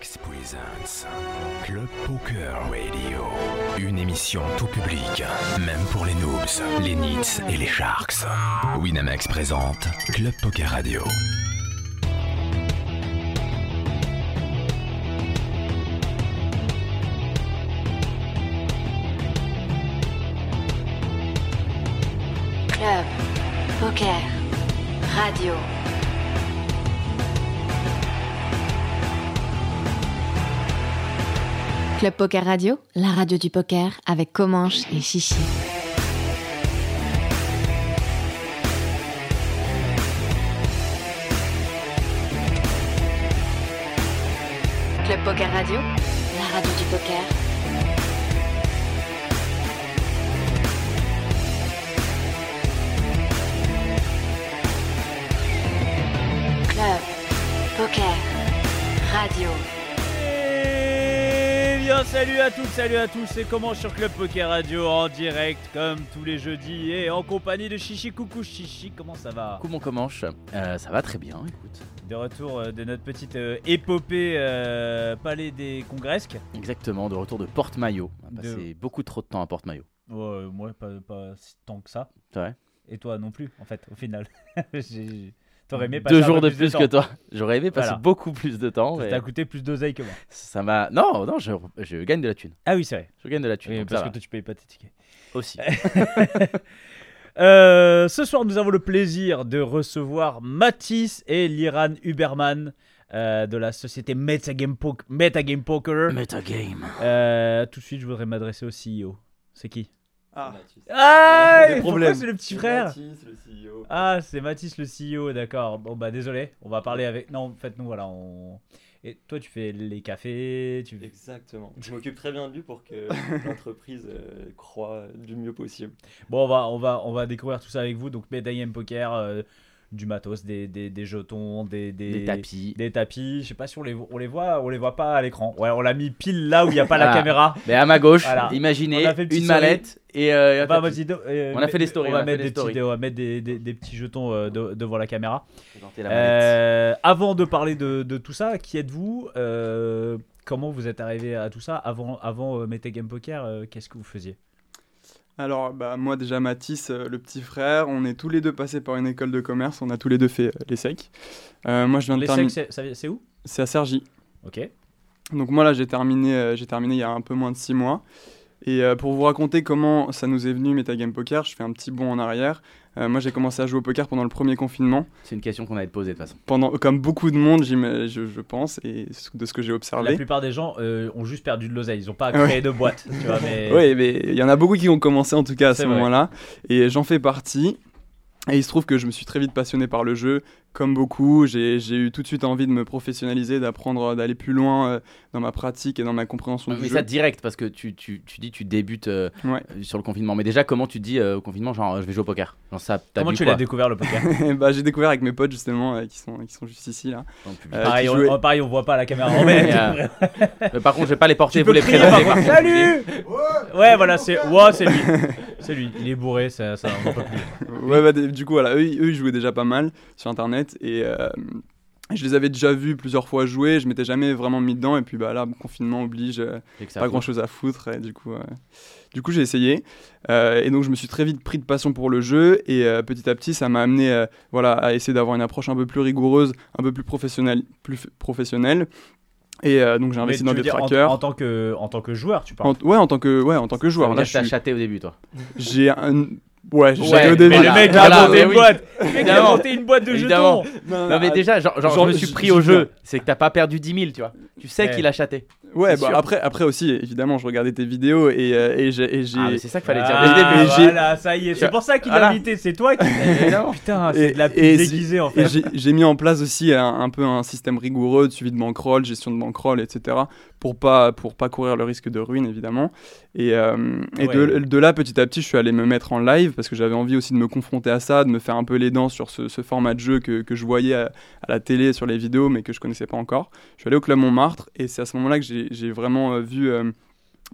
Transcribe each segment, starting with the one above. X Presents Club Poker Radio. Une émission tout public, même pour les noobs, les nits et les sharks. Winamax présente Club Poker Radio. Club, poker, radio. Club Poker Radio, la radio du poker avec Comanche et Chichi. Club Poker Radio, la radio du poker Club, poker, radio. Eh bien, salut à toutes, salut à tous, c'est comment sur Club Poker Radio en direct, comme tous les jeudis, et en compagnie de Chichi Coucou Chichi, comment ça va Comment commence Euh, Ça va très bien, écoute. De retour euh, de notre petite euh, épopée euh, Palais des Congresques. Exactement, de retour de Porte-Maillot. On a De- passé beaucoup trop de temps à Porte-Maillot. Ouais, moi, pas, pas si- tant que ça. C'est vrai Et toi non plus, en fait, au final. J'ai- j'ai- T'aurais aimé passer Deux un jours peu de plus temps. que toi. J'aurais aimé passer Voilà. beaucoup plus de temps. Ça mais t'a coûté plus d'oseille que moi. ça m'a. Non, non, je, je gagne de la thune. Ah oui, c'est vrai. Je gagne de la thune. donc parce ça que toi, tu payes pas tes tickets. va. Aussi. Euh, ce soir, nous avons le plaisir de recevoir Mathis et Liran Huberman euh, de la société Metagame, Po- Metagame Poker. Metagame. Euh, tout de suite, je voudrais m'adresser au CEO. C'est qui Ah, Ah, Des pourquoi problèmes. c'est le petit frère le E CEO. Ah, c'est Mathis le CEO, d'accord. Bon, bah désolé, on va parler avec... Non, en fait, nous, voilà, on... Et toi, tu fais les cafés, tu... Exactement. Je m'occupe très bien de lui pour que l'entreprise euh, croît du mieux possible. Bon, on va, on va, on va découvrir tout ça avec vous. Donc, médaille poker, euh, du matos, des, des, des jetons, des, des... Des tapis. des tapis. Je sais pas si on les, on les voit, on les voit pas à l'écran. Ouais, on l'a mis pile là où il n'y a pas la Voilà. caméra. Mais à ma gauche, Voilà. imaginez On a fait une petite une mallette et. euh, un Bah, tapis. vas-y, do- euh, On a mais- fait des stories, On on va a fait mettre des des petits, stories. des- on va mettre des, des- des petits jetons euh, de- devant la caméra. Présentez la mallette. Euh, avant de parler de, de tout ça, qui êtes-vous Euh, Comment vous êtes arrivé à tout ça Avant, avant euh, Metagame Poker, euh, qu'est-ce que vous faisiez Alors, bah, moi déjà, Mathis, euh, le petit frère, on est tous les deux passés par une école de commerce, on a tous les deux fait euh, l'ESSEC. Euh, moi, je viens de Les terminer. sexes, c'est- ça- c'est où C'est à Sergi. Ok. Donc, moi, là, j'ai terminé, euh, j'ai terminé il y a un peu moins de 6 mois. Et euh, pour vous raconter comment ça nous est venu, Metagame Poker, je fais un petit bond en arrière. Euh, moi, j'ai commencé à jouer au poker pendant le premier confinement. C'est une question qu'on allait te poser de toute façon. Pendant, comme beaucoup de monde, j'im- je, je pense, et ce- de ce que j'ai La observé. plupart des gens euh, ont juste perdu de l'oseille, ils n'ont pas Ouais. créé de boîte. Tu vois, mais... Oui, mais il y en a beaucoup qui ont commencé en tout cas à C'est ce vrai. moment-là. Et j'en fais partie. Et il se trouve que je me suis très vite passionné par le jeu, comme beaucoup. J'ai j'ai eu tout de suite envie de me professionnaliser, d'apprendre, d'aller plus loin euh, dans ma pratique et dans ma compréhension Mais du ça jeu. direct, parce que tu, tu, tu dis tu débutes euh, Ouais. sur le confinement. Mais déjà, comment tu dis euh, au confinement, genre, euh, je vais jouer au poker Genre, ça, t'as Comment vu tu quoi l'as découvert le poker bah, J'ai découvert avec mes potes justement, euh, qui, sont, qui sont juste ici là. Dans le public. Euh, qui pareil, jouaient- on, pareil, on voit pas la caméra. Mais, euh, Mais par contre, je vais pas les Tu porter, vous peux les crier, présentez. par par contre. contre. Salut Ouais, voilà, c'est ouais, c'est lui. C'est lui, il est bourré, ça, ça on en peut plus. ouais, bah, d- du coup, voilà, eux, ils- eux, ils jouaient déjà pas mal sur internet. Et euh, je les avais déjà vus plusieurs fois jouer. Je m'étais jamais vraiment mis dedans. Et puis bah, là, confinement oblige. euh, J'ai que ça à pas foutre. grand chose à foutre. Et du coup, euh, du coup j'ai essayé. Euh, et donc, je me suis très vite pris de passion pour le jeu. Et euh, petit à petit, ça m'a amené euh, voilà, à essayer d'avoir une approche un peu plus rigoureuse, un peu plus professionnelle. Plus f- professionnelle. Et euh, donc, j'ai Mais investi tu dans veux des dire, en- trackers. En, tant que, en tant que joueur, tu parles. En- ouais, en tant que, ouais, en tant que Ça veut joueur. Là, dire que je t'as suis- chaté au début, toi. j'ai un. Ouais, j'ai Ouais, chaté au début. mais le Voilà. mec Voilà, a monté mais une oui. boîte Le mec a Évidemment. monté une boîte de jetons Évidemment. Non, Non, mais déjà, genre, genre, Genre, je me suis je- pris je- au je- jeu, c'est que t'as pas perdu 10 000, tu vois. Tu sais Eh. qu'il a chaté. Ouais, c'est bah, sûr. après, après aussi, évidemment, je regardais tes vidéos et, euh, et j'ai. et j'ai- Ah, mais c'est ça qu'il fallait dire. Ah, Dès le début, j'ai- voilà, ça y est, c'est pour ça qu'il Voilà. a invité, c'est toi qui. Évidemment. Putain, c'est de la pub Et- et- déguisée en Et fait. j'ai j'ai mis en place aussi un, un peu un système rigoureux de suivi de bankroll, gestion de bankroll, etc. pour pas pour pas courir le risque de ruine évidemment. Et, euh, et de, Ouais. de là petit à petit, je suis allé me mettre en live parce que j'avais envie aussi de me confronter à ça, de me faire un peu les dents sur ce, ce format de jeu que, que je voyais à, à la télé sur les vidéos mais que je connaissais pas encore. Je suis allé au club Montmartre et c'est à ce moment-là que j'ai j'ai vraiment euh, vu euh,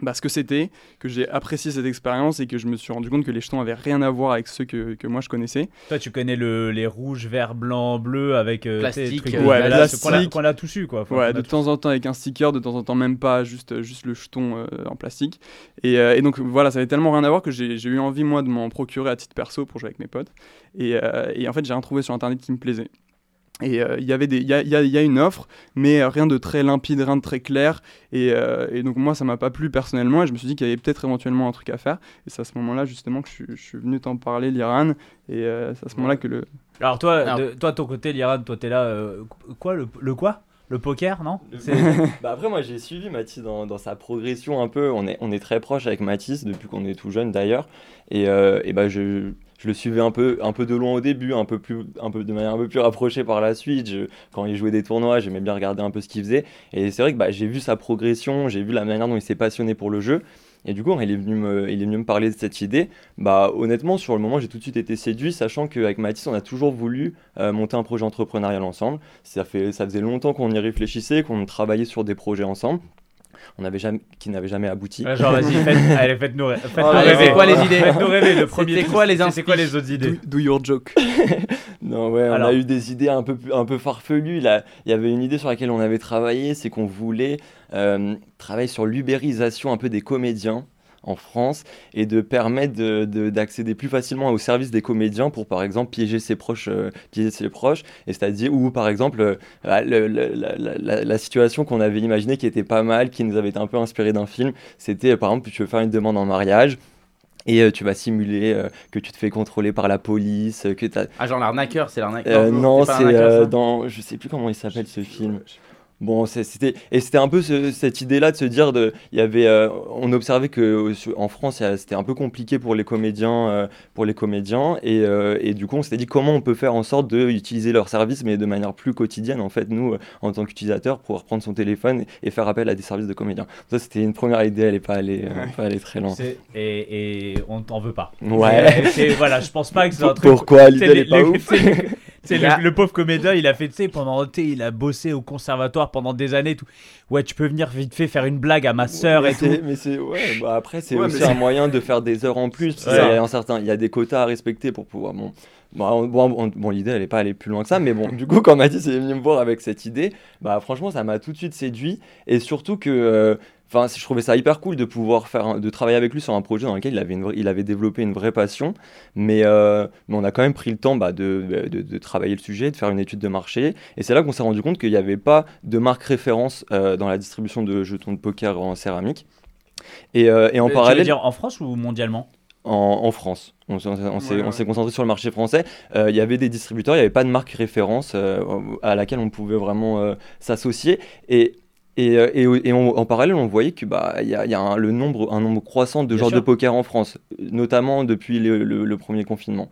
bah, ce que c'était, que j'ai apprécié cette expérience et que je me suis rendu compte que les jetons avaient rien à voir avec ceux que, que moi je connaissais. Toi, tu connais le, les rouges, verts, blancs, bleus avec euh, tu sais, les Plastique. trucs Ouais, de- là, là, ce plastique. qu'on a- qu'on a tous eu quoi. Enfin, Ouais, qu'on a de tous- temps en temps avec un sticker, de temps en temps même pas, juste, juste le jeton euh, en plastique. Et, euh, et donc voilà, ça avait tellement rien à voir que j'ai j'ai eu envie moi de m'en procurer à titre perso pour jouer avec mes potes. Et, euh, et en fait, j'ai rien trouvé sur internet qui me plaisait. Et euh, il y avait des, il y a, il y a- il y a une offre, mais euh, rien de très limpide, rien de très clair. Et, euh, et donc moi, ça m'a pas plu personnellement. Et je me suis dit qu'il y avait peut-être éventuellement un truc à faire. Et c'est à ce moment-là justement que je, suis- je suis venu t'en parler, l'Iran. Et euh, c'est à ce moment-là que le, Alors toi, Alors- de, toi ton côté, Liran, toi t'es là. euh, quoi le, le quoi Le poker, non Le- C'est- bah après, moi, j'ai suivi Mathis dans, dans sa progression un peu. On est, on est très proche avec Mathis depuis qu'on est tout jeune d'ailleurs. Et, euh, et bah, je, je le suivais un peu, un peu de loin au début, un peu plus, un peu, de manière un peu plus rapprochée par la suite. Je- quand il jouait des tournois, j'aimais bien regarder un peu ce qu'il faisait. Et c'est vrai que bah, j'ai vu sa progression, j'ai vu la manière dont il s'est passionné pour le jeu. Et du coup, quand il est venu me, il est venu me parler de cette idée, bah honnêtement, sur le moment, j'ai tout de suite été séduit, sachant qu'avec Mathis, on a toujours voulu euh, monter un projet entrepreneurial ensemble. Ça, fait, ça faisait longtemps qu'on y réfléchissait, qu'on travaillait sur des projets ensemble, on avait jamais, qui n'avaient jamais abouti. Ouais, Genre vas-y, faites, allez, faites-nous rê- faites-nous Allez, rêver. Oh, c'est quoi les idées Faites-nous rêver. Le premier. C'était truc, quoi les C'était quoi les autres do, idées do your joke. Non, ouais, on Alors- a eu des idées un peu, plus- un peu farfelues. Là. Il y avait une idée sur laquelle on avait travaillé, c'est qu'on voulait euh, travailler sur l'ubérisation un peu des comédiens en France et de permettre de- de- d'accéder plus facilement au service des comédiens pour par exemple piéger ses proches, euh, piéger ses proches et c'est-à-dire ou par exemple euh, ah, le- le- la, la- la- la situation qu'on avait imaginée qui était pas mal, qui nous avait un peu inspiré d'un film, c'était euh, par exemple tu veux faire une demande en mariage et euh, tu vas simuler euh, que tu te fais contrôler par la police, euh, que t'as Ah, genre l'arnaqueur, c'est l'arnaqueur. euh, non, pas c'est arnaqueur, euh, ça dans. Je sais plus comment il s'appelle ce film. Bon, c'est- c'était et c'était un peu ce- cette idée-là de se dire de, il y avait, euh, on observait que euh, sur- en France, euh, c'était un peu compliqué pour les comédiens, euh, pour les comédiens, et, euh, et du coup, on s'était dit comment on peut faire en sorte d'utiliser leurs services, mais de manière plus quotidienne, en fait, nous, euh, en tant qu'utilisateurs, pouvoir prendre son téléphone et, et faire appel à des services de comédiens. Ça, c'était une première idée, elle est pas allée, euh, pas allée très loin. C'est- Et, et on t'en veut pas. Ouais. Et c'est- voilà, je pense pas que c'est un truc. Pourquoi l'idée C'est elle est pas ouf le, le pauvre comédien, il a fait, tu sais, pendant, tu sais, il a bossé au conservatoire pendant des années, et tout. Ouais, tu peux venir vite fait faire une blague à ma sœur Mais et c'est- tout. Euh, Mais c'est ouais, bah après c'est Ouais, mais aussi c'est- un moyen de faire des heures en plus. parce que Ouais. ça, Il y a un certain, il y a des quotas à respecter pour pouvoir bon. Bon, on- bon, on- bon, l'idée elle est pas allée plus loin que ça, mais bon, du coup, quand Mathis est venu me voir avec cette idée, bah franchement, ça m'a tout de suite séduit et surtout que. euh, Enfin, je trouvais ça hyper cool de pouvoir faire, un- de travailler avec lui sur un projet dans lequel il avait, une vraie- il avait développé une vraie passion, mais, euh, mais on a quand même pris le temps bah, de, de- de travailler le sujet, de faire une étude de marché, et c'est là qu'on s'est rendu compte qu'il n'y avait pas de marque référence euh, dans la distribution de jetons de poker en céramique. Et, euh, et en Tu veux parallèle, dire en France ou mondialement en, en France, on, s'est- on s'est- on s'est Ouais, ouais. on s'est concentré sur le marché français. Euh, Il y avait des distributeurs, il n'y avait pas de marque référence euh, à laquelle on pouvait vraiment euh, s'associer. Et, et, euh, et, et on- en parallèle, on voyait que bah, il y a, il y a un, le nombre, un nombre croissant de Bien genres sûr. de poker en France, notamment depuis le, le- le premier confinement.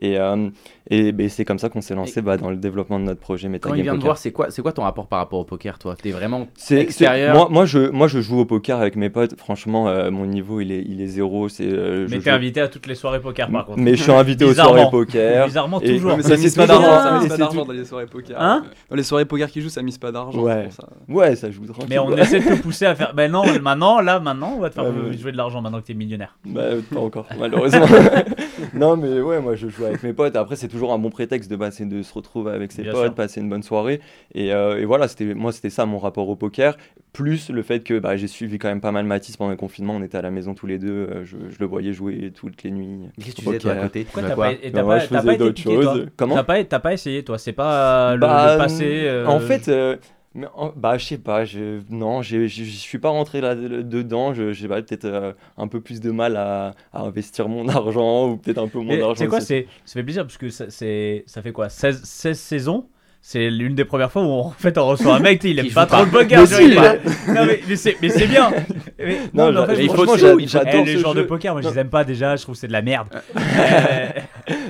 Et, euh, et ben, c'est comme ça qu'on s'est lancé bah, dans le développement de notre projet Quand Metagame il vient de Poker. voir, c'est quoi, c'est quoi ton rapport par rapport au poker, toi T'es vraiment C'est- c'est- extérieur. Moi, moi, je, moi, je joue au poker avec mes potes. Franchement, euh, mon niveau, il est, il est zéro. c'est, euh, je Mais joue- t'es invité à toutes les soirées poker Ah, par contre. Mais je suis invité aux Bizarrement. soirées poker. Bizarrement, Et- toujours. mais ça mise pas toujours- d'argent, ça et mise pas c'est d'argent tout. dans les soirées poker. Hein Dans les soirées poker qui jouent, ça mise pas d'argent. Ouais. c'est pour ça. Ouais, ça joue tranquille. Mais on essaie de te pousser à faire. Ben non, maintenant, là, maintenant, on va te faire Ouais, ouais. jouer de l'argent maintenant que t'es millionnaire. Bah, pas encore, malheureusement. non, mais ouais, moi je joue avec mes potes. Après, c'est toujours un bon prétexte de, passer, de se retrouver avec ses Bien potes, sûr. passer une bonne soirée. Et, euh, et voilà, c'était, moi c'était ça mon rapport au poker. Plus le fait que bah, j'ai suivi quand même pas mal Matisse pendant le confinement. On était à la maison tous les deux. euh, Je, je le voyais jouer toutes les nuits. Qu'est-ce que tu au faisais, toi, à poker. côté Tu Pourquoi jouais à t'as quoi pas, et t'as Bah, moi, pas, je t'as faisais pas été d'autres piqué, toi choses. Comment T'as pas, t'as pas essayé, toi. C'est pas le, Ah Bah, le passé. euh, En fait, euh, mais en- bah, je sais pas, je, non, je je- je suis pas rentré là-dedans, je, je sais pas, peut-être euh, un peu plus de mal à, à investir mon argent ou peut-être un peu moins Et d'argent. C'est quoi aussi. c'est Ça fait plaisir parce que ça, c'est- ça fait quoi 16, 16 saisons C'est l'une des premières fois où en fait on reçoit un mec, tu sais, il aime Qui pas joue pas. trop le poker. Mais tu vois, si, il est il là. Non, mais, mais c'est mais c'est bien. Mais- Non, mais en fait, mais franchement, franchement, je- j'adore eh, les ce genres de jeu. poker, moi je Non. les aime pas déjà, je trouve que c'est de la merde. Euh,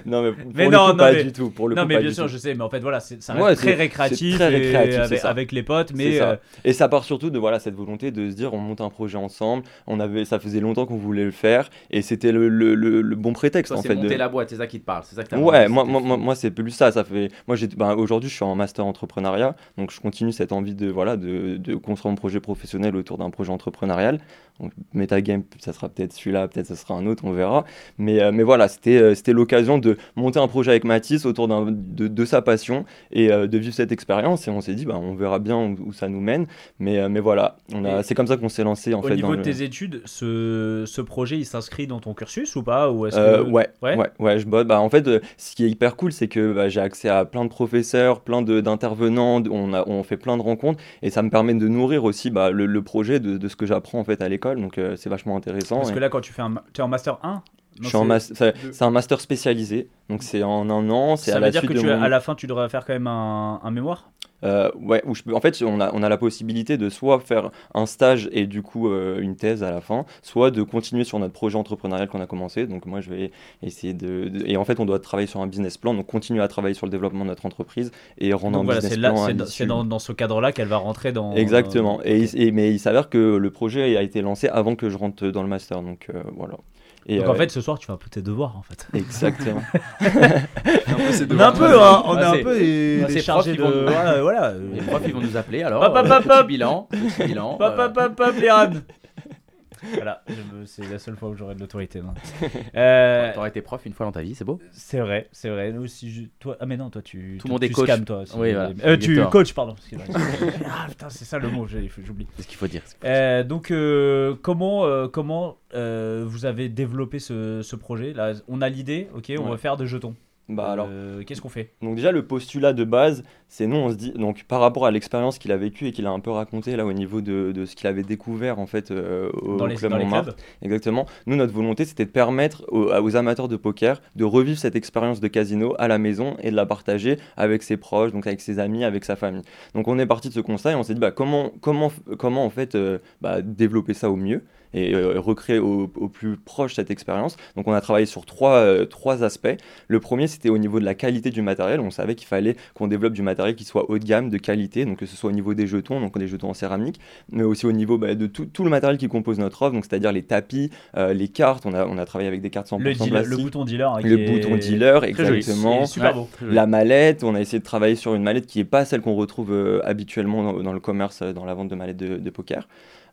Non, mais, pour Mais le non, coup, non, pas mais- du tout. Pour le non coup, mais pas bien du sûr, tout. je sais, mais en fait voilà, c'est ça reste Ouais, très c'est- récréatif, c'est très et récréatif, c'est avec, ça. avec les potes, C'est mais ça. euh, Et ça part surtout de voilà cette volonté de se dire on monte un projet ensemble. On avait, ça faisait longtemps qu'on voulait le faire et c'était le, le- le- le bon prétexte Toi, en c'est fait. de- monter la boîte, c'est ça qui te parle. C'est ça que t'as Ouais, vraiment- moi, moi, moi, moi, c'est plus ça. Ça fait, moi, j'ai, ben, aujourd'hui, je suis en master entrepreneuriat, donc je continue cette envie de, voilà, de, de construire mon projet professionnel autour d'un projet entrepreneurial. Donc, Metagame, ça sera peut-être celui-là, peut-être ce sera un autre, on verra. Mais, euh, mais voilà, c'était, euh, c'était l'occasion de monter un projet avec Mathis autour d'un, de, de sa passion et euh, de vivre cette expérience. Et on s'est dit, bah, on verra bien où, où ça nous mène. Mais, euh, mais voilà, on a, Et c'est comme ça qu'on s'est lancé en au fait. niveau dans de le- tes études, ce, ce projet il s'inscrit dans ton cursus ou pas ou est-ce Euh, que... ouais, Ouais. ouais, ouais, je bosse. Bah, en fait, euh, ce qui est hyper cool, c'est que bah, j'ai accès à plein de professeurs, plein de- d'intervenants, de- on, a- on fait plein de rencontres et ça me permet de nourrir aussi bah, le, le projet de, de ce que j'apprends en fait à l'école. Donc euh, c'est vachement intéressant. Parce et que là quand tu fais un ma- tu es en master 1 non, je suis en c'est- mas- ça- C'est un master spécialisé, donc c'est en un an, c'est Ça à veut la dire suite que de tu, mon- à la fin tu devrais faire quand même un, un mémoire Euh, ouais, où je peux... En fait, on a, on a la possibilité de soit faire un stage et du coup euh, une thèse à la fin, soit de continuer sur notre projet entrepreneurial qu'on a commencé. Donc moi, je vais essayer de... de- Et en fait, on doit travailler sur un business plan, donc continuer à travailler sur le développement de notre entreprise et rendre Donc un voilà, c'est business là, plan à c'est dans- l'issue. c'est dans, dans ce cadre-là qu'elle va rentrer dans. Exactement. euh, Et, ok. il- et- mais il s'avère que le projet a été lancé avant que je rentre dans le master, donc euh, voilà. Et, Donc en euh, fait, ce soir, tu fais un peu tes devoirs en fait. Exactement. Un peu, c'est On est de- un peu, hein, on est Ah, un c'est- peu des, bah, des c'est chargés prof, de. ils vont- Voilà, euh, voilà. Les profs, ils vont nous appeler alors. Hop, hop, euh, hop, hop. petit bilan. petit bilan, Pop, euh, pop, pop, pop, les rats. Voilà, je me- c'est la seule fois où j'aurai de l'autorité. non. Euh, T'aurais été prof une fois dans ta vie, c'est beau. c'est vrai, c'est vrai. Nous aussi, je- toi, ah mais non, toi tu. Tout tu- le monde est tu coach. scams, toi. c'est- Oui, voilà. Euh, tu Victor. coach, pardon. excuse-moi. ah putain, c'est ça le mot, j'ai- j'oublie. C'est ce qu'il faut dire. Euh, donc, euh, comment, euh, comment euh, vous avez développé ce, ce projet Là, on a l'idée, ok, on Ouais. va faire des jetons. bah alors, Euh, qu'est-ce qu'on fait Donc déjà le postulat de base, c'est nous on se dit donc par rapport à l'expérience qu'il a vécue et qu'il a un peu raconté là au niveau de, de ce qu'il avait découvert en fait euh, au dans les, club dans les Montmartre. clubs Exactement. Nous notre volonté c'était de permettre aux, aux amateurs de poker de revivre cette expérience de casino à la maison et de la partager avec ses proches, donc avec ses amis, avec sa famille. Donc on est parti de ce constat et on s'est dit bah comment comment comment en fait euh, bah, développer ça au mieux et euh, recréer au, au plus proche cette expérience. Donc on a travaillé sur trois, euh, trois aspects. Le premier, c'était au niveau de la qualité du matériel. On savait qu'il fallait qu'on développe du matériel qui soit haut de gamme, de qualité, donc que ce soit au niveau des jetons, donc des jetons en céramique, mais aussi au niveau bah, de tout, tout le matériel qui compose notre offre, donc c'est-à-dire les tapis, euh, les cartes. On a, on a travaillé avec des cartes 100% le, dealer- le plastique, bouton dealer. hein, le qui est- bouton dealer, Très joli, exactement. c'est super Ouais. beau. La mallette, on a essayé de travailler sur une mallette qui n'est pas celle qu'on retrouve euh, habituellement dans, dans le commerce, euh, dans la vente de mallettes de, de poker.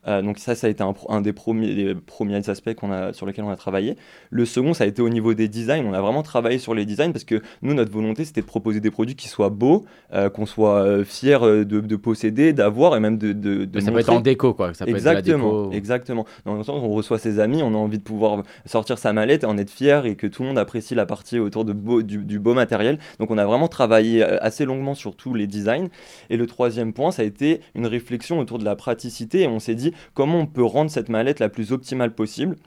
Euh, donc ça, ça a été un, pro- un des premiers, des premiers aspects qu'on a, sur lesquels on a travaillé. Le second, ça a été au niveau des designs. On a vraiment travaillé sur les designs parce que nous, notre volonté, c'était de proposer des produits qui soient beaux, euh, qu'on soit euh, fiers euh, de, de posséder, d'avoir et même de, de, de Mais ça peut être montrer. en déco, quoi. Ça peut Exactement, être de la déco. exactement. Dans le sens, on reçoit ses amis, on a envie de pouvoir sortir sa mallette, en être fier et que tout le monde apprécie la partie autour de beau- du, du beau matériel. Donc, on a vraiment travaillé euh, assez longuement sur tous les designs. Et le troisième point, ça a été une réflexion autour de la praticité. Et on s'est dit comment on peut rendre cette mallette la plus optimale possible.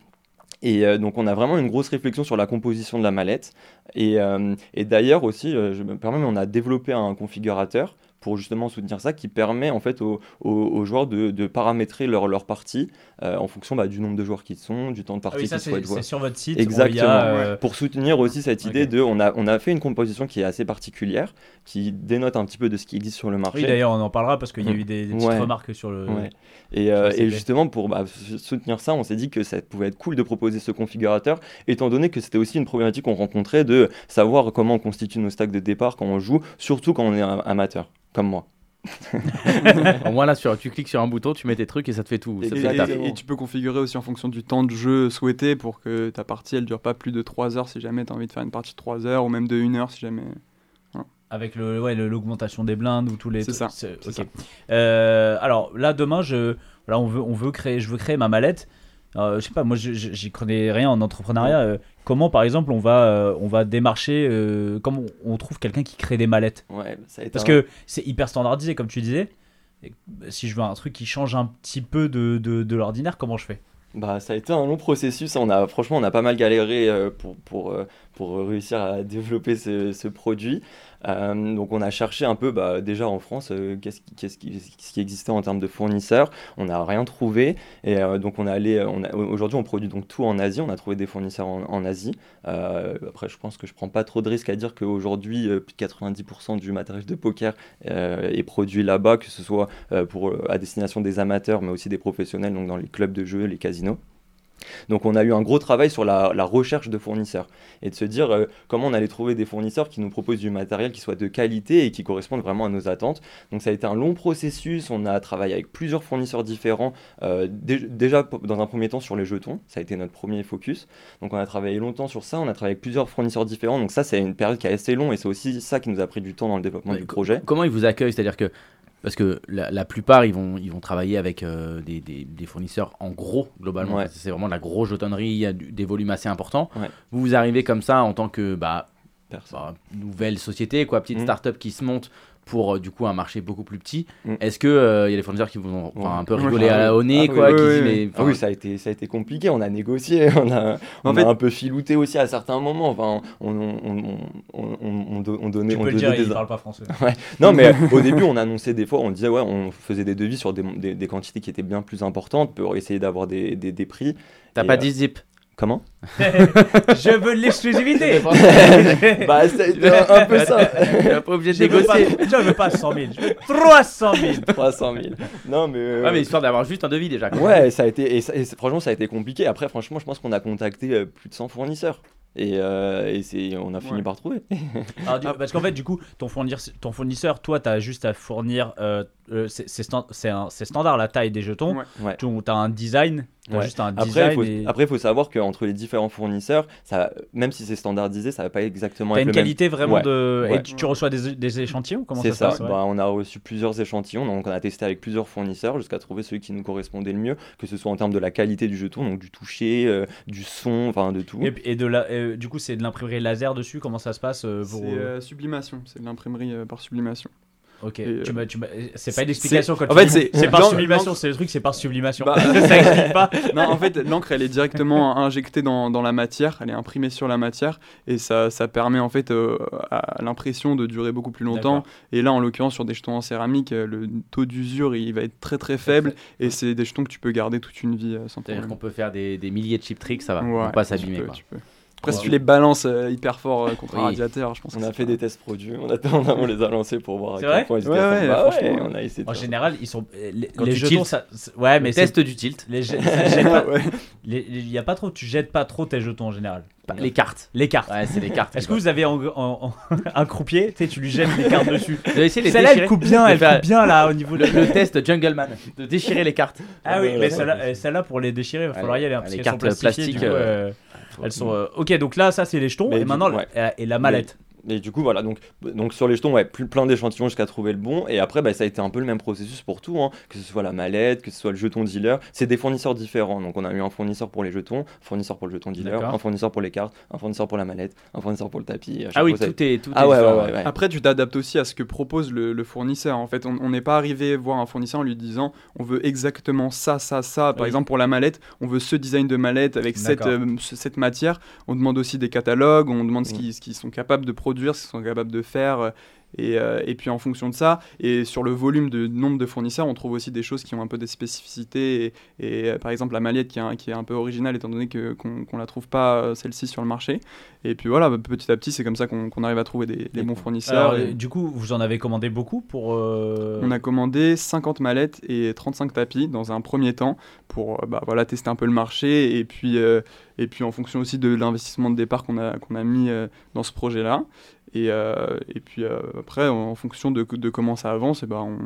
Et euh, donc, on a vraiment une grosse réflexion sur la composition de la mallette. Et, euh, et d'ailleurs aussi, euh, je me permets, mais on a développé un configurateur pour justement soutenir ça, qui permet en fait aux, aux- aux joueurs de, de paramétrer leur, leur partie euh, en fonction bah, du nombre de joueurs qu'ils sont, du temps de Ah partie oui, ça qu'ils c'est souhaitent jouer. c'est sur votre site. Exactement. on y a, euh, Pour soutenir aussi cette idée Ok. de, on a, on a fait une composition qui est assez particulière, qui dénote un petit peu de ce qui existe sur le marché. Oui, d'ailleurs, on en parlera parce qu'il y a Mm. eu des, des petites Ouais. remarques sur le. Ouais. Et, euh, Je sais et pas. justement, pour bah, s- soutenir ça, on s'est dit que ça pouvait être cool de proposer ce configurateur, étant donné que c'était aussi une problématique qu'on rencontrait de savoir comment on constitue nos stacks de départ quand on joue, surtout quand on est un- amateur, comme moi. Au moins, là, sur- tu cliques sur un bouton, tu mets tes trucs et ça te fait tout. Ça te Et, fait la et- taf. et tu peux configurer aussi en fonction du temps de jeu souhaité pour que ta partie elle dure pas plus de 3 heures si jamais tu as envie de faire une partie de 3 heures ou même de 1 heure si jamais. Avec le, ouais, le- l'augmentation des blindes ou tous les. C'est trucs. ça, C'est- c'est ok. ça. Euh, alors là, demain, je, là, on veut, on veut créer, je veux créer ma mallette. Euh, je sais pas, moi, je- je- j'y connais rien en entrepreneuriat. Euh, comment, par exemple, on va, euh, on va démarcher, euh, comment on, on trouve quelqu'un qui crée des mallettes Ouais, bah, ça a été Parce un- que c'est hyper standardisé, comme tu disais. Et si je veux un truc qui change un petit peu de, de, de l'ordinaire, comment je fais hein. Bah, ça a été un long processus. On a, franchement, on a pas mal galéré euh, pour, pour, euh, pour réussir à développer ce, ce produit. Euh, donc on a cherché un peu bah, déjà en France euh, qu'est-ce qui, qu'est-ce qui, ce qui existait en termes de fournisseurs. On n'a rien trouvé et euh, donc on a allé. On a- Aujourd'hui on produit donc tout en Asie. On a trouvé des fournisseurs en, en Asie. Euh, après je pense que je prends pas trop de risques à dire qu'aujourd'hui euh, plus de 90% du matériel de poker euh, est produit là-bas, que ce soit euh, pour à destination des amateurs mais aussi des professionnels donc dans les clubs de jeux, les casinos. Donc on a eu un gros travail sur la, la recherche de fournisseurs et de se dire euh, comment on allait trouver des fournisseurs qui nous proposent du matériel qui soit de qualité et qui corresponde vraiment à nos attentes. Donc ça a été un long processus, on a travaillé avec plusieurs fournisseurs différents, euh, dé- déjà p- dans un premier temps sur les jetons, ça a été notre premier focus. Donc on a travaillé longtemps sur ça, on a travaillé avec plusieurs fournisseurs différents, donc ça c'est une période qui est assez longue et c'est aussi ça qui nous a pris du temps dans le développement Ouais, du co- projet. Comment ils vous accueillent C'est-à-dire que. Parce que la, la plupart, ils vont, ils vont travailler avec euh, des, des- des fournisseurs en gros, globalement. Ouais. C'est vraiment de la grosse jetonnerie, il y a du- des volumes assez importants. Ouais. Vous, vous arrivez comme ça en tant que bah, Personne. bah, nouvelle société, quoi, petite Mhm. start-up qui se monte pour euh, du coup un marché beaucoup plus petit. Mhm. Est-ce que euh, il y a des fournisseurs qui vous ont enfin, Ouais. un peu Ouais. rigolé Ah à- oui. au nez, Ah quoi, oui, qui oui, disent, oui. mais, Ah enfin, oui, ça a été, ça a été compliqué. On a négocié, on a, En on fait- a un peu filouté aussi à certains moments. Enfin, on, on, on, on, on- on do- on donnait, Tu on peux le donnait dire, il des. parle pas français. Non, mais au début, on annonçait des fois, on disait ouais, on faisait des devis sur des, des, des quantités qui étaient bien plus importantes pour essayer d'avoir des, des, des prix. T'as Et, pas euh, dit zip. Comment Je veux de l'exclusivité. Bah, c'était un, un peu ça. T'es pas obligé de Je veux pas, négocier. je veux pas 100 000, je veux 300 000. 300 000. Non, mais. euh, Ouais, Ah, mais histoire d'avoir juste un devis déjà. quoi. Ouais, ça a été, et, ça- et c'est- franchement, ça a été compliqué. Après, franchement, je pense qu'on a contacté euh, plus de 100 fournisseurs. Et, euh, et c'est, on a fini Ouais. par trouver. Alors, du- parce qu'en fait, du coup, ton fournisseur, ton fournisseur toi, t'as juste à fournir. euh, euh, c'est c'est stan- c'est un- c'est standard la taille des jetons. Ouais. Ouais. Tu as un design. T'as Ouais. juste un Après, design. il faut, et- après, faut savoir qu'entre les différents fournisseurs, ça, même si c'est standardisé, ça va pas exactement T'as être une le même. qualité vraiment Ouais. de. Et Ouais. tu, tu reçois des, des échantillons ou Comment C'est ça, ça. se passe ouais Bah, on a reçu plusieurs échantillons, donc on a testé avec plusieurs fournisseurs jusqu'à trouver celui qui nous correspondait le mieux, que ce soit en termes de la qualité du jeton, donc du toucher, euh, du son, enfin de tout. et, puis- et de la, euh, du coup, c'est de l'imprimerie laser dessus. Comment ça se passe euh, pour- C'est euh, sublimation, c'est de l'imprimerie euh, par sublimation. Ok. et, Tu euh, m'as- tu m'as- C'est pas une c'est- explication. quand en tu fait, dis- c'est- c'est par Jean- sublimation. C'est le truc, c'est par sublimation. Bah- ça explique pas. Non, en fait, l'encre, elle est directement injectée dans, dans la matière, elle est imprimée sur la matière, et ça, ça permet en fait euh, à l'impression de durer beaucoup plus longtemps. Et là, en l'occurrence, sur des jetons en céramique, euh, le taux d'usure, il va être très très faible, et c'est des jetons que tu peux garder toute une vie euh, sans C'est-à-dire qu'on peut problème. faire des, des milliers de chip tricks, ça va. Ouais, on peut pas tu s'abîmer. peux, quoi. tu peux. Après, si Ouais. tu les balances euh, hyper fort euh, contre un Oui. radiateur, je pense On que a c'est fait pas- des tests produits, on, a, on, a- on les a lancés pour voir à C'est quel vrai point ils étaient Ouais, à fond. ouais, Bah franchement, on a essayé de En faire ça. général, ils sont les, Quand les tu jetons. tiltes, Ça, c'est- ouais, Le mais c'est test du tilt. les, je- ça jette pas- Ouais. les- les- y a pas trop. Tu jettes pas trop tes jetons en général. Bah, les cartes. Les cartes. Ouais, c'est les cartes. Est-ce que quoi. vous avez en- en- en- un croupier tu sais, Tu lui jettes des cartes dessus. Vous avez essayé de les Celle-là, elle déchirer coupe bien. de Elle faire- coupe bien là au niveau de. le, le test Jungleman de déchirer les cartes. Ah oui, Ouais, mais ouais, celle-là, ouais. euh, celle-là, pour les déchirer, il va Ouais, falloir y aller. hein, ouais, parce les qu'elles cartes sont plastifiées, plastiques, du coup, euh, euh, elles sont. euh, Ok, donc là, ça c'est les jetons. Mais Et du- maintenant, ouais. la- et la mallette. Et du coup, voilà, donc, donc sur les jetons, ouais, plus, plein d'échantillons jusqu'à trouver le bon. Et après, bah, ça a été un peu le même processus pour tout, hein, que ce soit la mallette, que ce soit le jeton dealer. C'est des fournisseurs différents. Donc on a eu un fournisseur pour les jetons, un fournisseur pour le jeton dealer, D'accord. un fournisseur pour les cartes, un fournisseur pour la mallette, un fournisseur pour le tapis. à chaque Ah oui, fois, ça a tout est tout est Ah ouais, ouais, différent, ouais, ouais. Après, tu t'adaptes aussi à ce que propose le, le fournisseur. En fait, on on n'est pas arrivé voir un fournisseur en lui disant on veut exactement ça, ça, ça. Par Oui. exemple, pour la mallette, on veut ce design de mallette avec cette, D'accord. euh, ce- cette matière. On demande aussi des catalogues, on demande ce qu'ils ce qu'ils sont capables de produire, ce qu'ils sont capables de faire. euh, Et, euh, et puis en fonction de ça, et sur le volume de nombre de fournisseurs, on trouve aussi des choses qui ont un peu des spécificités. Et, et, euh, par exemple, la mallette qui est un, qui est un peu originale, étant donné que- qu'on ne la trouve pas, euh, celle-ci, sur le marché. Et puis voilà, bah, petit à petit, c'est comme ça qu'on qu'on arrive à trouver des, des bons fournisseurs. Alors, et- euh, du coup, vous en avez commandé beaucoup pour. euh, on a commandé 50 mallettes et 35 tapis dans un premier temps pour euh, bah, voilà, tester un peu le marché et puis, euh, et puis en fonction aussi de l'investissement de départ qu'on a, qu'on a mis euh, dans ce projet-là. Et, euh, et puis euh, après, en, en fonction de, de comment ça avance, et ben on,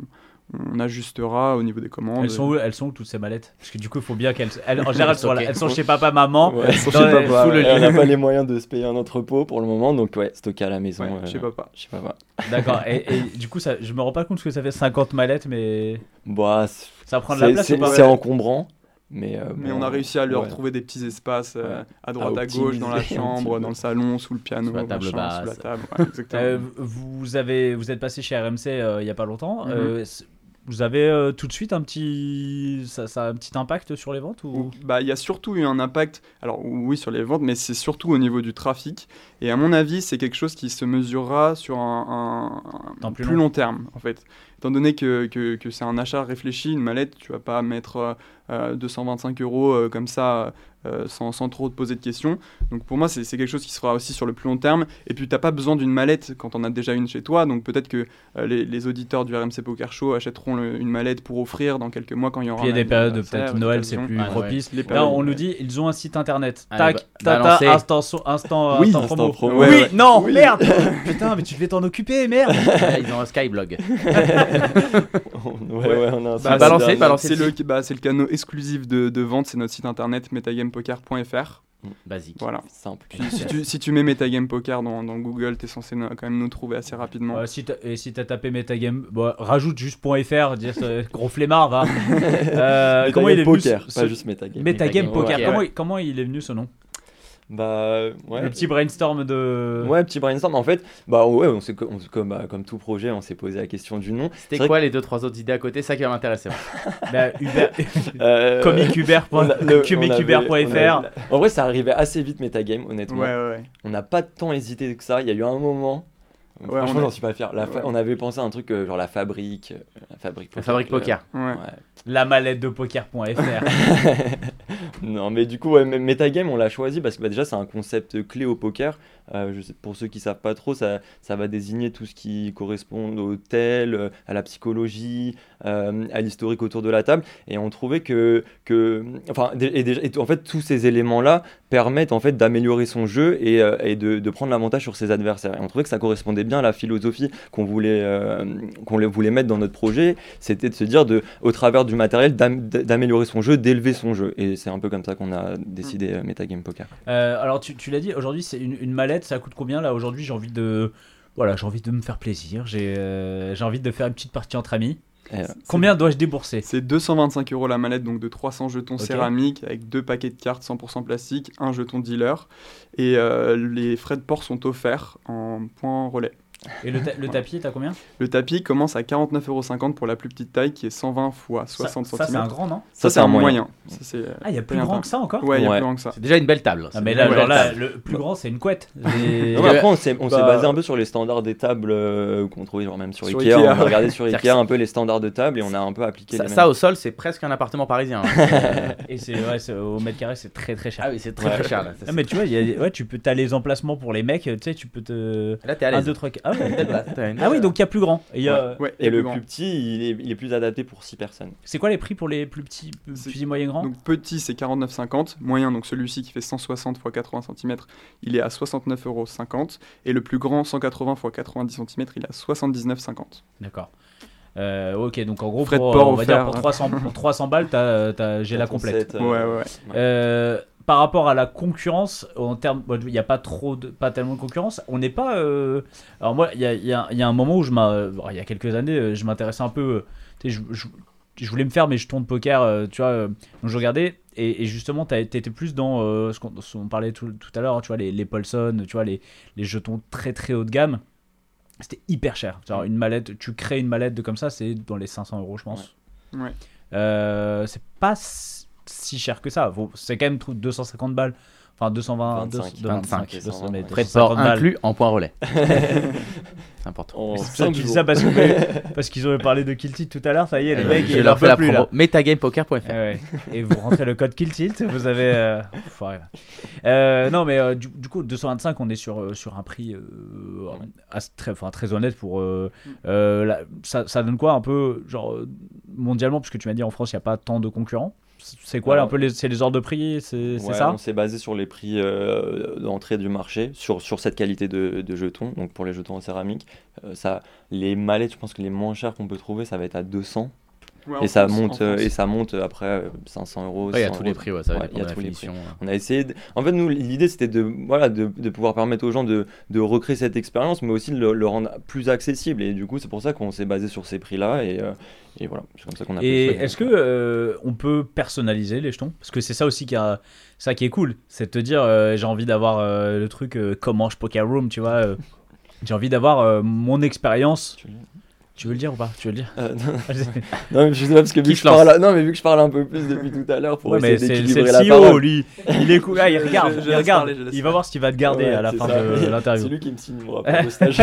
on ajustera au niveau des commandes. Elles sont où, elles sont où toutes ces mallettes Parce que du coup, il faut bien qu'elles. elles- en général, elles sont, là- Stockées. elles sont chez papa, maman. Ouais, Elles sont Dans chez les- papa, Bah, sous le ouais, on lit. n'a pas les moyens de se payer un entrepôt pour le moment, donc ouais, stocker à la maison. Ouais, euh, Je sais pas. pas. je sais pas, bah. D'accord. Et, et du coup, ça, je me rends pas compte ce que ça fait 50 mallettes, mais Bah, c'est- ça prend de la c'est place ou c'est- pas c'est encombrant, mais, euh, Mais bon, on a réussi à leur ouais. trouver des petits espaces euh, Ouais. à droite, à, gauche, optimiser dans un la petit chambre, peu. dans le salon, sous le piano, Sous la table machin, sous la basse. table. ouais, exactement. Euh, vous avez, vous êtes passé chez RMC euh, il y a pas longtemps. Mhm. Euh, c'est- Vous avez euh, tout de suite un petit, ça, ça a un petit impact sur les ventes ou... Bah, il y a surtout eu un impact, alors oui sur les ventes, mais c'est surtout au niveau du trafic. Et à mon avis, c'est quelque chose qui se mesurera sur un, un, un plus, plus long. long. terme, en fait. Étant donné que, que, que c'est un achat réfléchi, une mallette, tu vas pas mettre euh, 225 euros euh, comme ça euh, sans, sans, trop te poser de questions. Donc pour moi, c'est quelque chose qui sera aussi sur le plus long terme. Et puis, t'as pas besoin d'une mallette quand on a déjà une chez toi. Donc peut-être que euh, les, les, auditeurs du RMC Poker Show achèteront le, une mallette pour offrir dans quelques mois quand il y aura. Puis il y a des périodes, peut-être Noël, c'est plus Ah, ouais. propice. bah, Les Là, périodes, Bah, on ouais. nous dit, ils ont un site internet. Allez, Tac, ba- tata, balancez. instant, so- instant, Oui, instant instant promo. promo. Ouais, oui, ouais. non, Oui. merde Putain, mais tu devais t'en occuper, merde Ils ont un Skyblog. ouais, ouais, on a Bah, un site balancez, internet. balancez. C'est le, bah, c'est le canot exclusif de, de vente, c'est notre site internet metagamepoker.fr. Basique. Voilà. Simple. Si tu, si tu mets Metagame Poker dans, dans Google, t'es censé no- quand même nous trouver assez rapidement. Ouais, si t'as- Et si t'as tapé Metagame, bon, rajoute juste .fr, dire, euh, gros flemmard, va Euh, Metagame Comment il est venu poker, ce- pas ce- juste metagame. Metagame Metagame Poker, Poker, comment, il, comment il est venu ce nom Bah ouais. Le petit euh, brainstorm de... Ouais, petit brainstorm. En fait, bah ouais, on s'est co- on s'est- comme, bah, comme tout projet, on s'est posé la question du nom. C'est C'était vrai quoi les deux trois autres idées à côté Ça qui va m'intéresser. Bah, Uber... Euh, on a- le- on comicuber.fr. avait- on avait- En vrai, ça arrivait assez vite, Metagame, honnêtement. Ouais, ouais, ouais. On n'a pas tant hésité que ça. Il y a eu un moment. Franchement, on a- j'en suis pas fier. La fa- Ouais. On avait pensé à un truc euh, genre la fabrique. euh, La fabrique La poker. fabrique poker. ouais. Ouais. La mallette de poker.fr. non, mais du coup, ouais, mais Metagame, on l'a choisi parce que bah, déjà, c'est un concept clé au poker. Euh, je sais- pour ceux qui savent pas trop, ça, ça va désigner tout ce qui correspond au tel, euh, à la psychologie, euh, à l'historique autour de la table. Et on trouvait que. que enfin, dé- et déjà- et t- en fait, tous ces éléments-là permettent en fait, d'améliorer son jeu et, euh, et de, de prendre l'avantage sur ses adversaires. Et on trouvait que ça correspondait bien à la philosophie qu'on voulait, euh, qu'on le- voulait mettre dans notre projet c'était de se dire de, au travers du matériel d'am- d'améliorer son jeu, d'élever son jeu. Et c'est un peu comme ça qu'on a décidé euh, Metagame Poker. Euh, alors tu, tu l'as dit, aujourd'hui c'est une, une mallette, ça coûte combien là Aujourd'hui j'ai envie de... Voilà, j'ai envie de me faire plaisir, j'ai euh, j'ai envie de faire une petite partie entre amis. Et, euh, Combien dois-je débourser C'est 225 euros la mallette, donc de 300 jetons Ok. céramiques avec deux paquets de cartes 100% plastique, un jeton dealer. Et euh, les frais de port sont offerts en points relais. Et le, ta- le tapis, t'as combien Le tapis commence à 49,50€ pour la plus petite taille qui est 120 x 60 Ça, ça, c'est cm. un grand, non Ça, c'est un moyen. Ça, c'est, euh, Ah, il y a plus Rien grand pas. que ça encore Ouais, il y a Ouais. plus grand que ça. C'est déjà une belle table. Ah, C'est mais une là, belle genre là, table. le plus grand c'est une couette. Et- Non, mais après, on s'est on s'est bah- basé un peu sur les standards des tables euh, qu'on trouvait genre même sur, Sur Ikea. Ikea. On a regardé sur C'est-à-dire Ikea un peu les standards de table et on a un peu appliqué Ça, les mêmes. ça, au sol, c'est presque un appartement parisien. hein. Et c'est ouais, c'est- au mètre carré c'est très très cher. ah oui, c'est très Ouais. très cher là. Ça, Ah, mais tu vois, il y a- ouais, tu peux, t'as les emplacements pour les mecs, tu sais, tu peux te... c'est- Là, t'es à Un, l'aise. deux, trois, quatre. Ah, ouais. T'as une- Ah oui, donc il y a plus grand. Et il y a- Ouais, il y Et a le grand. plus petit, il est, il est plus adapté pour 6 personnes. C'est quoi les prix pour les plus petits, C'est- petits moyens grands Donc petit c'est 49,50, moyen donc celui-ci qui fait 160 x 80 cm, il est à 69,50€ et le plus grand 180 x 90 cm, il est à 79,50. D'accord. Euh, ok, donc en gros, Frais de pour, port on va dire offert. hein. pour 300, pour 300 balles, t'as, euh, t'as- j'ai la complète. 37, euh, Ouais ouais ouais. ouais. Euh, par rapport à la concurrence, en termes, bon, il n'y a pas trop, de, pas tellement de concurrence. On n'est pas. euh, alors moi, il y a, il y a- il y a un moment où je m'a- euh, bon, il y a quelques années, euh, je m'intéressais un peu. euh, tu sais, je, je- je voulais me faire mes jetons de poker, euh, tu vois. euh, donc je regardais et, et justement, t'as- t'étais plus dans euh, ce qu'on ce qu'on parlait tout, tout à l'heure, tu vois, les, les Paulson, tu vois, les, les jetons très très haut de gamme. C'était hyper cher. Genre une mallette, tu crées une mallette de comme ça, c'est dans les 500 euros, je pense. Ouais. Ouais. Euh, c'est pas s- si cher que ça. Vaut- C'est quand même trou- 250 balles. Enfin, 220, 25, 200, 25, 200, mais ouais. Frais de 250 port balles. inclus en point relais. c'est important. En Mais C'est pour ça cinq que je dis jours. ça parce que- parce qu'ils ont parlé de Kill Tilt tout à l'heure. Ça y est, les Euh, mecs, je ils leur leur fais veulent la plus promo. là. Metagamepoker.fr. Eh ouais. Et vous rentrez le code Kill Tilt, vous avez. euh, enfoiré, là. Euh, non, mais euh, du, du coup, 225, on est sur, euh, sur un prix euh, assez- très, enfin, très honnête pour. euh, euh, la- ça, ça donne quoi un peu, genre, euh, mondialement, puisque tu m'as dit en France, il n'y a pas tant de concurrents C'est quoi là, un peu les, c'est les ordres de prix C'est c'est Ouais, ça On s'est basé sur les prix euh, d'entrée du marché, sur, sur cette qualité de, de jetons. Donc pour les jetons en céramique, euh, ça, les mallettes, je pense que les moins chers qu'on peut trouver, ça va être à 200. Ouais, en et, ça France, monte, en euh, France. et ça monte après euh, 500 euros. Ouais, Il y a 100 tous les euros. prix, ouais, ça va Ouais, il y dépendre a de la tous les prix. finition. hein. On a essayé. de- En fait, nous, l'idée, c'était de, voilà, de, de pouvoir permettre aux gens de, de recréer cette expérience, mais aussi de le, le rendre plus accessible. Et du coup, c'est pour ça qu'on s'est basé sur ces prix-là. Et, euh, et voilà, c'est comme ça qu'on a Et fait le choix. est-ce que euh, on peut personnaliser les jetons Parce que c'est ça aussi qui a, ça qui est cool, c'est de te dire euh, j'ai envie d'avoir euh, le truc euh, comment je poker room, tu vois. euh, j'ai envie d'avoir euh, mon expérience. Tu l'as Tu veux le dire ou pas Tu veux le dire Euh, non, non, mais je sais pas parce que vu Qui que, se je parle, non, mais vu que je parle un peu plus depuis tout à l'heure pour Ouais, mais essayer c'est c'est le E d'équilibrer la CEO, parole. lui. Il est cool. Ah, il regarde. je il, laisse regarde. parler, je laisse il va voir ce qu'il va te garder Ouais, à la c'est fin ça. de C'est l'interview. lui qui me signera pour le stage.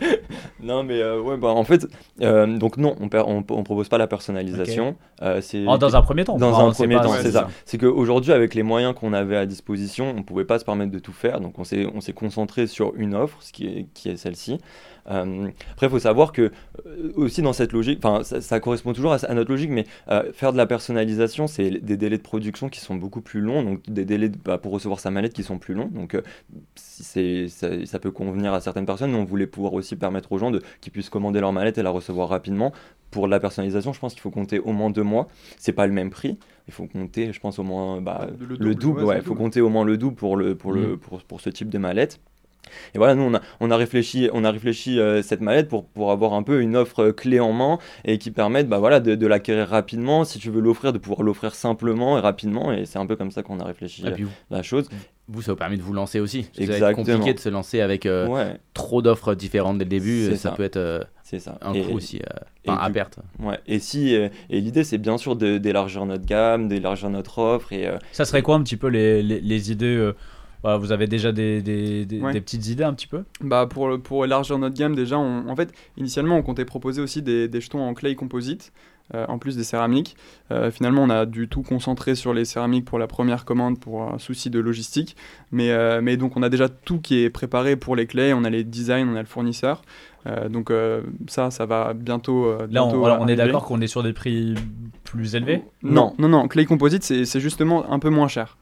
non, mais euh, ouais, bah en fait, euh, donc non, on, per- on, on propose pas la personnalisation. Euh, c'est Oh, dans un premier temps. dans Enfin, un c'est premier pas- temps, ouais, c'est c'est ça. C'est qu'aujourd'hui, avec les moyens qu'on avait à disposition, on ne pouvait pas se permettre de tout faire. Donc, on s'est, on s'est concentré sur une offre, ce qui est, qui est celle-ci. Euh, après, il faut savoir que, euh, aussi dans cette logique, enfin, ça, ça correspond toujours à, à notre logique, mais euh, faire de la personnalisation, c'est des délais de production qui sont beaucoup plus longs, donc des délais de- bah, pour recevoir sa mallette qui sont plus longs. Donc, euh, si c'est, ça, ça peut convenir à certaines personnes, mais on voulait pouvoir aussi permettre aux gens de, qu'ils puissent commander leur mallette et la recevoir rapidement. Pour de la personnalisation, je pense qu'il faut compter au moins deux mois. C'est pas le même prix, il faut compter, je pense, au moins bah, Le le, double, double. ouais, ouais, il c'est le faut double. compter au moins le double pour, le, pour, Mm. le, pour, pour ce type de mallette. Et voilà, nous, on a, on a réfléchi, on a réfléchi euh, cette mallette pour, pour avoir un peu une offre euh, clé en main et qui permette bah, voilà, de, de l'acquérir rapidement. Si tu veux l'offrir, de pouvoir l'offrir simplement et rapidement. Et c'est un peu comme ça qu'on a réfléchi Et euh, Ah, puis vous, la chose. vous, ça vous permet de vous lancer aussi. Parce que Ça va être Exactement. compliqué de se lancer avec euh, ouais, trop d'offres différentes dès le début. C'est Ça, ça. peut être euh, c'est ça. un Et- coup aussi, euh, et enfin, à du- perte. ouais. Et, si, euh, et l'idée, c'est bien sûr de- d'élargir notre gamme, d'élargir notre offre. Et, euh, Ça serait quoi un petit peu les, les, les idées euh, voilà, Vous avez déjà des, des, des, Ouais. des petites idées un petit peu Bah pour, le- pour élargir notre gamme déjà, on- en fait, initialement on comptait proposer aussi des, des jetons en clay composite, euh, en plus des céramiques. Euh, finalement on a du tout concentré sur les céramiques pour la première commande pour un souci de logistique. Mais, euh, mais donc on a déjà tout qui est préparé pour les clays, on a les designs, on a le fournisseur. Euh, donc euh, ça, ça va bientôt... euh, Là, on, bientôt voilà, on est arriver. d'accord qu'on est sur des prix plus élevés Non, non, non, clay composite c'est c'est justement un peu moins cher.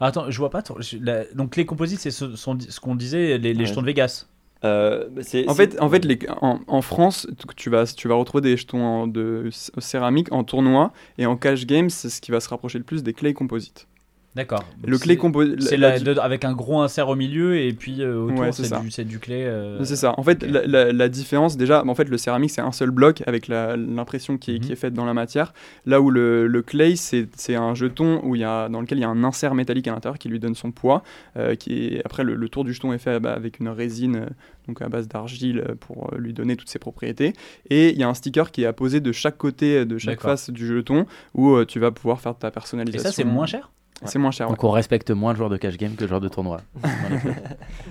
Ah, Attends, je vois pas. ton- je- la- donc les composites, c'est ce, sont- ce qu'on disait, les, les Ouais. jetons de Vegas. euh, c'est- En c'est- fait, en, fait les, en, en France, tu- tu vas, tu vas retrouver des jetons en- de c- céramique en tournoi et en cash game, c'est ce qui va se rapprocher le plus des clay composites. D'accord. Le C'est- clay composite. c'est la- de- avec un gros insert au milieu et puis euh, autour Ouais, c'est c'est ça. du, c'est du clé. euh, C'est ça. En fait, ok. la, la- la différence, déjà, en fait, le céramique, c'est un seul bloc avec la- l'impression qui, est- qui Mhm. est faite dans la matière. Là où le, le clay, c'est c'est un jeton où il y a, dans lequel il y a un insert métallique à l'intérieur qui lui donne son poids. euh, qui est- après, le, le tour du jeton est fait bah, avec une résine, euh, donc à base d'argile, euh, pour euh, lui donner toutes ses propriétés. Et il y a un sticker qui est apposé de chaque côté, euh, de chaque D'accord. face du jeton, où euh, tu vas pouvoir faire ta Et personnalisation. ça, c'est moins cher. C'est moins cher. ouais. Donc on respecte moins le joueur de cash game que le joueur de tournoi. Mais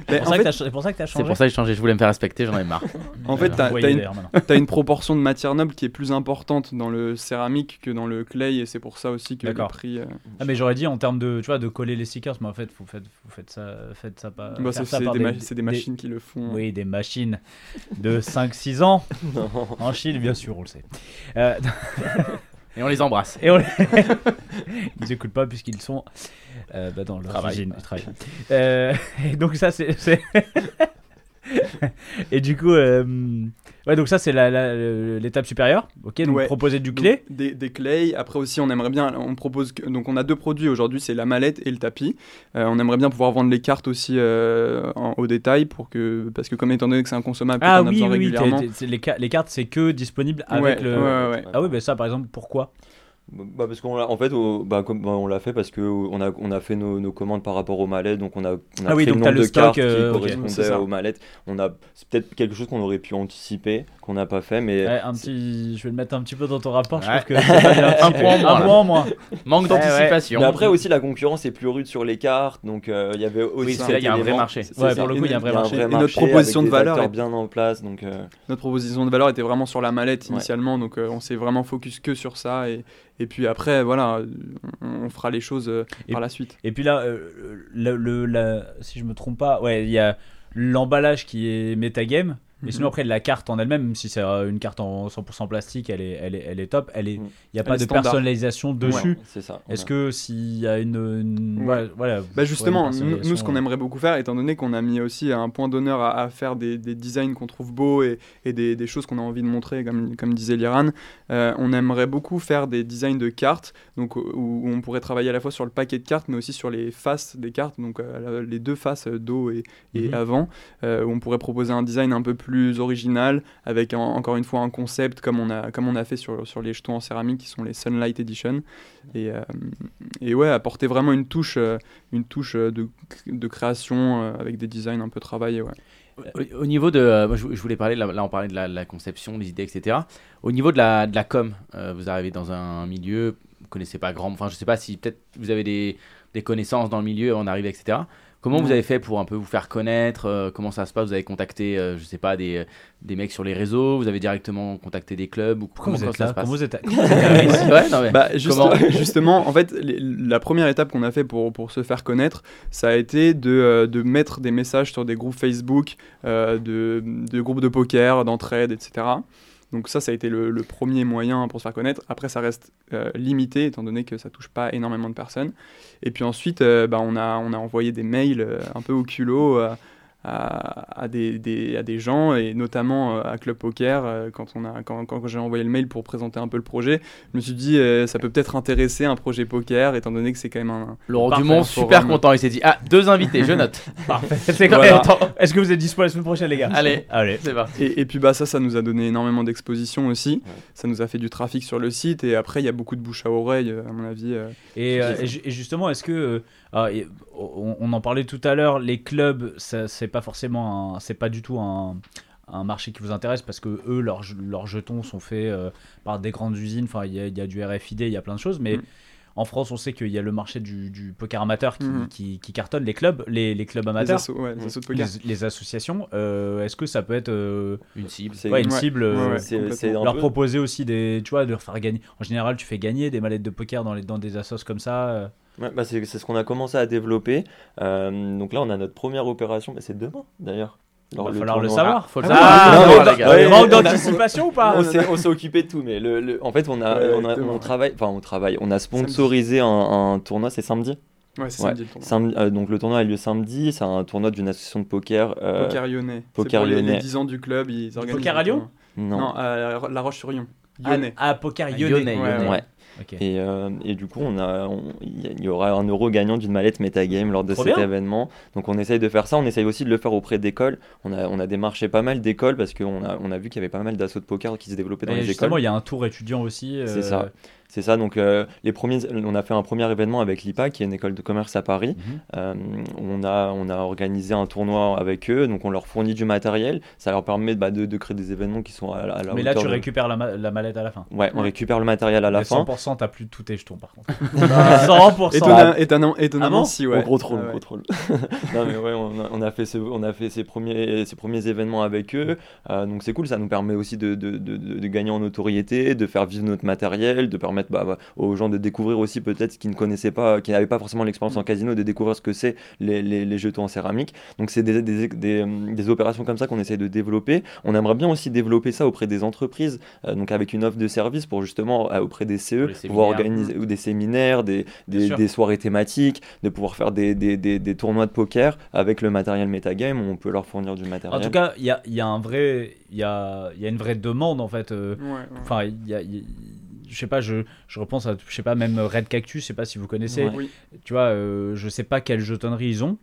C'est pour, en ça fait, que t'as- c'est pour ça que tu as C'est changé. pour ça que j'ai changé. Je voulais me faire respecter, j'en ai marre. en fait, t'as- Ouais, t'as il est une- d'ailleurs, maintenant. T'as une proportion de matière noble qui est plus importante dans le céramique que dans le clay, et c'est pour ça aussi que le D'accord. prix. euh, Ah, mais j'aurais dit en termes de, tu vois, de coller les stickers, mais en fait, vous faites, vous faites ça, faites ça pas. faire bah, c'est ça c'est par des, ma- c'est des machines qui le font. Oui, des machines de 5-6 ans non. en Chine, bien sûr, on le sait. Euh, Et on les embrasse. Et on les... Ils n'écoutent pas puisqu'ils sont euh, bah, dans leur Travail. usine. Travail. Euh, et donc ça c'est... c'est- et du coup... euh, ouais donc ça c'est la- la- le- l'étape supérieure. Ok, donc Ouais. proposer du Donc, clé. des, des clays. Après aussi, on aimerait bien. On propose. que- donc, on a deux produits aujourd'hui c'est la mallette et le tapis. Euh, on aimerait bien pouvoir vendre les cartes aussi euh, en- au détail, pour que, parce que, comme étant donné que c'est un consommable, qu'on Ah en a oui, besoin oui, oui, régulièrement. t'es- t'es- c'est les, ca- les cartes c'est que disponible avec Ouais, le... ouais, ouais. Ah oui, mais ça par exemple, pourquoi Bah parce qu'on l'a en fait au- bah comme bah, on l'a fait parce que on a on a fait nos, nos commandes par rapport aux mallettes donc on a, on a Ah oui, pris donc le t'as nombre le de stock, cartes euh, ok. qui C'est correspondaient ça. aux mallettes on a c'est peut-être quelque chose qu'on aurait pu anticiper qu'on n'a pas fait mais Ouais, un petit... Je vais le mettre un petit peu dans ton rapport, Ouais. je trouve que... c'est pas bien. Un point en moins, Un là. point en moins. Manque Ouais, ouais. d'anticipation. mais après aussi la concurrence est plus rude sur les cartes donc euh, il y avait aussi Oui, cet c'est là, il y a un vrai élément. marché. C'est Ouais, ça. pour le coup, il y a un vrai Il y a un marché. vrai Et notre marché proposition avec de des valeur acteurs est- bien en place donc euh, Notre proposition de valeur était vraiment sur la mallette Ouais. initialement, donc euh, on s'est vraiment focus que sur ça. Et, et puis après, voilà, euh, on, on fera les choses euh, Et- par la suite. Et puis là, euh, le, le- la- si je me trompe pas, ouais, il y a l'emballage qui est metagame. Mais sinon, après, la carte en elle-même, même si c'est euh, une carte en 100% plastique, elle est, elle est, elle est top. Il Mm. n'y a pas est de standard. personnalisation dessus. ouais, c'est ça Est-ce que s'il y a une. une- Ouais. voilà, voilà, Bah vous justement, pourrez une nous, nous, ce qu'on personnalisation, euh, aimerait beaucoup faire, étant donné qu'on a mis aussi un point d'honneur à, à faire des, des designs qu'on trouve beaux et, et des, des choses qu'on a envie de montrer, comme, comme disait Liran, euh, on aimerait beaucoup faire des designs de cartes, donc où, où on pourrait travailler à la fois sur le paquet de cartes, mais aussi sur les faces des cartes, donc euh, la- les deux faces euh, dos et, et Mhm. avant, euh, où on pourrait proposer un design un peu plus original, avec en- encore une fois un concept comme on a, comme on a fait sur, sur les jetons en céramique qui sont les Sunlight Edition. Et, euh, et ouais, apporter vraiment une touche, euh, une touche euh, de, de création euh, avec des designs un peu travaillés. Ouais. Au, au niveau de. euh, moi, je, je voulais parler, de la- là, on parlait de la, la conception, des idées, etc. Au niveau de la, de la com, euh, vous arrivez dans un milieu, vous connaissez pas grand. Enfin, je sais pas si peut-être vous avez des, des connaissances dans le milieu, on arrive, etc. Comment vous Ouais. avez fait pour un peu vous faire connaître euh, Comment ça se passe Vous avez contacté, euh, je sais pas, des, des mecs sur les réseaux Vous avez directement contacté des clubs ou Pourquoi vous comment, comment êtes ça là se passe Comment vous êtes Ouais, non, mais- Bah, juste- Comment- justement, en fait, les- la première étape qu'on a fait pour, pour se faire connaître, ça a été de, euh, de mettre des messages sur des groupes Facebook, euh, de, de groupes de poker, d'entraide, etc. Donc ça, ça a été le, le premier moyen pour se faire connaître. Après, ça reste euh, limité, étant donné que ça touche pas énormément de personnes. Et puis ensuite, euh, bah, on, a, on a envoyé des mails euh, un peu au culot euh, à, à des, des- à des gens, et notamment euh, à Club Poker, euh, quand, on a- quand, quand j'ai envoyé le mail pour présenter un peu le projet. Je me suis dit, euh, ça peut peut-être intéresser un projet poker, étant donné que c'est quand même un. Laurent Parfait, Dumont, on super forum. content, il s'est dit Ah, deux invités, je note. Parfait. C'est Voilà. clair. Est-ce que vous êtes dispo la semaine prochaine, les gars Allez. Allez. C'est parti. Et, et puis bah ça, ça nous a donné énormément d'exposition aussi. Ça nous a fait du trafic sur le site et après il y a beaucoup de bouche à oreille, euh, à mon avis. euh. Et, euh, et ju- et justement, est-ce que euh, alors, et- on, on en parlait tout à l'heure, les clubs, ça, c'est pas forcément, un- c'est pas du tout un, un marché qui vous intéresse parce que eux, leurs je- leurs jetons sont faits euh, par des grandes usines. Enfin, il y, a- il y a du RFID, il y a plein de choses, mais Mm. en France, on sait qu'il y a le marché du, du poker amateur qui, Mm. qui- qui cartonne, les clubs, les, les clubs Les amateurs, assos, ouais, les assos de les, poker. les associations. euh, est-ce que ça peut être euh, Une cible. C'est- ouais, une Ouais. cible euh, Ouais, ouais. c'est- complètement. c'est un leur peu- proposer aussi des tu vois de leur faire gagner en général tu fais gagner des mallettes de poker dans les dans des assos comme ça euh. Ouais, bah, c'est c'est ce qu'on a commencé à développer. Euh, donc là, on a notre première opération, mais c'est demain d'ailleurs. Il Alors, va falloir le tournoi- savoir. Faut le Ah, savoir, faut non, le mais savoir, les gars. dans- Ouais, manque on a- d'anticipation ou pas euh, on s'est on s'est occupé de tout, mais le, le- en fait, on a, Ouais, on, a- exactement. on travaille, enfin, on travaille, on a sponsorisé un, un tournoi, c'est samedi. Ouais, c'est Ouais. samedi le tournoi. Samedi- euh, donc le tournoi a lieu samedi, c'est un tournoi d'une association de poker. euh, Poker lyonnais. C'est Poker pour les- Les lyonnais. 10 ans du club, ils organisent. poker un à Lyon tournoi. Non. Non, à La Roche-sur-Yon. Ah, Lyonnais. ah, poker Ah, lyonnais. Lyonnais, Ouais, Lyonnais. ouais. Ok. Et, euh, et du coup, on a- on- il y a- il y aura un euro gagnant d'une mallette Metagame lors de Trop cet bien. événement. Donc on essaye de faire ça, on essaye aussi de le faire auprès d'écoles. On a, on a démarché pas mal d'écoles parce qu'on a, on a vu qu'il y avait pas mal d'assauts de poker qui se développaient dans Et les justement, écoles. il y a un tour étudiant aussi. euh, C'est ça. C'est ça, donc euh, les premiers, on a fait un premier événement avec l'IPA, qui est une école de commerce à Paris. Mhm. Euh, on, a, on a organisé un tournoi avec eux, donc on leur fournit du matériel. Ça leur permet bah, de, de créer des événements qui sont à, la- à la Mais là, hauteur tu de- récupères la, ma- la mallette à la fin. Ouais, on récupère le matériel à la Mais fin. 100%, t'as plus tous tes jetons par contre. Bah, 100%. Étonnant, étonnant, étonnamment, Ah bon si, ouais. On contrôle, Ah on ouais. contrôle. non mais ouais, on a, on a fait ce- on a fait ces premiers, ces premiers événements avec eux, Mm. Euh, donc c'est cool. Ça nous permet aussi de, de- de- de- de gagner en notoriété, de faire vivre notre matériel, de permettre bah, bah, aux gens de découvrir aussi peut-être qui ne connaissaient pas, qui n'avaient pas forcément l'expérience Mm. en casino, de découvrir ce que c'est les, les- les jetons en céramique. Donc c'est des, des- des, euh, des opérations comme ça qu'on essaye de développer. On aimerait bien aussi développer ça auprès des entreprises, euh, donc avec une offre de service pour justement euh, auprès des Pour CE les séminaires. pouvoir organiser Mm. ou des séminaires, des, Bien des, sûr. des soirées thématiques, de pouvoir faire des, des, des, des tournois de poker avec le matériel metagame où on peut leur fournir du matériel. En tout cas, il y a, il y a un vrai, il y a, il y a une vraie demande en fait. euh, Ouais, ouais. Enfin, il y a- il y a- je sais pas, je, je repense à, je sais pas, même Red Cactus, je sais pas si vous connaissez. Ouais. Oui. Tu vois, euh, je sais pas quelle jetonnerie ils ont.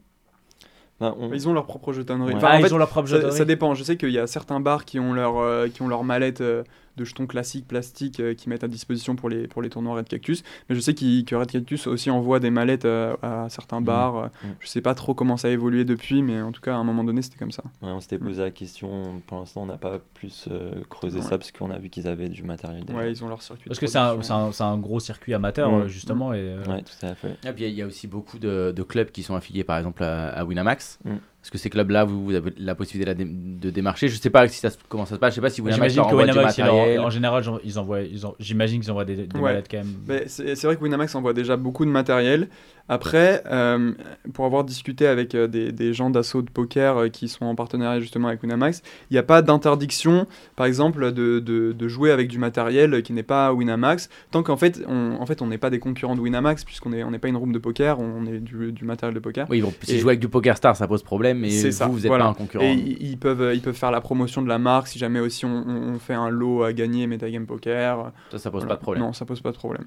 Ben, on- Ils ont leur propre jetonnerie. Ouais. Enfin, ah, en ils fait, ont leur propre Ça, jetonnerie. ça dépend. Je sais qu'il y a certains bars qui ont leur, euh, qui ont leur mallette euh, de jetons classiques, plastiques, euh, qui mettent à disposition pour les, pour les tournois Red Cactus. Mais je sais qu'il- que Red Cactus aussi envoie des mallettes euh, à certains bars. euh. Mhm. Je sais pas trop comment ça a évolué depuis, mais en tout cas, à un moment donné, c'était comme ça. ouais, on s'était posé la question. Pour l'instant, on n'a pas plus euh, creusé Ouais. ça parce qu'on a vu qu'ils avaient du matériel. déjà. Ouais, ils ont leur circuit. de Parce que c'est un, c'est production. un, c'est un gros circuit amateur, Mm. euh, justement. Et, euh, Ouais, tout à fait. Et Ah, puis il y a aussi beaucoup de, de clubs qui sont affiliés par exemple à, à Winamax. Mm. Est-ce que ces clubs-là, vous, vous avez la possibilité de, la dé- de démarcher Je sais pas si ça, se- comment ça se passe. Je sais pas si Winamax J'imagine leur que envoie du Winamax, il leur- matériel. en général, j'en- ils envoient, ils en- j'imagine qu'ils envoient des, des Ouais. malades quand même. Mais C'est c'est vrai que Winamax envoie déjà beaucoup de matériel. Après, euh, pour avoir discuté avec euh, des, des gens d'assaut de poker euh, qui sont en partenariat justement avec Winamax, il n'y a pas d'interdiction, par exemple, de, de- de jouer avec du matériel qui n'est pas Winamax, tant qu'en fait, on en fait, on n'est pas des concurrents de Winamax, puisqu'on n'est on n'est pas une room de poker, on est du, du matériel de poker. Oui, bon, si Et- je joue avec du Poker Star, ça pose problème. Mais C'est vous, ça, vous êtes voilà. pas un concurrent. Et ils ils peuvent, ils peuvent faire la promotion de la marque si jamais aussi on, on- on fait un lot à gagner Metagame Poker. Ça, ça pose Voilà. pas de problème. Non, ça pose pas de problème.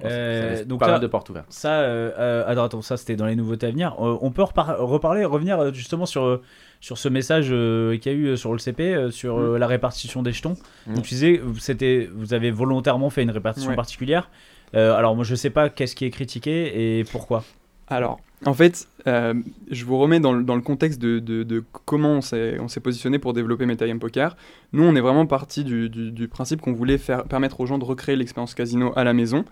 Bon, ça- ça Euh, laisse donc pas là- mal de portes ouvertes. Ça, euh, euh, attends, attends, ça c'était dans les nouveautés à venir. Euh, on peut repar- reparler, revenir euh, justement sur, euh, sur ce message euh, qu'il y a eu euh, sur le CP, euh, sur euh, la répartition des jetons. Mm. Donc, tu disais, vous, c'était- vous avez volontairement fait une répartition Ouais. particulière. Euh, alors moi je sais pas qu'est-ce qui est critiqué et pourquoi. Alors, en fait, euh, je vous remets dans le, dans le contexte de, de- de comment on s'est on s'est positionné pour développer Metagame Poker. Nous, on est vraiment parti du, du- du principe qu'on voulait faire, permettre aux gens de recréer l'expérience casino à la maison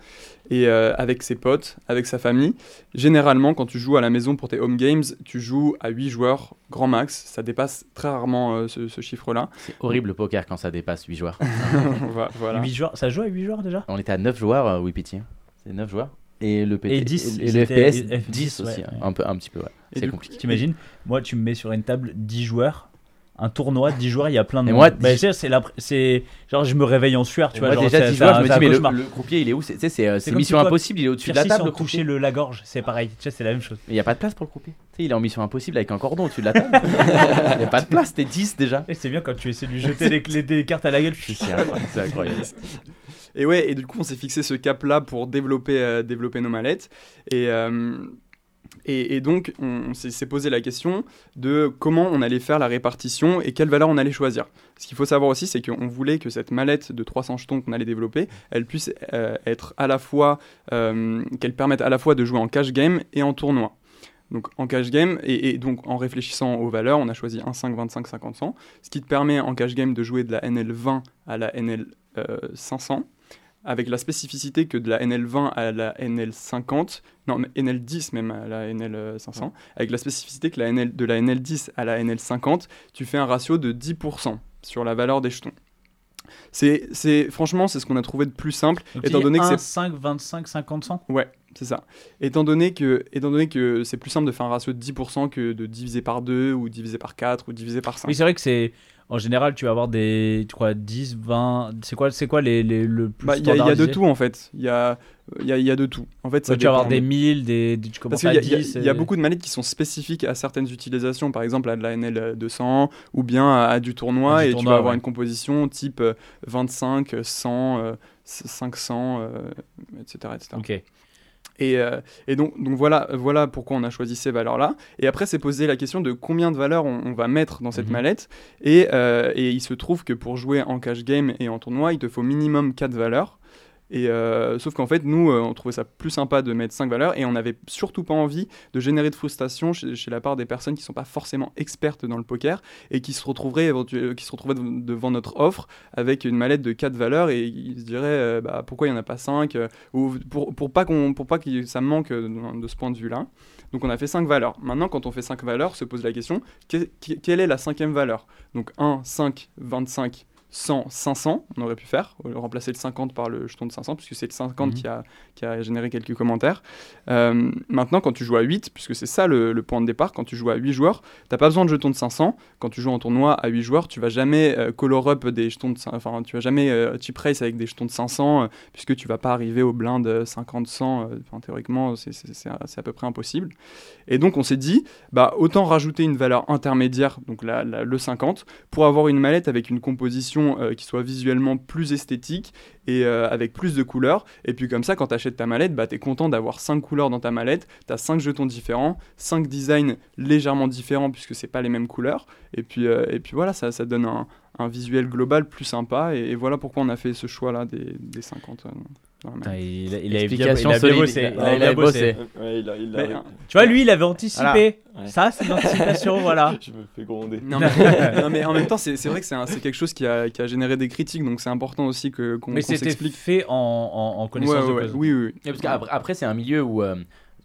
et euh, avec ses potes, avec sa famille. Généralement, quand tu joues à la maison pour tes home games, tu joues à 8 joueurs, grand max. Ça dépasse très rarement euh, ce, ce chiffre-là. C'est horrible le poker quand ça dépasse 8 joueurs. voilà. Huit joueurs, ça joue à 8 joueurs déjà On était à 9 joueurs, euh, oui, pitié. C'est 9 joueurs. Et le, PT, Et 10, et le ils étaient- FPS, et F10 10, aussi. ouais. hein. Un, peu, un petit peu, ouais. Et C'est du compliqué. T'imagines Moi, tu me mets sur une table 10 joueurs, un tournoi, 10 joueurs, il y a plein de Et monde. moi, Bah, 10 c'est- c'est la- c'est genre, je me réveille en sueur, tu vois. Moi, genre, déjà, c'est- 10 c'est joueurs, un- je me c'est un dis, mais le, cauchemar. le croupier, il est où C'est- Tu sais, c'est euh, c'est comme Mission si toi, Impossible, il est au-dessus de la Piercy table, sans le toucher croupier. le, la gorge, c'est pareil. Tu sais, c'est la même chose. Il n'y a pas de place pour le croupier. Tu sais, il est en Mission Impossible avec un cordon au-dessus de la table. Il n'y a pas de place, t'es 10 déjà. Et c'est bien quand tu essaies de lui jeter les, les- des cartes à la gueule. C'est c'est incroyable. c'est incroyable. Et ouais, et du coup, on s'est fixé ce cap-là pour développer, euh, développer nos mallettes. Et, euh, et, et donc, on, on s'est s'est posé la question de comment on allait faire la répartition et quelle valeur on allait choisir. Ce qu'il faut savoir aussi, c'est qu'on voulait que cette mallette de 300 jetons qu'on allait développer, elle puisse euh, être à la fois, euh, qu'elle permette à la fois de jouer en cash game et en tournoi. Donc en cash game, et, et donc en réfléchissant aux valeurs, on a choisi 1, 5, 25, 50, 100, ce qui te permet en cash game de jouer de la NL20 à la euh, NL500, avec la spécificité que de la NL20 à la NL50, non, mais NL10 même à la NL500, avec la spécificité que la NL, de la NL10 à la NL50, tu fais un ratio de 10% sur la valeur des jetons. C'est, c'est, franchement, c'est ce qu'on a trouvé de plus simple, étant donné que c'est 5, 25, 50, 100. c'est ça. Étant donné que, étant donné que c'est plus simple de faire un ratio de 10% que de diviser par 2 ou diviser par 4 ou diviser par 5. Oui, c'est vrai que c'est. En général, tu vas avoir des. Tu crois 10, 20. C'est quoi, c'est quoi les, les- le plus. Bah, Il y, a- il y a de standardisé tout en fait. Il y a, il y, a, il y a de tout. En fait, ça Ouais, Tu vas avoir dépend des de- 1000, des. des- Tu commences Parce qu'il y, à a- il y a- 10. il y a euh, beaucoup de mallettes qui sont spécifiques à certaines utilisations, par exemple à de la NL200 ou bien à, à du tournoi, À du et tu tournoi, vas avoir ouais. une composition type euh, 25, 100, euh, 500, euh, etc. etc. Ok. Et, euh, et donc, donc voilà, voilà pourquoi on a choisi ces valeurs-là. Et après, c'est posé la question de combien de valeurs on, on va mettre dans cette Mhm. mallette. Et, euh, et il se trouve que pour jouer en cash game et en tournoi, il te faut minimum 4 valeurs. Et euh, sauf qu'en fait, nous, euh, on trouvait ça plus sympa de mettre 5 valeurs et on n'avait surtout pas envie de générer de frustration chez, chez la part des personnes qui ne sont pas forcément expertes dans le poker et qui se retrouveraient, éventu- euh, qui se retrouveraient dev- devant notre offre avec une mallette de 4 valeurs et ils se diraient euh, bah, pourquoi il n'y en a pas 5 ou pour, pour pas qu'on pour pas que ça manque euh, de, de ce point de vue là donc on a fait 5 valeurs maintenant quand on fait 5 valeurs se pose la question que- que- quelle est la cinquième valeur donc 1 5 25 100 500 on aurait pu faire euh, remplacer le 50 par le jeton de 500 puisque c'est le 50 Mhm. qui, a, qui a généré quelques commentaires Euh, maintenant quand tu joues à 8 puisque c'est ça le, le point de départ quand tu joues à 8 joueurs t'as pas besoin de jetons de 500 quand tu joues en tournoi à 8 joueurs tu vas jamais euh, color up des jetons de cin- enfin tu vas jamais euh, chip race avec des jetons de 500 euh, puisque tu vas pas arriver au blind euh, 50-100, théoriquement c'est- c'est c'est à, c'est à peu près impossible. Et donc on s'est dit, bah, autant rajouter une valeur intermédiaire, donc la- la- le 50, pour avoir une mallette avec une composition euh, qui soit visuellement plus esthétique et euh, avec plus de couleurs. Et puis comme ça, quand tu achètes ta mallette, bah, tu es content d'avoir 5 couleurs dans ta mallette, tu as 5 jetons différents, 5 designs légèrement différents puisque c'est pas les mêmes couleurs. Et puis, euh, et puis voilà, ça, ça donne un, un visuel global plus sympa. Et, et voilà pourquoi on a fait ce choix-là des, des 50. euh, dans la mallette. Putain, il, a- il avait bien, il Explication avait solide. bossé. Il Il avait a- il bien a bossé. bossé. Euh, Ouais, il a- il a- Mais- euh, Tu vois, lui, il avait anticipé. Voilà. Ouais. Ça, c'est l'anticipation, voilà. Je me fais gronder. ah. Non mais, non, mais en même temps, c'est c'est vrai que c'est un- c'est quelque chose qui a, qui a généré des critiques, donc c'est important aussi que- qu'on Mais qu'on c'était s'explique. fait en, en, en Ouais, connaissance ouais, de cause. oui, oui, oui. Ouais, parce qu'après- après, c'est un milieu où euh,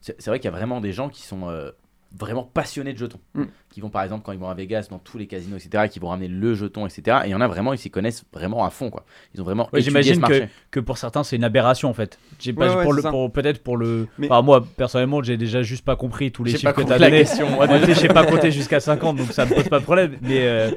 c'est c'est vrai qu'il y a vraiment des gens qui sont euh, vraiment passionnés de jetons. Mm. Qui vont par exemple quand ils vont à Vegas dans tous les casinos etc. Qui vont ramener le jeton etc. Et il y en a vraiment ils s'y connaissent vraiment à fond quoi. Ils ont vraiment Ouais, étudié j'imagine ce marché. Que pour certains, c'est une aberration en fait. J'ai Ouais, pas ouais, pour le, c'est ça. pour- peut-être pour le. Mais- Enfin, moi, personnellement, j'ai déjà juste pas compris tous les J'ai chiffres que compris t'as la donné. question. Moi, tu sais, je sais pas compter jusqu'à 50, donc ça me pose pas de problème. Mais, euh,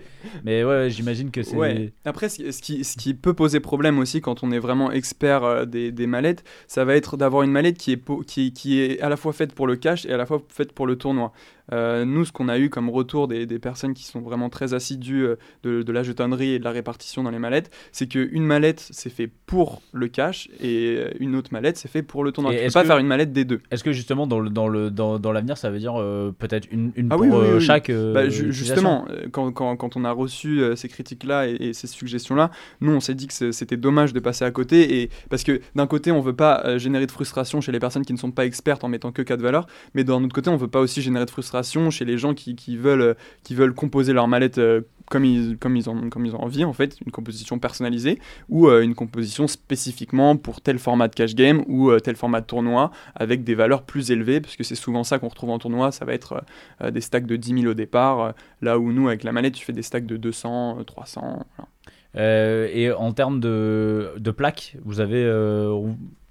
mais ouais, j'imagine que c'est. Ouais. Après, ce, ce qui, ce qui peut poser problème aussi quand on est vraiment expert euh, des, des mallettes, ça va être d'avoir une mallette qui est, po- qui, qui est à la fois faite pour le cash et à la fois faite pour le tournoi. Euh, nous, ce qu'on a eu comme retour des, des, personnes qui sont vraiment très assidues euh, de, de, la jetonnerie et de la répartition dans les mallettes, c'est qu'une mallette, c'est fait pour le cash et euh, une autre mallette, c'est fait pour le tournoi. Tu peux pas faire une mallette des deux. Est-ce que justement, dans l'avenir, dans le, dans, dans ça veut dire euh, peut-être une, une ah pour oui, oui, oui, chaque. Bah, ju justement, quand, quand, quand, on a reçu euh, ces critiques-là et, et, ces suggestions-là, nous, on s'est dit que c'était dommage de passer à côté et parce que d'un côté, on veut pas euh, générer de frustration chez les personnes qui ne sont pas expertes en mettant que 4 valeurs, mais d'un autre côté, on veut pas aussi générer de frustration chez les gens qui, qui veulent, euh, qui veulent composer leur mallette euh, comme ils, comme, ils en, comme ils ont envie, en fait, une composition personnalisée ou euh, une composition spécifiquement pour tel format de cash game ou euh, tel format de tournoi avec des valeurs plus élevées, parce que c'est souvent ça qu'on retrouve en tournoi, ça va être euh, des stacks de 10 000 au départ, euh, là où nous, avec la mallette, tu fais des stacks de 200, 300. Voilà. Euh, et en termes de, de, plaques, vous avez. Euh,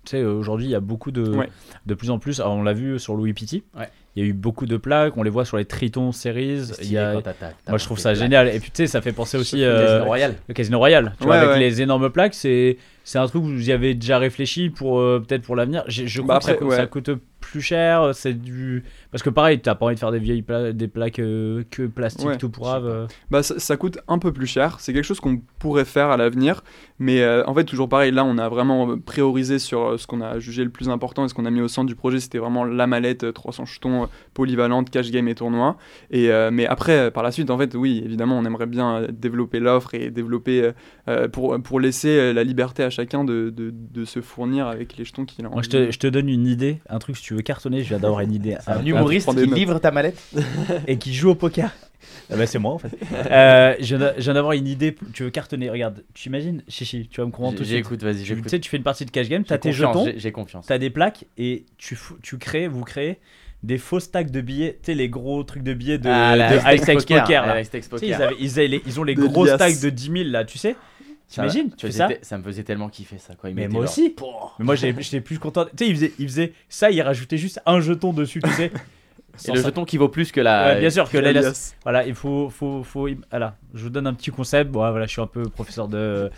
tu sais, aujourd'hui, il y a beaucoup de. Ouais. De plus en plus. Alors, on l'a vu sur Louis Pitti. Ouais. Il y a eu beaucoup de plaques. On les voit sur les Triton Series. Il y a... Moi, je trouve ça génial. Et puis, tu sais, ça fait penser aussi. Euh, Casino Royal. Le Casino Royal. Tu ouais, vois, avec les énormes plaques, c'est. C'est un truc où vous y avez déjà réfléchi pour euh, peut-être pour l'avenir. Je, je bah, crois après, que ça, ça coûte plus cher, c'est du parce que pareil, t'as pas envie de faire des vieilles pla des plaques euh, que plastique ouais. tout pourrave. Euh... Bah ça, ça, coûte un peu plus cher. C'est quelque chose qu'on pourrait faire à l'avenir, mais euh, en fait toujours pareil. Là, on a vraiment euh, priorisé sur ce qu'on a jugé le plus important et ce qu'on a mis au centre du projet, c'était vraiment la mallette 300 jetons euh, polyvalente, cash game et tournoi. Et euh, mais après, par la suite, en fait, oui, évidemment, on aimerait bien euh, développer l'offre et développer euh, pour pour laisser euh, la liberté à chacun de, de, de se fournir avec les jetons qu'il a. Moi, je te, je te donne une idée, un truc tu veux cartonner, je viens d'avoir une idée. Un, humoriste qui livre ta mallette et qui joue au poker. Ah bah c'est moi en fait. Euh, je viens d'avoir une idée. Tu veux cartonner Regarde, tu imagines Chichi, tu vas me comprendre tout de suite. J'écoute, vas-y. Tu sais, tu fais une partie de cash game, t'as tes jetons, j'ai confiance. T'as des plaques et tu, tu crées, vous créez des faux stacks de billets, tu sais, les gros trucs de billets de, ah, de Ice Poker. poker, là. Tu sais, ils, avaient, ils, avaient les, ils, ont les de gros lias. stacks de 10 000 là, tu sais. T'imagines ça, ça, ça me faisait tellement kiffer ça quoi. Il mais moi leur... aussi. Mais moi j'étais plus content. Tu sais, il faisait, il faisait ça, il rajoutait juste un jeton dessus, tu sais. Et le ça. jeton qui vaut plus que la. Ouais, bien sûr que la. Voilà, il faut, faut, faut, Voilà, je vous donne un petit concept. Bon, voilà, je suis un peu professeur de.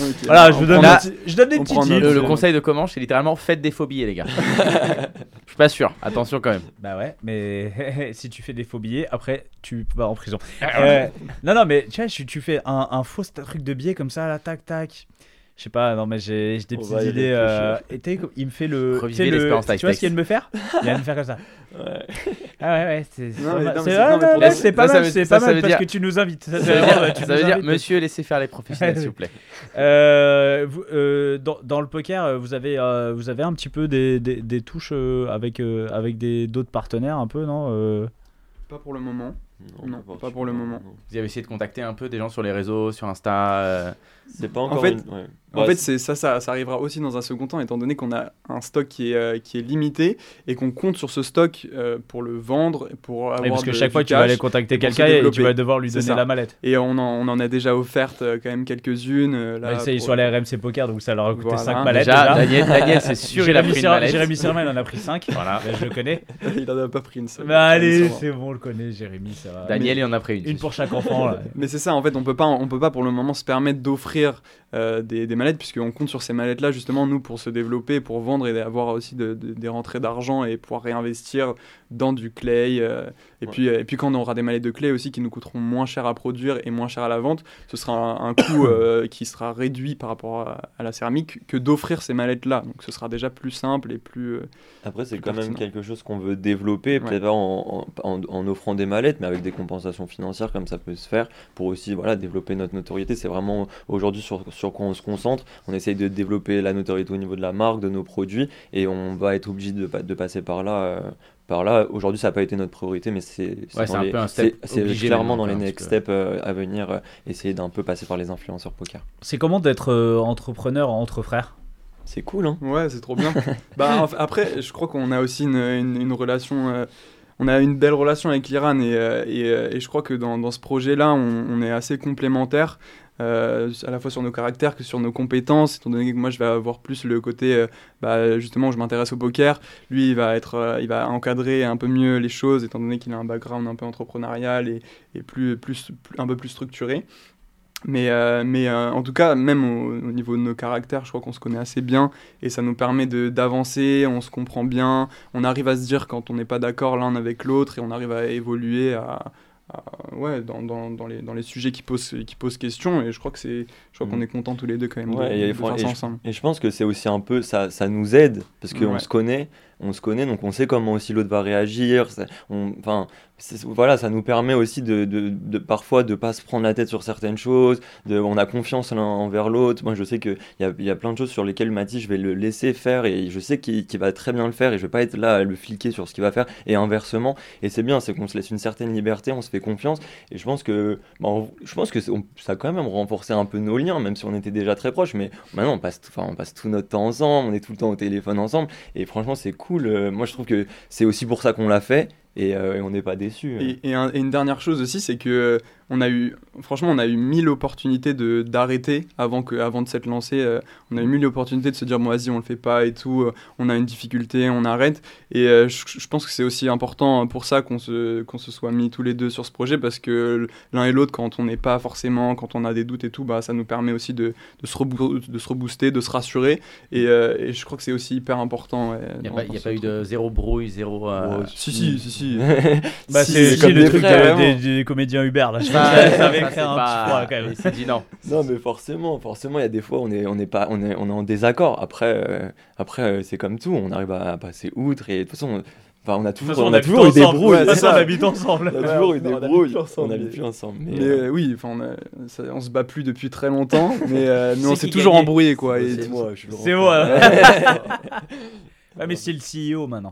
Okay. Voilà, je vous donne. Là, je donne des petits. Le, le, conseil de comment, c'est littéralement faites des faux billets, les gars. je suis pas sûr. Attention quand même. Bah ouais, mais si tu fais des faux billets, après tu vas en prison. Ah, Euh, non, non, mais tu vois, tu fais un, un faux truc de billet comme ça, là, tac, tac je sais pas, non mais j'ai des petites ouais, idées. Euh, et il me fait le. Reviser l'expérience Tu vois ce qu'il vient de me faire Il vient de me faire comme ça. Ouais. Ah ouais, ouais, c'est ouais, pas mal, c'est pas mal parce que tu nous invites. Ça, veut dire, monsieur, laissez faire les professionnels, s'il vous plaît. Euh, vous, euh, dans, dans, le poker, vous avez, euh, vous avez un petit peu des, des, des touches euh, avec, avec d'autres partenaires, un peu, non euh Pas pour le moment. Non, non, pas, pour le moment. Vous avez essayé de contacter un peu des gens sur les réseaux, sur Insta euh... C'est pas encore. Bah, En fait, une... ouais. en ouais, fait c'est ça, ça, ça, arrivera aussi dans un second temps, étant donné qu'on a un stock qui est, euh, qui est limité et qu'on compte sur ce stock euh, pour le vendre, pour avoir. Et parce que de, chaque du fois, cash, tu vas aller contacter quelqu'un et tu vas devoir lui donner ça. la mallette. Et on en, on en a déjà offertes quand même quelques-unes. euh, Bah, ils sont allés à RMC Poker, donc ça leur a coûté voilà. 5 mallettes. Déjà, Daniel, Daniel c'est sûr, il a pris une mallette. hein. Jérémy Serma, il en a pris 5. Voilà, je le connais. Il en a pas pris une seule. Bah, allez, c'est bon, on le connaît, Jérémy. Daniel, mais, il en a pris une. Une pour chaque enfant. Là. mais c'est ça, en fait, on peut pas, on peut pas pour le moment se permettre d'offrir euh, des, des, mallettes, puisqu'on compte sur ces mallettes-là, justement, nous, pour se développer, pour vendre et avoir aussi de, de, des rentrées d'argent et pouvoir réinvestir dans du clay. Euh, et, ouais. puis, euh, et puis, quand on aura des mallettes de clay aussi qui nous coûteront moins cher à produire et moins cher à la vente, ce sera un, un coût euh, qui sera réduit par rapport à, à la céramique que d'offrir ces mallettes-là. Donc, ce sera déjà plus simple et plus. euh, Après, c'est quand pertinent. même quelque chose qu'on veut développer, peut-être ouais. pas en, en, en, en offrant des mallettes, mais avec des compensations financières comme ça peut se faire pour aussi voilà développer notre notoriété c'est vraiment aujourd'hui sur, sur, quoi on se concentre on essaye de développer la notoriété au niveau de la marque de nos produits et on va être obligé de, de passer par là euh, par là aujourd'hui ça n'a pas été notre priorité mais c'est ouais, clairement dans les next steps euh, à venir euh, essayer d'un peu passer par les influenceurs poker c'est comment d'être entrepreneur entre frères c'est cool hein ouais c'est trop bien bah, enfin, après je crois qu'on a aussi une, une, une relation euh, on a une belle relation avec l'Iran et, euh, et, euh, et, je crois que dans, dans ce projet-là, on, on, est assez complémentaires. Euh, à la fois sur nos caractères que sur nos compétences, étant donné que moi je vais avoir plus le côté, bah, justement, je m'intéresse au poker, lui il va, être, euh, il va encadrer un peu mieux les choses, étant donné qu'il a un background un peu entrepreneurial et, et plus, plus, plus, un peu plus structuré. Mais, euh, mais euh, en tout cas, même au, au, niveau de nos caractères, je crois qu'on se connaît assez bien et ça nous permet d'avancer, on se comprend bien, on arrive à se dire quand on n'est pas d'accord l'un avec l'autre et on arrive à évoluer à, à ouais, dans, dans, dans, les, dans les sujets qui posent, qui posent question et je crois qu'on est, je crois qu'on est contents tous les deux quand même Mm. Ouais, de, et, de fran- faire et ça je- ensemble. Et je pense que c'est aussi un peu ça, ça nous aide parce qu'on Ouais. se connaît, on se connaît, donc on sait comment aussi l'autre va réagir. ça- on- Enfin, c'est- voilà, ça nous permet aussi de, de- de- parfois de pas se prendre la tête sur certaines choses. De, on a confiance l'un envers l'autre. Moi, je sais que il y a, il y a plein de choses sur lesquelles Mathis, je vais le laisser faire et je sais qu'il qu'il va très bien le faire et je vais pas être là à le fliquer sur ce qu'il va faire et inversement. Et c'est bien, c'est qu'on se laisse une certaine liberté, on se fait confiance et je pense que, bah, on- je pense que c'est- on- ça a quand même renforcé un peu nos liens, même si on était déjà très proches. Mais maintenant, on passe, tout- enfin, on passe tout notre temps ensemble, on est tout le temps au téléphone ensemble et franchement, c'est cool. Euh, moi, je trouve que c'est aussi pour ça qu'on l'a fait et, euh, et on n'est pas déçus. Et, et un- et une dernière chose aussi, c'est que euh, on a eu, franchement, on a eu mille opportunités de d'arrêter avant que, avant de s'être lancé. euh, on a eu mille opportunités de se dire, bon, vas-y, on le fait pas et tout. euh, on a une difficulté, on arrête. Et euh, je, je pense que c'est aussi important hein, pour ça qu'on se qu'on se soit mis tous les deux sur ce projet parce que l'un et l'autre, quand on n'est pas forcément, quand on a des doutes et tout, bah ça nous permet aussi de, de se rebou- de se rebooster, de se rassurer. Et, euh, et je crois que c'est aussi hyper important. ouais, Il n'y a, dans- pas- dans y a ce pas eu truc. de zéro brouille, zéro. euh, Ouais, Si si si si. Bah, Si, c'est c'est si, comme le des truc frères, euh, vraiment. des, des comédiens Uber là. Je pense Bah, que ça avait ça, créé c'est un pas- petit froid quand même. Il s'est dit non. Non, mais forcément, forcément, il y a des fois on est, on est pas, on est, on est en désaccord. Après, euh, après, euh, c'est comme tout, on arrive à passer outre et de toute façon, on, enfin, on a toujours, on a toujours eu des brouilles. De toute façon, on c'est ça. habite ensemble. On a toujours eu on des habite brouilles. plus ensemble, On mais- habite plus ensemble. mais, Mais euh, euh, oui, enfin, on, a- ça- on se bat plus depuis très longtemps, mais, euh, mais C'est on s'est qui toujours gagnait embrouillé quoi. et- c'est moi, je suis le C'est renfort. Ouais, mais c'est le CEO maintenant.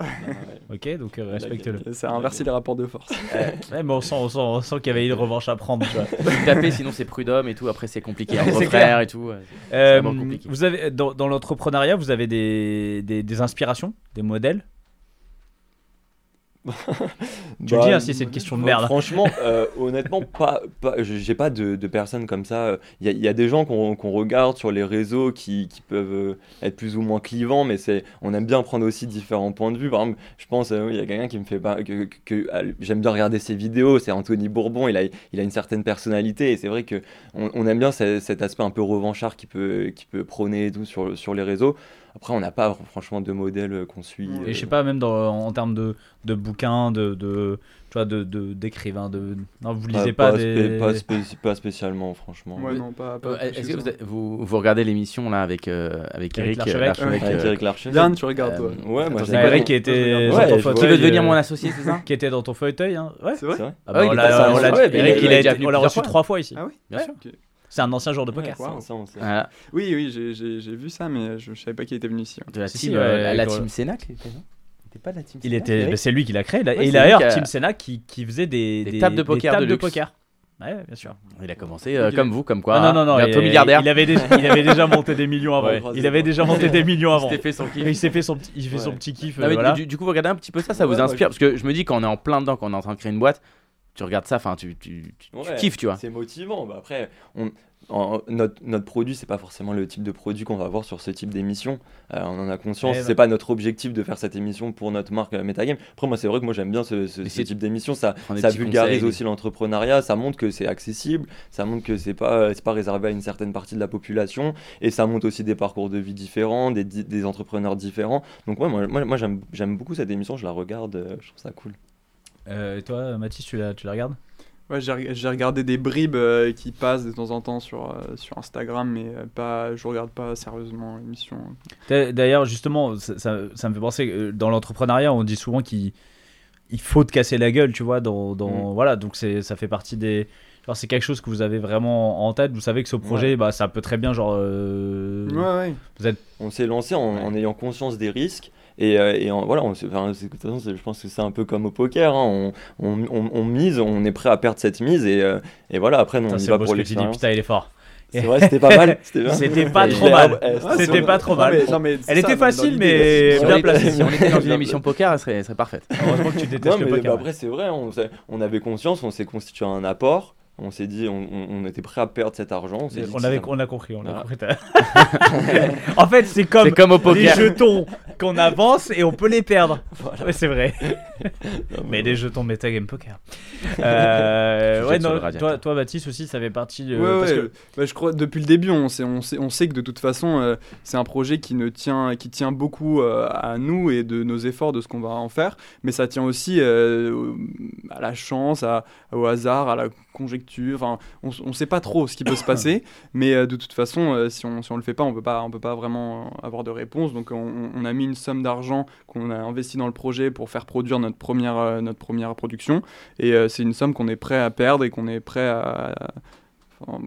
Ok, donc euh, respecte-le. Ça a inversé les rapports de force. Ouais, mais on sent, on sent, on sent qu'il y avait une revanche à prendre. tu vois. Taper, sinon c'est prud'homme et tout. Après, c'est compliqué. Entre C'est frères et tout. ouais. Euh, vraiment compliqué. vous avez, dans dans l'entrepreneuriat, vous avez des, des, des inspirations, des modèles Tu le dis, hein, si c'est une question de Fran- merde. Bah, Franchement, euh, honnêtement, pas, pas, je- j'ai pas de, de personnes comme ça. Il y a, il y a des gens qu'on qu'on regarde sur les réseaux qui, qui peuvent euh, être plus ou moins clivants, mais c'est, on aime bien prendre aussi différents points de vue. Par exemple, je pense, euh, il y a quelqu'un qui me fait pas, que, que- que- ah, j'aime bien regarder ses vidéos, c'est Anthony Bourbon. Il a, il a une certaine personnalité et c'est vrai que on, on aime bien ce- cet aspect un peu revanchard qui peut, qui peut prôner et tout sur, sur les réseaux. Après, on n'a pas franchement de modèle qu'on suit. Ouais. Et je sais euh, pas, même dans, en termes de, de bouquins, de, de, tu vois, de, de- d'écrivains, de, non, vous Bah, lisez pas, des... spé- Bah, pas spé- pas spécialement, franchement. Ouais, non, pas. pas Euh, plus Est-ce que que ça. vous, vous, vous regardez l'émission là avec, euh, avec Eric Eric euh, Larchevêque. Larchevêque, Avec euh, Eric Larcher. Yann, tu regardes euh, toi. Ouais, moi Attends, j'ai c'est Bah, Eric Eric qui était sur ton Ouais, je vois, qui veut fauteuil, devenir euh, mon associé, c'est ça qui était dans ton fauteuil, hein. Ouais. C'est vrai C'est vrai Ah Ah bah, oui, on il est l'a- passé en on l'a- France. Ouais, Eric, mais il il a est déjà été- venu on l'a reçu plusieurs fois. trois fois ici. Ah oui Bien sûr. Ok. C'est un ancien joueur de poker. Ouais, wow. Ça, on sait. Voilà. Oui, oui, j'ai- j'ai j'ai vu ça, mais je je savais pas qu'il était venu ici. ouais. De la Si, team, si, ouais, euh, avec, la euh, team Sénac. Il était, non Il était pas de la team Il Sénac, était, Eric bah, c'est lui qui l'a créé. là. Ah Ouais, et c'est d'ailleurs, lui qui a- Tim Senna qui, qui faisait des, Des tables de poker tables de luxe. poker. Ouais, bien sûr. Il a commencé euh, Ok. comme vous, comme quoi. Ah non, non, non. Bientôt il- milliardaire. Il avait, déjà, il avait déjà monté des millions avant. Ouais. Il avait déjà monté des millions Il avant. s'était fait son kiff. Il s'est fait son petit, il fait son Ouais. petit kiff. Non, euh, mais voilà. du, du coup, vous regardez un petit peu ça, ça Ouais, vous ouais, inspire Parce que je me dis, quand on est en plein dedans, quand on est en train de créer une boîte, tu regardes ça, enfin, tu, tu, tu- tu Ouais, kiffes, tu vois. C'est motivant. Bah, après, on, en- notre, notre produit, c'est pas forcément le type de produit qu'on va avoir sur ce type d'émission. Euh, on en a conscience. Eh ben. C'est pas notre objectif de faire cette émission pour notre marque euh, Metagame. Après, moi, c'est vrai que moi, j'aime bien ce, ce- Mais ce c'est- type d'émission. Ça, Prendre des ça petits vulgarise conseils. aussi l'entrepreneuriat. Ça montre que c'est accessible. Ça montre que c'est pas, euh, c'est pas réservé à une certaine partie de la population. Et ça montre aussi des parcours de vie différents, des, di- des entrepreneurs différents. Donc, ouais, moi, moi, moi, j'aime j'aime beaucoup cette émission. Je la regarde. euh, je trouve ça cool. Euh, et toi, Mathis, tu la, tu la regardes Ouais, j'ai reg- j'ai regardé des bribes euh, qui passent de temps en temps sur, euh, sur Instagram, mais euh, pas, je regarde pas sérieusement l'émission. T'as- D'ailleurs, justement, ça, ça- ça me fait penser que euh, dans l'entrepreneuriat, on dit souvent qu'il il faut te casser la gueule, tu vois. Dans, dans- Voilà, donc c'est- ça fait partie des. genre, C'est quelque chose que vous avez vraiment en tête. Vous savez que ce projet, bah, ça peut très bien, genre. euh, Ouais, ouais. On s'est lancé en, Ouais. en ayant conscience des risques. Et, euh, et en- voilà, on, s'est- enfin, c'est- de toute façon, c'est- je pense que c'est un peu comme au poker. hein, On, on, on- on mise, on est prêt à perdre cette mise. Et, euh, et voilà, après, nous, putain, on y c'est va beau pour ce que tu dis, l'expérience. putain, il est fort. C'est vrai, c'était pas mal. C'était bien. C'était pas Et- trop mal. Eh, Ah, C'était c'est- pas trop non, mal. mais- non, mais c'est Elle était dans- dans facile, l'idée, mais c'est- Si on bien était- placé. Si on était dans une Bien émission poker, elle serait, elle serait parfaite. Heureusement que tu Non, détestes mais le poker. bah, après, c'est vrai, on, s'est- on avait conscience, on s'est constitué un apport. On s'est dit, on, on- on était prêt à perdre cet argent. On, s'est dit on, que avait, c'était- on a compris, on a Voilà. compris. en fait, c'est comme Ah. C'est comme au les poker. jetons qu'on avance et on peut les perdre. Ouais, c'est vrai. mais des jetons Meta Game Poker. Euh, Tu ouais, jettes sur non, le radiateur. toi, toi, Baptiste aussi, ça fait partie. de- Ouais, parce ouais, que- bah, je crois depuis le début, on sait, on sait, on sait que de toute façon, euh, c'est un projet qui ne tient, qui tient beaucoup euh, à nous et de nos efforts, de ce qu'on va en faire, mais ça tient aussi euh, au- à la chance, à, au hasard, à la conjecture. Enfin, on, s- on sait pas trop ce qui peut se passer, mais euh, de toute façon, euh, si on si on le fait pas, on peut pas, on peut pas vraiment euh, avoir de réponse. Donc, on, on a mis une somme d'argent qu'on a investi dans le projet pour faire produire notre première, euh, notre première production, et euh, c'est une somme qu'on est prêt à perdre et qu'on est prêt à Enfin,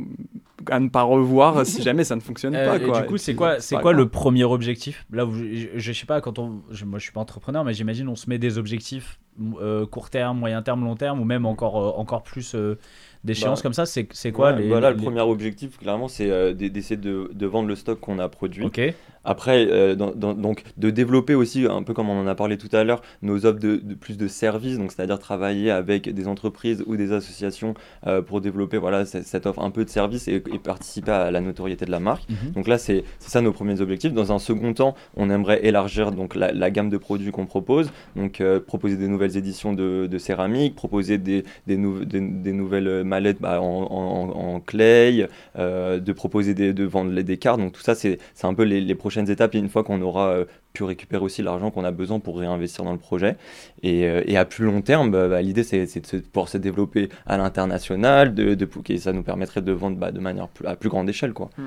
à ne pas revoir si jamais ça ne fonctionne Euh, pas. et quoi. du coup, Et c'est puis, quoi, euh, c'est pas quoi grave. le premier objectif Là, où je, je- je sais pas quand on, je, moi, je suis pas entrepreneur, mais j'imagine on se met des objectifs euh, court terme, moyen terme, long terme, ou même encore euh, encore plus euh, d'échéances Bah, comme ça. C'est c'est quoi Ouais, les, bah là, le les- premier objectif, clairement, c'est euh, d'e- d'essayer de, de vendre le stock qu'on a produit. Ok. Après, euh, dans- dans- donc de développer aussi, un peu comme on en a parlé tout à l'heure, nos offres de, de plus de services, donc c'est-à-dire travailler avec des entreprises ou des associations euh, pour développer voilà c- cette offre un peu de service et, et participer à la notoriété de la marque. Mhm. Donc là, c'est c'est ça nos premiers objectifs. Dans un second temps, on aimerait élargir donc la, la gamme de produits qu'on propose, donc euh, proposer des nouvelles éditions de, de céramique, proposer des, des, nou- des- des nouvelles mallettes bah, en, en- en- en clay, euh, de proposer des, de vendre les- des cartes. Donc tout ça, c'est c'est un peu les, les prochaines étapes. Et une fois qu'on aura euh, pu récupérer aussi l'argent qu'on a besoin pour réinvestir dans le projet. Et, euh, et à plus long terme, bah, bah, l'idée, c'est c'est de se- pouvoir se développer à l'international, de, de, et ça nous permettrait de vendre bah, de manière plus- à plus grande échelle, quoi. Mm.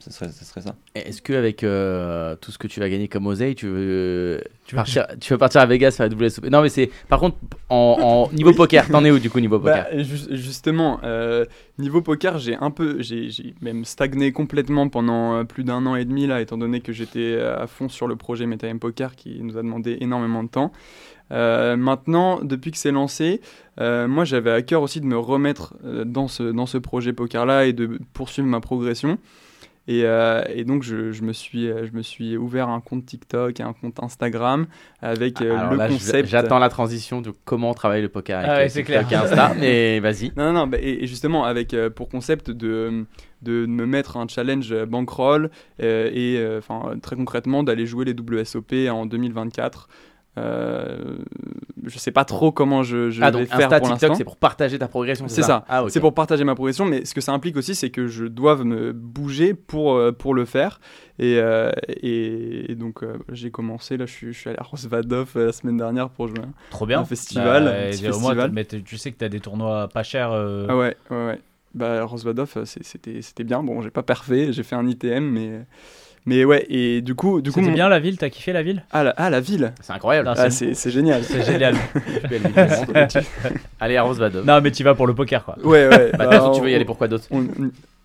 Ce serait, ce serait ça. Est-ce que avec euh, tout ce que tu vas gagner comme oseille, tu veux tu veux partir, tu veux partir à Vegas faire la WSOP Non, mais c'est par contre en, en- niveau poker, t'en es où du coup niveau poker Bah, ju- justement, euh, niveau poker, j'ai un peu, j'ai j'ai même stagné complètement pendant euh, plus d'un an et demi là, étant donné que j'étais euh, à fond sur le projet MetaM Poker qui nous a demandé énormément de temps. Euh, maintenant, depuis que c'est lancé, euh, moi j'avais à cœur aussi de me remettre euh, dans, ce, dans ce projet poker là et de poursuivre ma progression. Et, euh, et donc je, je me suis, euh, je me suis ouvert un compte TikTok et un compte Instagram avec euh, Ah, Alors le là, je- concept. J'attends la transition de comment travailler le poker avec Ah ouais, euh, c'est TikTok clair. et Insta, mais vas-y. Non, non, non, bah, et, et justement, avec euh, pour concept de, de me mettre un challenge euh, bankroll euh, et euh, enfin, très concrètement d'aller jouer les WSOP en 2024. Euh, je sais pas trop comment je, je Ah vais donc faire Insta, pour TikTok, l'instant. c'est pour partager ta progression, C'est ça. Ah, ok. C'est pour partager ma progression, mais ce que ça implique aussi, c'est que je dois me bouger pour, euh, pour le faire. Et, euh, et, et donc, euh, j'ai commencé, là, je suis, je suis allé à Rosvadov euh, la semaine dernière pour jouer. un- Trop bien. un festival, un et petit au moins, festival. mais tu tu sais que tu as des tournois pas chers. euh, Ah ouais, ouais, ouais. Bah, Rosvadov, euh, c'est- c'était c'était bien. Bon, j'ai pas parfait, j'ai fait un ITM, mais, mais ouais, et du coup. Du coup C'était mon- bien la ville, t'as kiffé la ville Ah, la, ah, la ville C'est incroyable. Non, Ah, c'est- C'est c'est génial. C'est génial. Belle vie du monde. Allez à Rosvadov. non, mais tu vas pour le poker quoi. Ouais, ouais. Bah, de toute façon, tu on- veux y aller pourquoi d'autre on- on-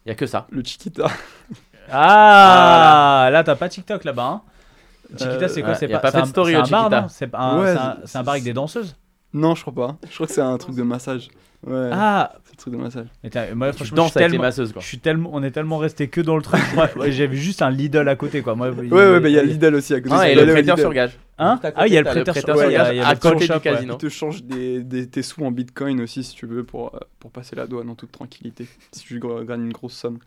Il y a que ça. le Chiquita. Ah, là, t'as pas TikTok là-bas. Hein. Chiquita, Euh, c'est quoi ouais, C'est y a pas, pas c'est fait de un- story c'est au un bar, Chiquita. non C'est pas un, Ouais, c'est un- c'est- c'est un bar avec des danseuses. Non, je crois pas. Je crois que c'est un truc de massage. Ouais, Ah, c'est un truc de massage. Mais t'as- moi, Tu franchement, je danses suis avec les tellement- masseuses quoi. je suis tellement, on est tellement resté que dans le truc. Moi, ouais, j'avais juste un Lidl à côté, quoi. Moi, Ouais, ouais, mais il y a Lidl aussi à côté. Ah, c'est et Lidl le prêteur Lidl. sur gage. Hein Juste à côté, Ah, il y a le t'as prêteur sur ouais, gage. il y a- il y à a le coin côté du shop, ouais. casino. Ils te changent des, des- tes sous en bitcoin aussi si tu veux pour, euh, pour passer la douane en toute tranquillité. Si tu gr- gagnes une grosse somme.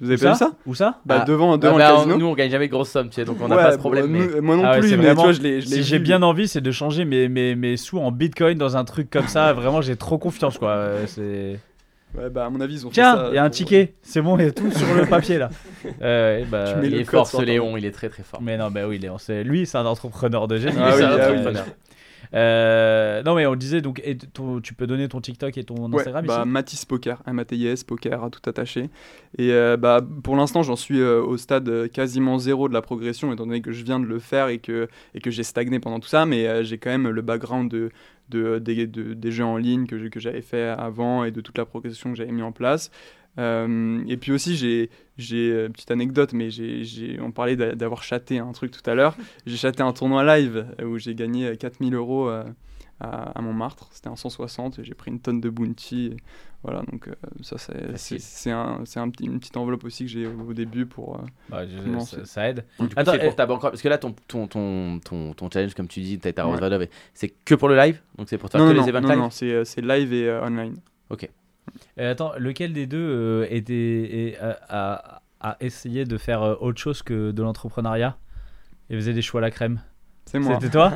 Vous avez pas vu ça Ah, Où ça Bah, Ah, devant, Ah devant bah, le on- casino. nous on gagne jamais de grosses sommes, tu sais, donc on n'a Ouais, pas ce bon, problème. mais- nous- Moi non Ah ouais, plus, c'est mais vraiment- tu vois, je l'ai. je l'ai Si j'ai vu. bien envie, c'est de changer mes, mes, mes sous en bitcoin dans un truc comme ça. Vraiment, j'ai trop confiance, quoi. Euh, c'est- Ouais, bah, à mon avis, ils ont fait ça Tiens, il y a un pour- ticket. C'est bon, il y a tout sur le papier, là. Euh, et bah, Tu mets Il le est code fort sur ce Internet. Léon, il est très très fort. Mais non, bah oui, Léon, c'est- lui, c'est un entrepreneur de génie. Ah C'est oui, un ah oui. entrepreneur. Euh, non, mais on le disait, donc, et ton- tu peux donner ton TikTok et ton Ouais, Instagram bah, ici Matisse Poker, M-A-T-I-S, Poker, à tout attaché. Et euh, bah, pour l'instant, j'en suis euh, au stade euh, quasiment zéro de la progression, étant donné que je viens de le faire et que, et que j'ai stagné pendant tout ça, mais euh, j'ai quand même le background de, de, des- de- des jeux en ligne que, j'ai- que j'avais fait avant et de toute la progression que j'avais mis en place. Euh, et puis aussi, j'ai, j'ai euh, petite anecdote, mais j'ai, j'ai- on parlait d'a- d'avoir chaté un truc tout à l'heure. J'ai chaté un tournoi live euh, où j'ai gagné euh, 4000 euros euh, à, à Montmartre. C'était un 160 et j'ai pris une tonne de bounty. Voilà, donc euh, ça, c'est, c'est, Facile. c'est un, c'est un petit- une petite enveloppe aussi que j'ai au, au début pour. euh, Bah, je- Comment ça, c'est- ça aide. Du coup, Attends, c'est eh- pour ta banque. Parce que là, ton, ton, ton, ton, ton challenge, comme tu dis, t'as ta Ouais. Rose Valley, c'est que pour le live. Donc c'est pour faire non, que non, les events non, live. non, c'est, euh, c'est live et euh, online. Euh, attends, lequel des deux euh, était, et, euh, a, a essayé de faire euh, autre chose que de l'entrepreneuriat et faisait des choix à la crème C'est moi. C'était toi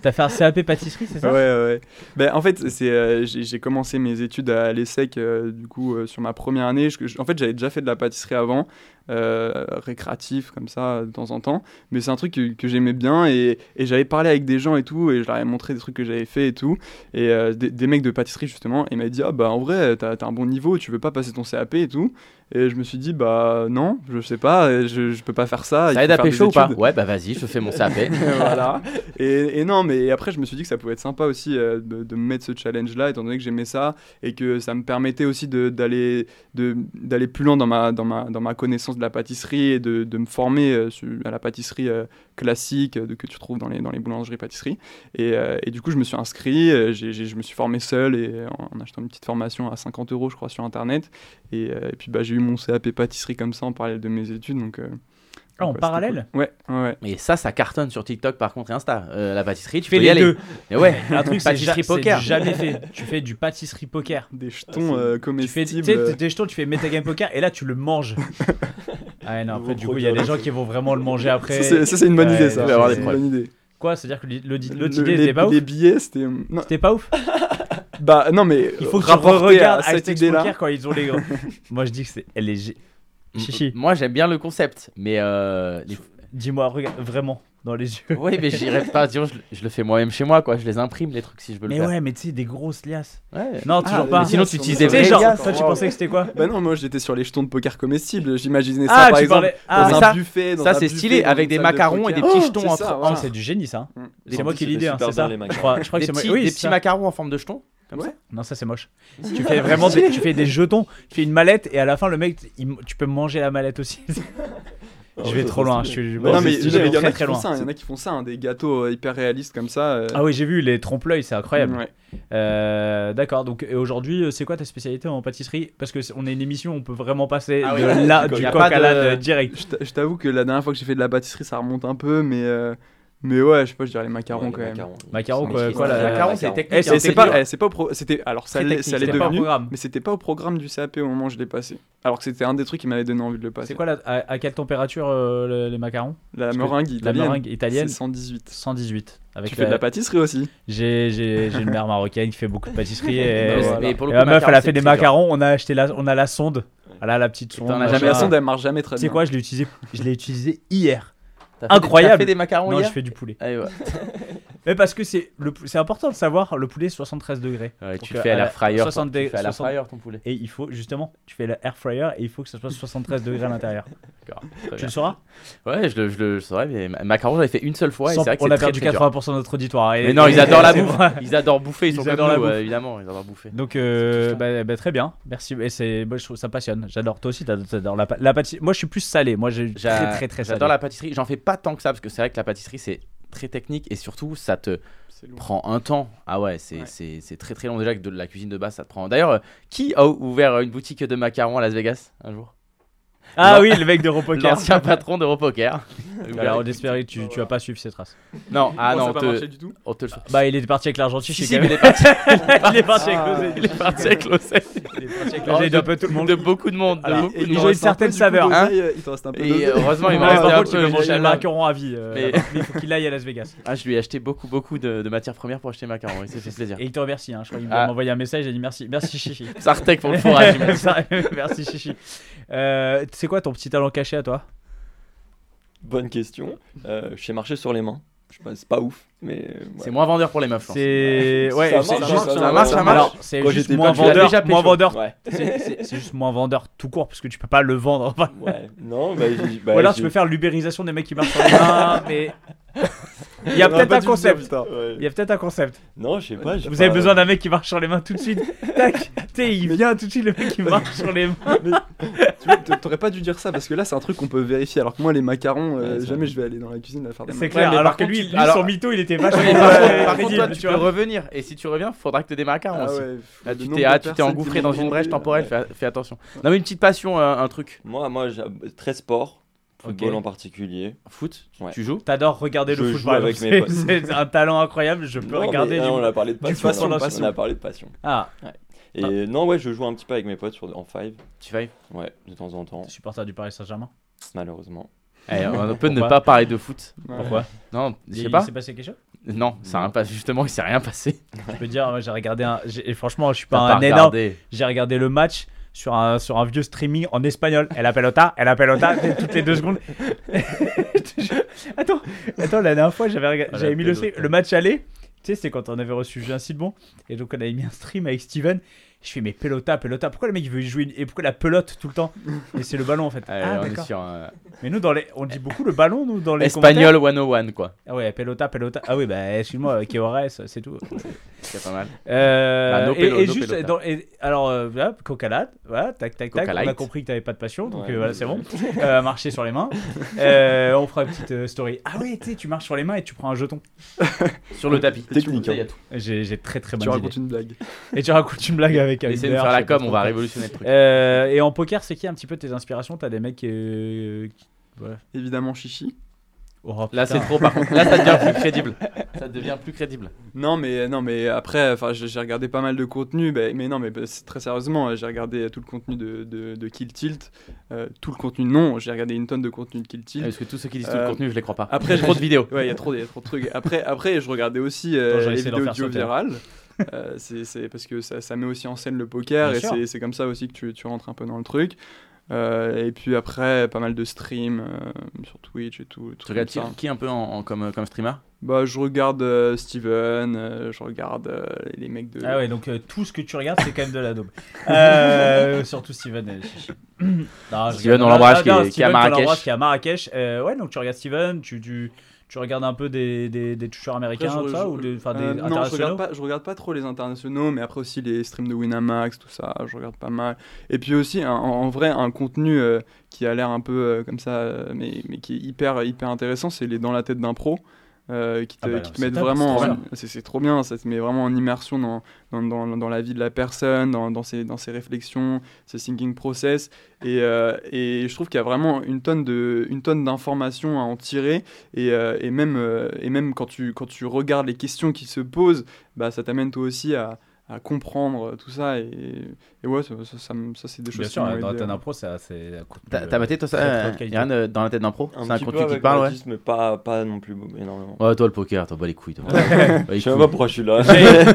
T'as fait un CAP pâtisserie, c'est ça Ouais, ouais. Ben, en fait, c'est, euh, j'ai j'ai commencé mes études à l'ESSEC, euh, du coup, euh, sur ma première année. Je- je- en fait, j'avais déjà fait de la pâtisserie avant, euh, récréatif, comme ça, de temps en temps. Mais c'est un truc que, que j'aimais bien et, et j'avais parlé avec des gens et tout, et je leur ai montré des trucs que j'avais fait et tout. Et euh, des, des mecs de pâtisserie, justement, et ils m'avaient dit Ah, bah, en vrai, t'as, t'as un bon niveau, tu veux pas passer ton CAP et tout. Et je me suis dit Bah, non, je sais pas, je, je peux pas faire ça. il Ça aide faut à faire des pécho ou pas études. Ouais, bah vas-y, je fais mon CAP. voilà. Et, et non, mais après, je me suis dit que ça pouvait être sympa aussi euh, de, de me mettre ce challenge-là, étant donné que j'aimais ça et que ça me permettait aussi de- d'aller de- d'aller plus loin dans ma, dans, ma, dans ma connaissance de la pâtisserie et de, de me former euh, su- à la pâtisserie euh, classique euh, de- que tu trouves dans les, dans les boulangeries-pâtisseries. Et, euh, et du coup, je me suis inscrit, euh, j'ai- j'ai- je me suis formé seul et euh, en, en achetant une petite formation à 50 euros, je crois, sur Internet. Et, euh, et puis, bah, j'ai eu mon CAP pâtisserie comme ça en parallèle de mes études. Donc, euh, Ah, en donc, ouais, c'était parallèle cool. Ouais, ouais, ouais. Et ça, ça cartonne sur TikTok par contre et Insta. Euh, la pâtisserie, tu Tu fais peux y les aller. deux. Mais ouais, Un truc, c'est ja- pâtisserie c'est poker. jamais fait. Tu fais du pâtisserie poker. Des jetons Ah, euh, Tu fais tu comestibles. sais, t'es- t'es jetons, tu fais metagame poker et là tu le manges. Ah ouais, non, après du coup il y a des gens qui vont vraiment le manger après. Ça, c'est- ça, c'est une bonne Ouais, idée, ça. non, Il va y avoir c'est- des bonnes idées. Quoi C'est-à-dire que l'id- l'audi- l'autre Le- idée les, c'était pas les ouf billets, c'était. euh, non, C'était pas ouf bah non, mais. Il faut que tu rapporté à regardes cette Aztecs idée-là. Poker quand ils ont les Moi je dis que c'est elle est gé- Chichi. M- Moi, j'aime bien le concept, mais euh, les- Dis-moi regarde vraiment dans les yeux. Oui, mais j'irai pas. disons, je, je le fais moi-même chez moi, quoi. Je les imprime, les trucs, si je veux le Mais faire. ouais, mais tu sais des grosses liasses. Ouais. Non, Ah, toujours mais pas. sinon, tu sur- utilisais Tu des sais vraies genre liasses, toi tu pensais que c'était quoi Bah non, moi j'étais sur les jetons de poker comestibles. J'imaginais ça Ah, par tu exemple. parlais Dans Ah, mais un ça- buffet. dans ça, un c'est buffet, stylé, dans avec une des salle de macarons et poker. des petits Oh, jetons c'est en- ça, en- Oh, voilà. c'est du génie ça. Mm. C'est moi qui C'était l'ai l'idée hein, super c'est bien, ça. les Je macarons. crois je crois que Des c'est moi. petits, Oui, des c'est petits ça. macarons en forme de jetons. Comme Ouais. ça. Non, ça c'est moche. tu fais vraiment des, tu fais des jetons, tu fais une mallette et à la fin le mec il- tu peux manger la mallette aussi. je vais trop loin, je suis je Non, Bah Non, pense mais que je il vais y en très a qui très font loin. ça. Il y en a qui font ça, hein, des gâteaux euh, hyper réalistes comme ça. euh, Ah oui, j'ai vu les trompe-l'œil, c'est incroyable. ouais. Euh, D'accord, donc et aujourd'hui, euh, c'est quoi ta spécialité en pâtisserie Parce que c'est- on est une émission, on peut vraiment passer Ah oui, de ouais, là, du du coq. coq Y a à pas de- l'âne direct. Je t'a- je t'avoue que la dernière fois que j'ai fait de la pâtisserie, ça remonte un peu, mais. euh, Mais ouais, je sais pas, je dirais les macarons Ouais, quand les même. macarons. Macarons, quoi, Euh, C'est quoi, la- les macarons, c'est Eh, technique. Et c'est- hein, dur. c'est pas, eh, c'est pas au pro- c'était alors ça Très l'est, technique, ça l'est C'était pas un devenu, programme. mais c'était pas au programme du CAP au moment où je l'ai passé. Alors que c'était un des trucs qui m'avait donné envie de le passer. C'est quoi la- à, à quelle température euh, le- les macarons La Parce que meringue italienne. La meringue italienne C'est 118. 118. Avec euh, tu fais de la pâtisserie aussi. J'ai j'ai- j'ai une mère marocaine qui fait beaucoup de pâtisserie. Mais et, Bah, c'est- mais pour le Et ma meuf, coup, elle macarons, a c'est fait des très dur. macarons. On a acheté la, on a la sonde. Elle a la petite t'en sonde. as La jamais machin. la sonde, elle marche jamais très Tu bien. sais quoi Je l'ai utilisée. Je l'ai utilisée hier. T'as fait des- Incroyable. T'as fait des macarons Non, je hier Ah fais du poulet. Allez, ouais. Mais parce que c'est le, pou- c'est important de savoir. Le poulet 73 degrés. Ouais, tu Donc, fais à euh, la fryer. toi. 60 Tu fais à la 60 fryer ton poulet. Et il faut justement, tu fais le air fryer et il faut que ça soit 73 degrés à l'intérieur. D'accord, très Tu bien. le sauras. Ouais, je le, je le saurais, mais ma- macarons, j'avais fait une seule fois et c'est Sans- vrai que on c'est a très, perdu très dur. 80% de notre auditoire. hein, Et- Mais non, ils et- adorent la c'est bouffe. vrai. Ils adorent bouffer, ils sont Ils comme adorent la nous, euh, bouffe. évidemment, ils adorent bouffer. Donc, euh, kiffant. bah, bah, très bien. Merci. Et c'est, moi, je trouve ça passionne. J'adore. Toi aussi, t'as- t'adores la, pa- la pâtisserie. Moi, je suis plus salé. Moi, j'ai J'a- très, très, très salé. J'adore la pâtisserie. J'en fais pas tant que ça parce que c'est vrai que la pâtisserie c'est très technique et surtout ça te C'est lourd. prend un temps. Ah ouais, c'est Ouais. c'est- c'est très très long déjà que de la cuisine de base ça te prend. D'ailleurs, euh, qui a ouvert euh, une boutique de macarons à Las Vegas un jour Ah Non. oui, le mec de Repoker. L'ancien patron d'Europoker. Alors, on espérait que tu, tu vas pas suivre ses traces. non, ah Oh, non, ça a on pas te, marché du tout. on te le Bah, il est parti avec l'argent Si, chiche. si, mais il est parti, il est parti avec Ah. l'oseille. il est parti avec l'oseille. Il est parti avec Oh, l'oseille de- d'un peu tout le monde. De beaucoup de monde. de Ah, Alors, beaucoup et de ils monde. ont une certaine saveur, hein. Il t'en reste un peu Et d'oseille. euh, heureusement, il Ouais, m'a resté par un contre, tu peu. peux manger j'ai- le macaron à vie. euh, Mais- mais il faut qu'il aille à Las Vegas. Ah, je lui ai acheté beaucoup, beaucoup de, de matières premières pour acheter macarons. Il s'est fait plaisir. Et il te remercie. hein. Je crois qu'il Ah. m'a envoyé un message. J'ai dit merci. Merci, Chichi. Sartek pour le fourrage. j'imagine. Ça- Merci Chichi. Euh, c'est quoi ton petit talent caché à toi Bonne question. Euh, je sais marcher sur les mains. Je sais pas, c'est pas ouf, mais. euh, ouais. C'est moins vendeur pour les meufs. hein. je C'est pense. Ça ouais, marche, c'est ça juste- marche, ça marche, ça marche. Alors, c'est Quand juste j'étais moins pas, je l'avais vendeur, déjà moins pécho. vendeur. Ouais. C'est- C'est c'est juste moins vendeur tout court parce que tu peux pas le vendre. Ouais. Non, bah, j'ai- bah, Ou alors tu j'ai- peux faire l'ubérisation des mecs qui marchent sur les mains, mais il y a peut-être On pas un dû le dire, concept. putain. Ouais. Il y a peut-être un concept. Non, je sais pas. j'ai Vous pas- euh, avez besoin d'un mec qui marche sur les mains tout de suite. Tac, t'sais, il vient tout de suite le mec qui marche sur les mains. Tu vois, t- T'aurais pas dû dire ça parce que là, c'est un truc qu'on peut vérifier. Alors que moi, les macarons, euh, Ouais, ça- jamais je vais aller dans la cuisine la faire des C'est macarons. clair. mais par alors que contre, lui, tu- lui, alors- son mytho, il était vachement. Mais par euh, contre- par contre, toi, crédible, tu peux vois. revenir. Et si tu reviens, faudra que t'aies des macarons Ah aussi. ouais, pff, Là, le tu nombre t'es de ah, tu t'es personnes engouffré qui dans m'ont une brèche demandé, temporelle. euh, Fais, fais attention. Non, mais une petite passion, euh, un, un truc. Moi, moi, j'ai euh, très sport, football Ok. en particulier. Foot, tu- Ouais. tu joues T'adores regarder le Je joue football. avec C'est- mes potes. C'est un talent incroyable. Je peux Non, mais, regarder. ah, du- on a parlé de passion. passion, on, a, passion. on a parlé de passion. Ah, Et non, ouais, je joue un petit peu avec mes potes sur, en five. Tu vas y- Ouais, de temps en temps, supporter du Paris Saint-Germain. malheureusement. Eh, on peut ne pas parler de foot. Pourquoi Non, je sais Il pas. s'est passé quelque chose Non, ça a pas justement, il s'est rien passé. Je peux dire, moi, j'ai regardé un. j'ai- et franchement, je suis pas T'as un pas énorme. regardé. J'ai regardé le match sur un, sur un vieux streaming en espagnol. Elle appelle Ota, elle appelle Ota, toutes les deux secondes. Je te jure. attends, attends, la dernière fois, j'avais regard- Elle j'avais mis le, appelle stream- le match aller. Tu sais, c'est quand on avait reçu Julien Silbon. Et donc, on avait mis un stream avec Steven. Je fais, mais Pelota, Pelota, pourquoi le mec il veut jouer une- Et pourquoi la pelote tout le temps Et c'est le ballon en fait. Allez, ah, euh, on est d'accord. sur un Mais nous, dans les... on dit beaucoup le ballon, nous, dans les. commentaires. espagnol 101 quoi. Ah ouais, pelota, pelota. Ah oui, bah excuse-moi, euh, Keores, c'est tout. C'est pas mal. Euh, Bah, no et- pelo, et, no juste, pelota. dans- et- alors euh, voilà, cocalade, voilà, tac, tac, tac. On a Cocalite. compris que t'avais pas de passion, donc Ouais. euh, voilà, c'est bon. Euh, marcher sur les mains. Euh, on fera une petite euh, story. Ah oui, tu sais, tu marches sur les mains et tu prends un jeton. Sur le tapis. Technique, hein. Il y a tout. J'ai j'ai très très Tu bonne idée. racontes une blague. Et tu racontes une blague avec. avec Essayez de Blair, faire je la sais pas com, on trop va quoi. révolutionner le truc. Euh, et en poker, c'est qui un petit peu tes inspirations T'as des mecs euh, qui. Évidemment, chichi. Oh, Là, putain. c'est trop par contre. Là, ça devient plus crédible. Ça devient plus crédible. Non, mais, euh, non, mais après, enfin, j'ai j'ai regardé pas mal de contenu, bah, mais non, mais bah, c'est très sérieusement, j'ai regardé tout le contenu de, de, de Kill Tilt. euh, tout le contenu, non, j'ai regardé une tonne de contenu de Kill Ah, Tilt. Ah, Parce que tous ceux qui disent tout le Euh, contenu, je les crois pas. après, trop de vidéos. Ouais, il y a trop de y a trop de trucs. Après, après je regardais aussi euh, Attends, je vais les essayer d'en vidéos faire audio sauter. virales. Euh, c'est c'est parce que ça, ça met aussi en scène le poker Bien et sûr. c'est- c'est comme ça aussi que tu, tu rentres un peu dans le truc. Euh, et puis après, pas mal de streams euh, sur Twitch et tout. des trucs Tu regardes qui, comme ça. qui un peu en, en- comme, euh, comme streamer Bah, je regarde euh, Steven, euh, je regarde euh, les mecs de. Ah ouais, donc euh, tout ce que tu regardes, c'est quand même de la daube. Euh, surtout Steven. euh, chichi. Non, je regarde- Steven, on l'embrasse, non, qui est- non, qui est à Steven, on Marrakech. l'embrasse, qui est à Marrakech. Euh, ouais, donc tu regardes Steven, tu, tu, tu regardes un peu des, des, des toucheurs Après, américains, je- tout ça, je- ou des, enfin, des euh, non, je internationaux regarde, pas, je regarde pas trop les internationaux, mais après aussi les streams de Winamax, tout ça, je regarde pas mal. Et puis aussi, un- en en vrai, un contenu euh, qui a l'air un peu euh, comme ça, euh, mais, mais qui est hyper, hyper intéressant, c'est les Dans la tête d'un pro. euh, qui Ah te, bah, qui te c'est mettent top, vraiment c'est en- trop c'est c'est trop bien ça te met vraiment en immersion dans, dans, dans- dans la vie de la personne dans, dans ses, dans ses réflexions ses thinking process et, euh, et je trouve qu'il y a vraiment une tonne de une tonne d'informations à en tirer et, euh, et même, euh, et même quand, tu, quand tu regardes les questions qui se posent, bah, ça t'amène toi aussi à, à comprendre euh, tout ça. Et, et ouais, ça, ça, ça me- ça, c'est des Bien choses sûr, qui m'ont dans aidé. la impro, ça, c'est. un contenu, T'as t'as euh, maté toi ça très, très euh, haute qualité. Yann euh, dans la tête d'un pro Un C'est un petit peu contenu qui avec te parle, ouais l'artiste, mais pas, pas non plus énormément. Ouais, toi le poker, t'en bats les couilles. toi. euh. Je sais même pas pourquoi je suis là. Jay-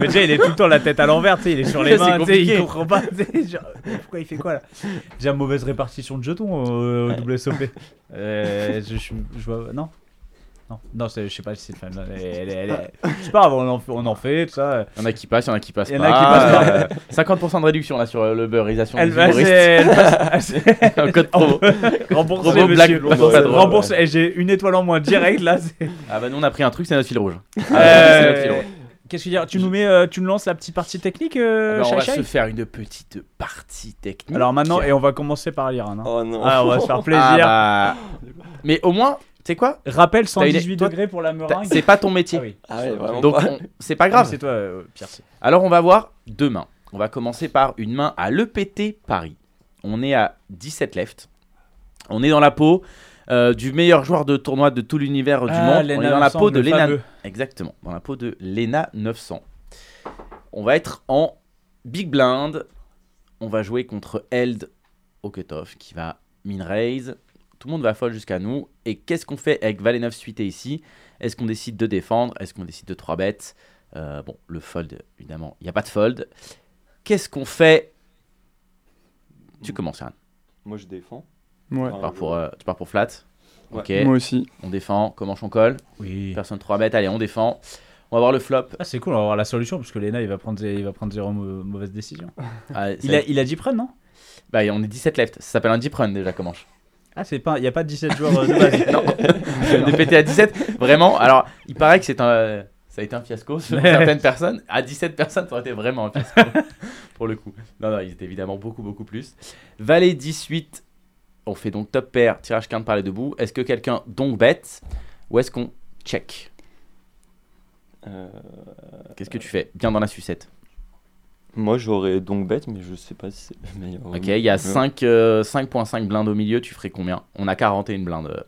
mais déjà, il est tout le temps la tête à l'envers, tu sais, il est sur les C'est mains, tu sais, il compliqué. comprend pas. tu sais, genre, pourquoi il fait quoi là Déjà, mauvaise répartition de jetons euh, au WSOP. Euh, je, je, je vois. Non Non, non c'est- je sais pas si c'est le femme. Elle, est- elle, est- elle est- C'est pas grave, on en, fait- on en fait, tout ça. Y'en a qui passent, y'en a qui passent Y'en pas. a Euh, 50% de réduction là sur euh, le beurrisation. Elle des va. humoristes. Elle passe. Un code promo. Rembourser, Promo Black monsieur. Blonde, pas drôle. Rembourser. Eh, J'ai une étoile en moins direct là. c'est- Ah bah nous on a pris un truc, c'est notre fil rouge. Ah, Euh, c'est notre fil rouge. Qu'est-ce que tu veux dire Tu nous mets, euh, tu nous lances la petite partie technique, euh, Alors, Ah bah, Ben, on va Shai Shai se faire une petite partie technique. Alors maintenant, et on va commencer par l'Iran. hein. Oh non. Ah, on va se faire plaisir. Ah bah. Mais au moins, tu sais quoi Rappel T'as une- 118 toi- degrés pour la meringue. T'as- C'est pas ton métier. Ah oui. Ah ouais, vraiment Donc pas. on- c'est pas grave. C'est toi, euh, Pierre. c'est- Alors on va voir deux mains. On va commencer par une main à l'EPT Paris. On est à 17 left. On est dans la peau euh, du meilleur joueur de tournoi de tout l'univers du Ah, monde. Lena on est dans la 900, peau de le Lena. fameux. Exactement, dans la peau de Lena 900. On va être en big blind. On va jouer contre Held au cutoff qui va min raise. Tout le monde va fold jusqu'à nous. Et qu'est-ce qu'on fait avec Valet 9 suité ici Est-ce qu'on décide de défendre Est-ce qu'on décide de 3 bêtes Euh, Bon, le fold, évidemment, il n'y a pas de fold. Qu'est-ce qu'on fait Tu commences, Yann. Moi je défends. hein. Ouais. Tu pars pour, euh, tu pars pour flat. Ouais. Ok, Moi aussi. on défend. Comment on colle Oui. Personne 3 bêtes. Allez, on défend. On va voir le flop. Ah, c'est cool, on va avoir la solution parce que Lena il va prendre, zé- il va prendre zéro mau- mauvaise décision. Ah, ça- Il a, il a 10 preuves, non Bah, on est 17 left. Ça s'appelle un deep run déjà, comment je- Ah, c'est pas, il n'y a pas 17 joueurs euh, de base. Non, de péter à 17, vraiment. Alors, il paraît que c'est un. Ça a été un fiasco sur certaines personnes. À 17 personnes, ça aurait été vraiment un fiasco. pour le coup. Non, non, ils étaient évidemment beaucoup, beaucoup plus. Valet 18. On fait donc top pair, tirage quinte par les deux bouts. Est-ce que quelqu'un donc bête ou est-ce qu'on check Euh, Qu'est-ce que tu fais Bien dans la sucette. Moi j'aurais donc bête, mais je sais pas si c'est le meilleur. Ok, il y a Euh, 5.5 blindes au milieu. Tu ferais combien On a 41 blindes euh,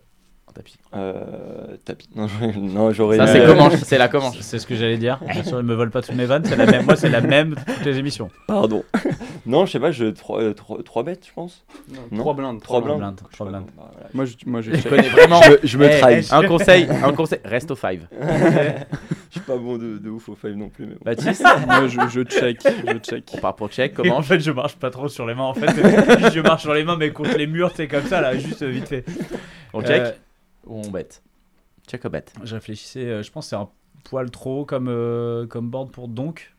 en tapis. Euh, tapis. Non, j'aurais- Non, j'aurais. Ça, mis, c'est euh, comment C'est la comment C'est ce que j'allais dire. Bien sûr, ils me volent pas toutes mes vannes, c'est la même. Moi, c'est la même toutes les émissions. Pardon. Non, je sais pas, je 3, 3, 3 bêtes, je pense. Non. 3 blindes. 3 blindes. blindes. Blindes, trois blindes. Bah, voilà. Moi, je, moi, je Je connais vraiment. Je, je me Eh, trahis. Un conseil, un conseil, reste au 5. Je suis pas bon de, de ouf au five non plus, mais bon. Baptiste moi, je, je check. Je check. On part pour check, Et En comment fait, je marche pas trop sur les mains. En fait, je marche sur les mains, mais contre les murs, c'est comme ça, là, juste euh, vite fait. On check Euh, ou on bête Check ou bête je réfléchissais, euh, je pense que c'est un poil trop haut comme, euh, comme board pour donc.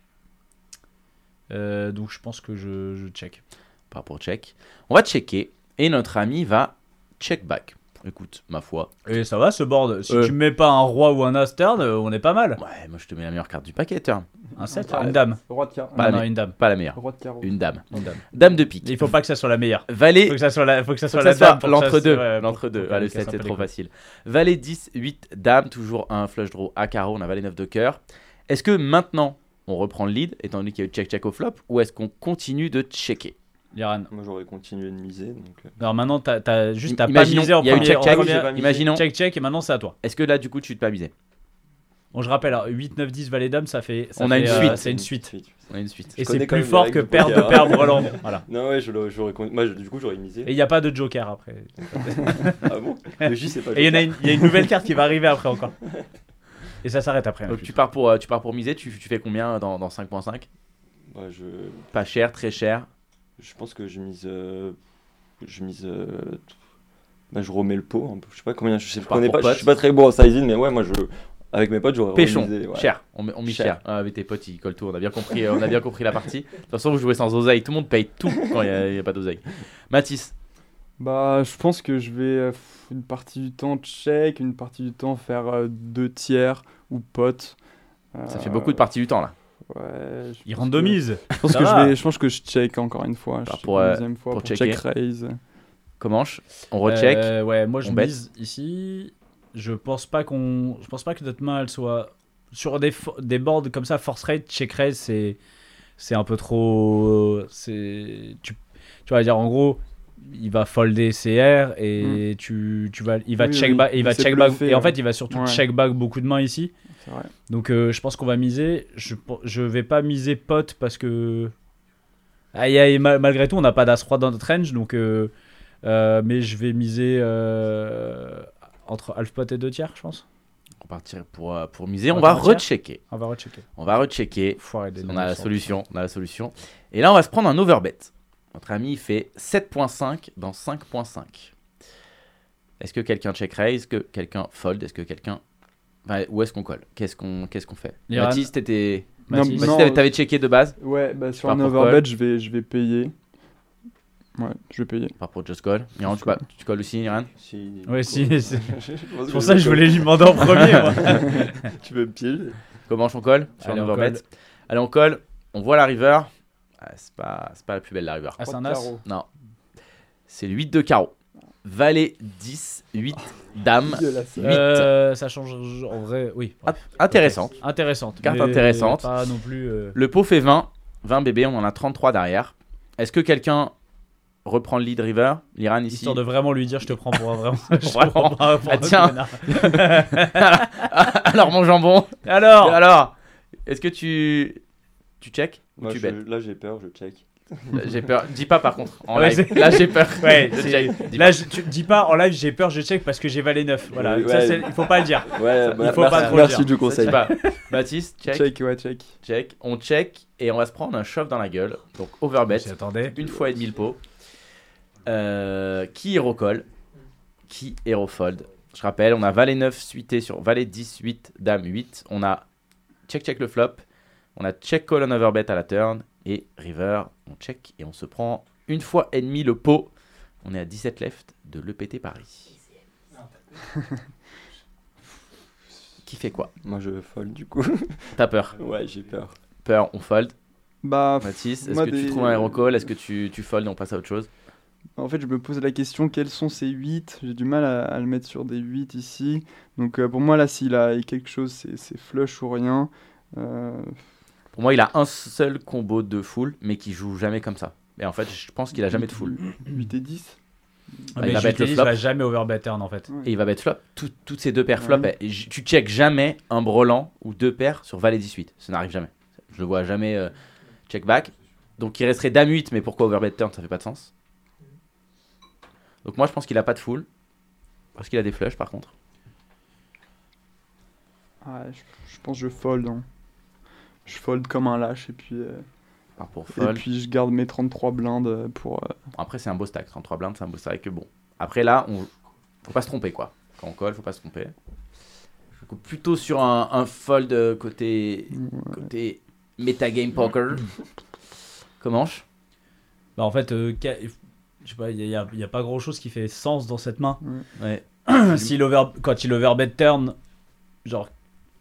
Euh, donc, je pense que je, je check. On part pour check. On va checker et notre ami va check back. Écoute, ma foi. Et ça va ce board Si Ouais. tu mets pas un roi ou un as turn, euh, on est pas mal. Ouais, moi je te mets la meilleure carte du paquet, hein. Un 7 Ouais. Une dame. Roi de carreau. Bah, Ah non, mais- une dame. Pas la meilleure. Roi de carreau. Une dame. Oh. Une dame. Dame de pique. Il faut pas que ça soit la meilleure. Valet. Faut que ça soit la, faut que ça Faut soit que la ça dame. soit pour que ça L'entre-deux. soit- ouais, pour- L'entre-deux. pour Ah, le qu'elle 7, c'est casse un peu trop les couilles. facile. Valet 10, 8, dame, toujours un flush draw à carreau. On a valet 9 de cœur. Est-ce que maintenant on reprend le lead, étant donné qu'il y a eu check-check au flop, ou est-ce qu'on continue de checker Liran. Moi, j'aurais continué de miser, donc... euh, Alors maintenant, t'as, t'as juste t'as pas Imaginons, misé en il y a eu premier. en check-check. j'ai première- pas misé. Imaginons, Check, check, et maintenant c'est à toi. est-ce que là du coup tu te pas misé Bon, je rappelle, hein, alors, 8, 9, 10, valet dame, ça fait. ça On a fait, une euh, suite. C'est une suite. On a une suite. Et connais c'est quand plus même les fort règles que du paire de poker. paires brûlant. Voilà. Non, ouais, je l'aurais- j'aurais... con- Moi, je- du coup, j'aurais misé. Et il n'y a pas de joker après. Ah bon Le J, c'est pas... Et il y, en a une- il y a une nouvelle carte qui va arriver après encore. Et ça s'arrête après. hein, Donc tu pars pour, euh, tu pars pour miser, tu, tu fais combien dans, dans 5.5 Bah, je... Pas cher, très cher. Je pense que je mise. euh, je mise. euh, t- bah, je remets le pot. un peu. Je sais pas combien. Je sais je pars connais pour pas. potes. Je suis pas très bon en sizing, mais ouais, moi, je. Avec mes potes, j'aurais Pêchons, remisé, ouais. cher. On, met- on mise cher. Cher. Ah, avec tes potes, ils collent tout. On a bien compris, euh, on a bien compris la partie. De toute façon, vous jouez sans oseille. Tout le monde paye tout quand il n'y a, pas d'oseille. Mathis, Bah, je pense que je vais euh, pff, une partie du temps check, une partie du temps faire euh, deux tiers ou pote. ça Euh, fait beaucoup de parties du temps là. Ouais, je Il pense rentre que- de mise. Je pense, Ça que je, va. vais, je pense que je check encore une fois. Je Bah, check pour, une euh, deuxième fois pour pour, checker. check raise. Commence, on recheck. Euh, ouais, moi je On bet. mise ici. Je pense pas qu'on, je pense pas que notre main elle soit sur des fo- des boards comme ça force raid, check raid, c'est c'est un peu trop. C'est tu tu vas dire en gros. Il va folder CR et tu, tu vas, il va Hmm. Oui, check oui. back, il va C'est check back- bluffé, et en ouais. fait il va surtout Ouais. check back beaucoup de mains ici. C'est vrai. Donc euh, je pense qu'on va miser. Je, pe- je vais pas miser pote parce que. Aïe aïe, ma- malgré tout, on n'a pas d'as roi dans notre range. Donc, euh, euh, mais je vais miser euh, entre half pot et deux tiers, je pense. On partir pour, euh, pour miser. On On va va partir rechecker. On va rechecker. On va rechecker. Foiré des On nains, a la ça. solution. On a la solution. Et là, on va se prendre un overbet. Notre ami il fait 7.5 dans 5.5. Est-ce que quelqu'un check raise Est-ce que quelqu'un fold Est-ce que quelqu'un. Enfin, où est-ce qu'on colle Qu'est-ce qu'on qu'est-ce qu'on fait Liran. Mathis, t'étais. Non, Mathis. Mathis, non. t'avais- t'avais checké de base Ouais, bah, sur pars un pour overbet, call. je vais, je vais payer. Ouais, je vais payer. Pas pour Just Call. Liran, tu, Just call. pa- tu colles aussi, Liran Si- Ouais, si, c'est- pense C'est que pour ça que je colle. voulais lui demander en premier. moi. Tu veux me piéger Comment on colle Sur Allez, un on overbet. colle. Allez, on colle. On voit la river. Ah, c'est pas, c'est pas la plus belle, la river. Ah, c'est un as. Non. C'est le 8 de carreau. Valet 10, 8, dame. Huit. Euh, ça change en vrai, oui. Ah, Intéressante. Intéressante. Carte mais intéressante. Pas non plus. euh, Le pot fait 20. 20 bébés, on en a 33 derrière. Est-ce que quelqu'un reprend le lead river L'Iran ici Histoire de vraiment lui dire, je te prends pour un vraiment. je te Vraiment. prends pour un- pour Ah, un tiens. connard. Alors mon jambon Ah, Alors, Alors Est-ce que tu. Tu check ou Moi, tu je- bêtes Là, j'ai peur, je check. J'ai peur. Dis pas par contre. En Ouais, live. c'est- Là j'ai peur. Ouais, Je c'est- check. Dis Là, pas. je, tu dis pas en live, j'ai peur, je check parce que j'ai valet 9. Voilà, Ouais, ça, ouais. c'est- il faut pas le dire. Ouais, bah, faut merci, pas trop le merci dire. du Ça, conseil. dis pas. Baptiste, check, check. Check, ouais, check. On check et on va se prendre un shove dans la gueule. Donc overbet. J'attendais. une fois et demi le pot. Euh, qui hero call Qui hero fold Je rappelle, on a valet 9 suité sur valet 10, 8, dame 8. On a check check le flop. On a check call on overbet à la turn. Et river, on check et on se prend une fois et demi le pot. On est à 17 left de l'EPT Paris. qui fait quoi Moi, je folle, du coup. T'as peur Ouais, j'ai peur. Peur, on fold. Bah, pff, Mathis, est-ce Moi, que tu des- trouves un hero call Est-ce que tu, tu fold et on passe à autre chose en fait, je me pose la question quels sont ces 8 J'ai du mal à, à le mettre sur des 8 ici. Donc, euh, pour moi, là, s'il a quelque chose, c'est c'est flush ou rien. Euh, Pour moi, il a un seul combo de full, mais qui joue jamais comme ça. Et en fait, je pense qu'il a jamais de full. Mm. 8 et 10 Ah, il Mais va je mettre te le dis, il flop. va jamais overbet turn en fait. Et il va mettre flop. Tout- toutes ces deux paires flop, eh, j- tu check jamais un brelan ou deux paires sur valet 18. Ça n'arrive jamais. Je le vois jamais euh, check back. Donc il resterait Dame 8, mais pourquoi Overbet Turn Ça fait pas de sens. Donc moi je pense qu'il a pas de full. Parce qu'il a des flushs par contre. Ah, Ouais, je, je pense que je fold. hein. Je fold comme un lâche et puis, euh, Enfin, pour et fold. puis je garde mes 33 blindes euh, pour. euh, Après c'est un beau stack. 33 blindes, c'est un beau stack. Bon. Après là, on... faut pas se tromper quoi. Quand on colle, faut pas se tromper. Je coupe plutôt sur un, un fold euh, côté, côté metagame poker. Comment je- Bah, en fait, euh, ca- je sais pas, il n'y a, y a pas grand chose qui fait sens dans cette main. Ouais. si l'over, quand il overbet turn, genre.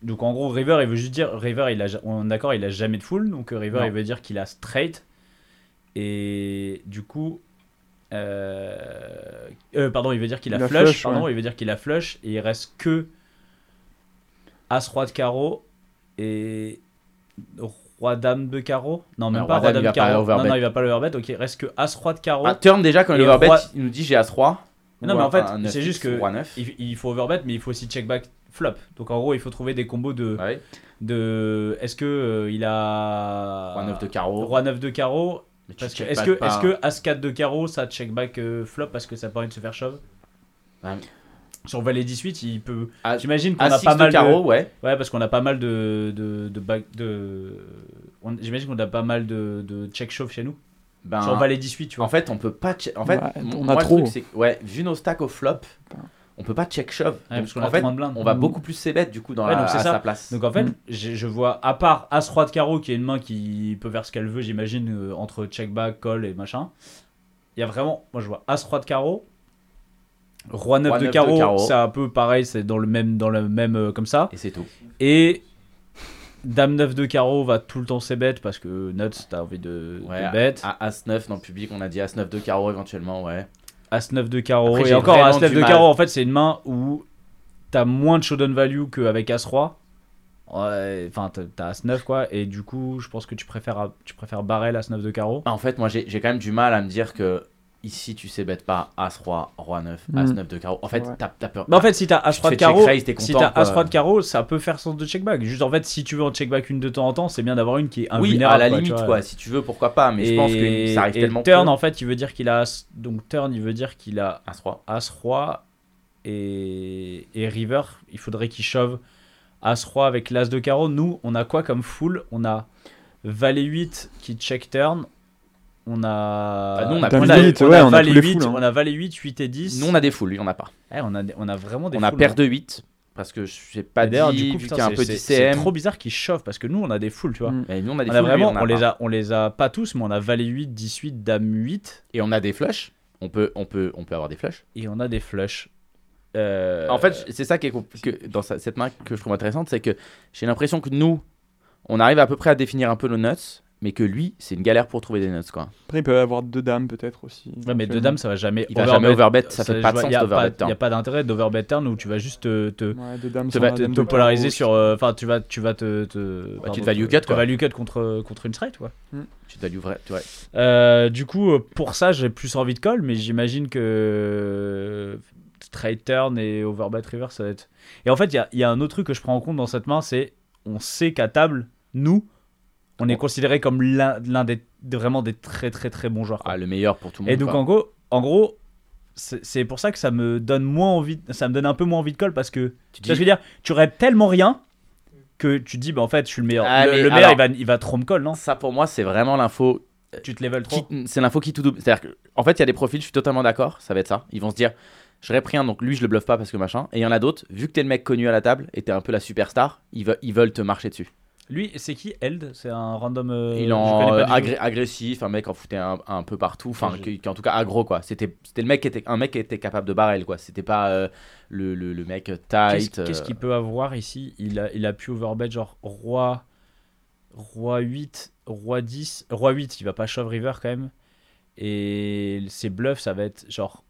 Donc en gros, River, il veut juste dire. River, il a, ja- on est d'accord, il a jamais de full. Donc euh, River, Non. il veut dire qu'il a straight. Et du coup. euh, euh, pardon, il veut dire qu'il a, Il a flush. flush, pardon, il veut dire qu'il a flush. Et il reste que. As roi de carreau. Et. Roi dame de carreau. Non, même Alors, pas roi roi dame dame, il va pas carreau. Non, overbet. non, Ah, il va pas le overbet. Donc il reste que As roi de carreau. Un Ah, turn déjà quand il Et overbet, roi- il nous dit j'ai As-3. Non, ou mais en un- fait, un neuf c'est X juste ou que roi neuf. il, il faut overbet, mais il faut aussi check back flop. Donc en gros, il faut trouver des combos de. Ouais. de Est-ce que euh, il a. Roi 9 de carreau. Bah, Roi 9 de carreau Mais tu parce que check Est-ce back que, pas. est-ce que As-4 de carreau, ça check back euh, flop parce que ça permet de se faire shove Ouais. Sur Valet 18, il peut. As- J'imagine qu'on As a six pas de mal carreau, de. ouais. Ouais, parce qu'on a pas mal de. de, de, back- de- on- J'imagine qu'on a pas mal de, de check shove chez nous. Ben, Sur Valet 18, tu vois. en fait, on peut pas. che- En fait, Ouais, mon- on a moi, le trop. truc, c'est que- ouais, vu nos stacks au flop, on peut pas check shove. Ouais, Donc, parce qu'on en a fait, 30 blindes. on va beaucoup plus ses bêtes du coup dans Mmh. Ouais, la, donc c'est à ça. sa place. Donc en fait, Mm. j'ai- je vois, à part As-Roi de carreau, qui est une main qui peut faire ce qu'elle veut, j'imagine, euh, entre check-back, call et machin, il y a vraiment, moi je vois As-Roi de carreau, Roi 9 Roi de neuf de carreau, carreau. c'est un peu pareil, c'est dans le même, dans le même euh, comme ça, Et c'est tout. et Dame 9 de carreau va tout le temps c'est bête, parce que Nuts, t'as envie de, de Ouais, bête, à- à As-9 dans le public, on a dit As-9 de carreau éventuellement, ouais. As-9 de carreau, Après, et j'ai encore vraiment As-9 du de mal. carreau, en fait c'est une main où t'as moins de showdown value qu'avec As-Roi. Ouais, Enfin, t'as- t'as As-9 quoi, et du coup, je pense que tu préfères, tu préfères barrer l'As-9 de carreau. Ah, En fait, moi j'ai j'ai quand même du mal à me dire que ici tu sais bête pas As-Roi, Roi 9, Mm. As-9 de carreau. En fait, Ouais. t'as t'as peur. Bah, en fait, si t'as Tu te As-Roi de fais check carreau, raise, t'es si content, t'as quoi. As-Roi de carreau, ça peut faire sens de check-back. Juste en fait, si tu veux en check-back une de temps en temps, c'est bien d'avoir une qui est oui, invulnérable. à la quoi, tu limite, vois. quoi. Si tu veux, pourquoi pas, mais je pense que Et- ça arrive et tellement Turn, peu. en fait, il veut dire qu'il a. As- Donc, Turn, il veut dire qu'il a As-Roi. As-Roi et, et River, il faudrait qu'il shove As-Roi avec l'As de carreau. Nous, on a quoi comme full On a Valet 8 qui check turn. On a. Ah, nous, on a Dame plus de- huit, ouais, on a Valet tous les 8, foules, hein. on a Valet 8, 8 et 10. Nous on a des foules, lui on n'a pas. Eh, on, a, des- on a vraiment des on a foules, paire hein. de 8 parce que je sais pas Et D'ailleurs, dit, du coup, vu putain, qu'il y a un c'est- peu c'est- d'ICM. C'est trop bizarre qu'ils shove parce que nous, on a des foules, tu vois. Mm. Mais nous on a des On foules, a lui, vraiment, en on les pas. a, on les a pas tous, mais on a Valet 8, 18, Dame 8. et on a des flushs. On peut on peut on peut avoir des flushs. et on a des flushs. Euh, En fait, c'est ça qui est compl- que dans sa- cette main que je trouve intéressante, c'est que j'ai l'impression que nous on arrive à peu près à définir un peu nos nuts, mais que lui, c'est une galère pour trouver des nuts quoi. Après, il peut avoir deux dames peut-être aussi. ouais, mais deux dames, ça va jamais. Il va jamais overbet, ça fait pas de sens d'overbet Il turn. n'y a pas d'intérêt d'overbet turn où tu vas juste te, te, Ouais, deux dames te, sans va- la te- dame te de polariser carreau. sur. euh, Enfin, tu vas, tu vas te. te Bah, tu te pardon, value cut, te quoi. value cut contre, contre une straight, quoi. hein. Tu dois l'ouvrir, tu vois. Euh, du coup, euh, pour ça, j'ai plus envie de call, mais j'imagine que straight turn et overbet river, ça va être. Et en fait, il y a, il y a un autre truc que je prends en compte dans cette main, c'est on sait qu'à table, nous, on est considéré comme l'un l'un des de- vraiment des très très très bons joueurs. quoi. Ah, le meilleur pour tout le monde. et donc quoi. en gros, en gros, c'est c'est pour ça que ça me donne moins envie, ça me donne un peu moins envie de call parce que tu tu vois ce que je veux dire, tu rêves tellement rien que tu te dis bah en fait je suis le meilleur. Ah, le, mais le meilleur alors- il va il va trop me call non ça pour moi, c'est vraiment l'info Tu te level Qui- trop. c'est l'info qui tout double. C'est-à-dire que, en fait, il y a des profils, je suis totalement d'accord, ça va être ça. Ils vont se dire, je pris un, donc lui, je le bluffe pas parce que machin. Et il y en a d'autres, vu que t'es le mec connu à la table et t'es un peu la superstar, ils, veulent- ils veulent te marcher dessus. Lui c'est qui Eld C'est un random. euh, il est je en connais euh, pas du tout. agré- agressif, un mec en foutait un, un peu partout, enfin, Ok, je- qui, qui en tout cas aggro quoi. C'était c'était le mec qui était, un mec qui était capable de barrel quoi. C'était pas euh, le, le- le mec Qu'est-ce tight. qu'est-ce euh, qu'il peut avoir ici il a, il a pu overbet genre roi, roi 8, roi 10, roi 8, il va pas shove river quand même. Et ses bluffs, ça va être genre.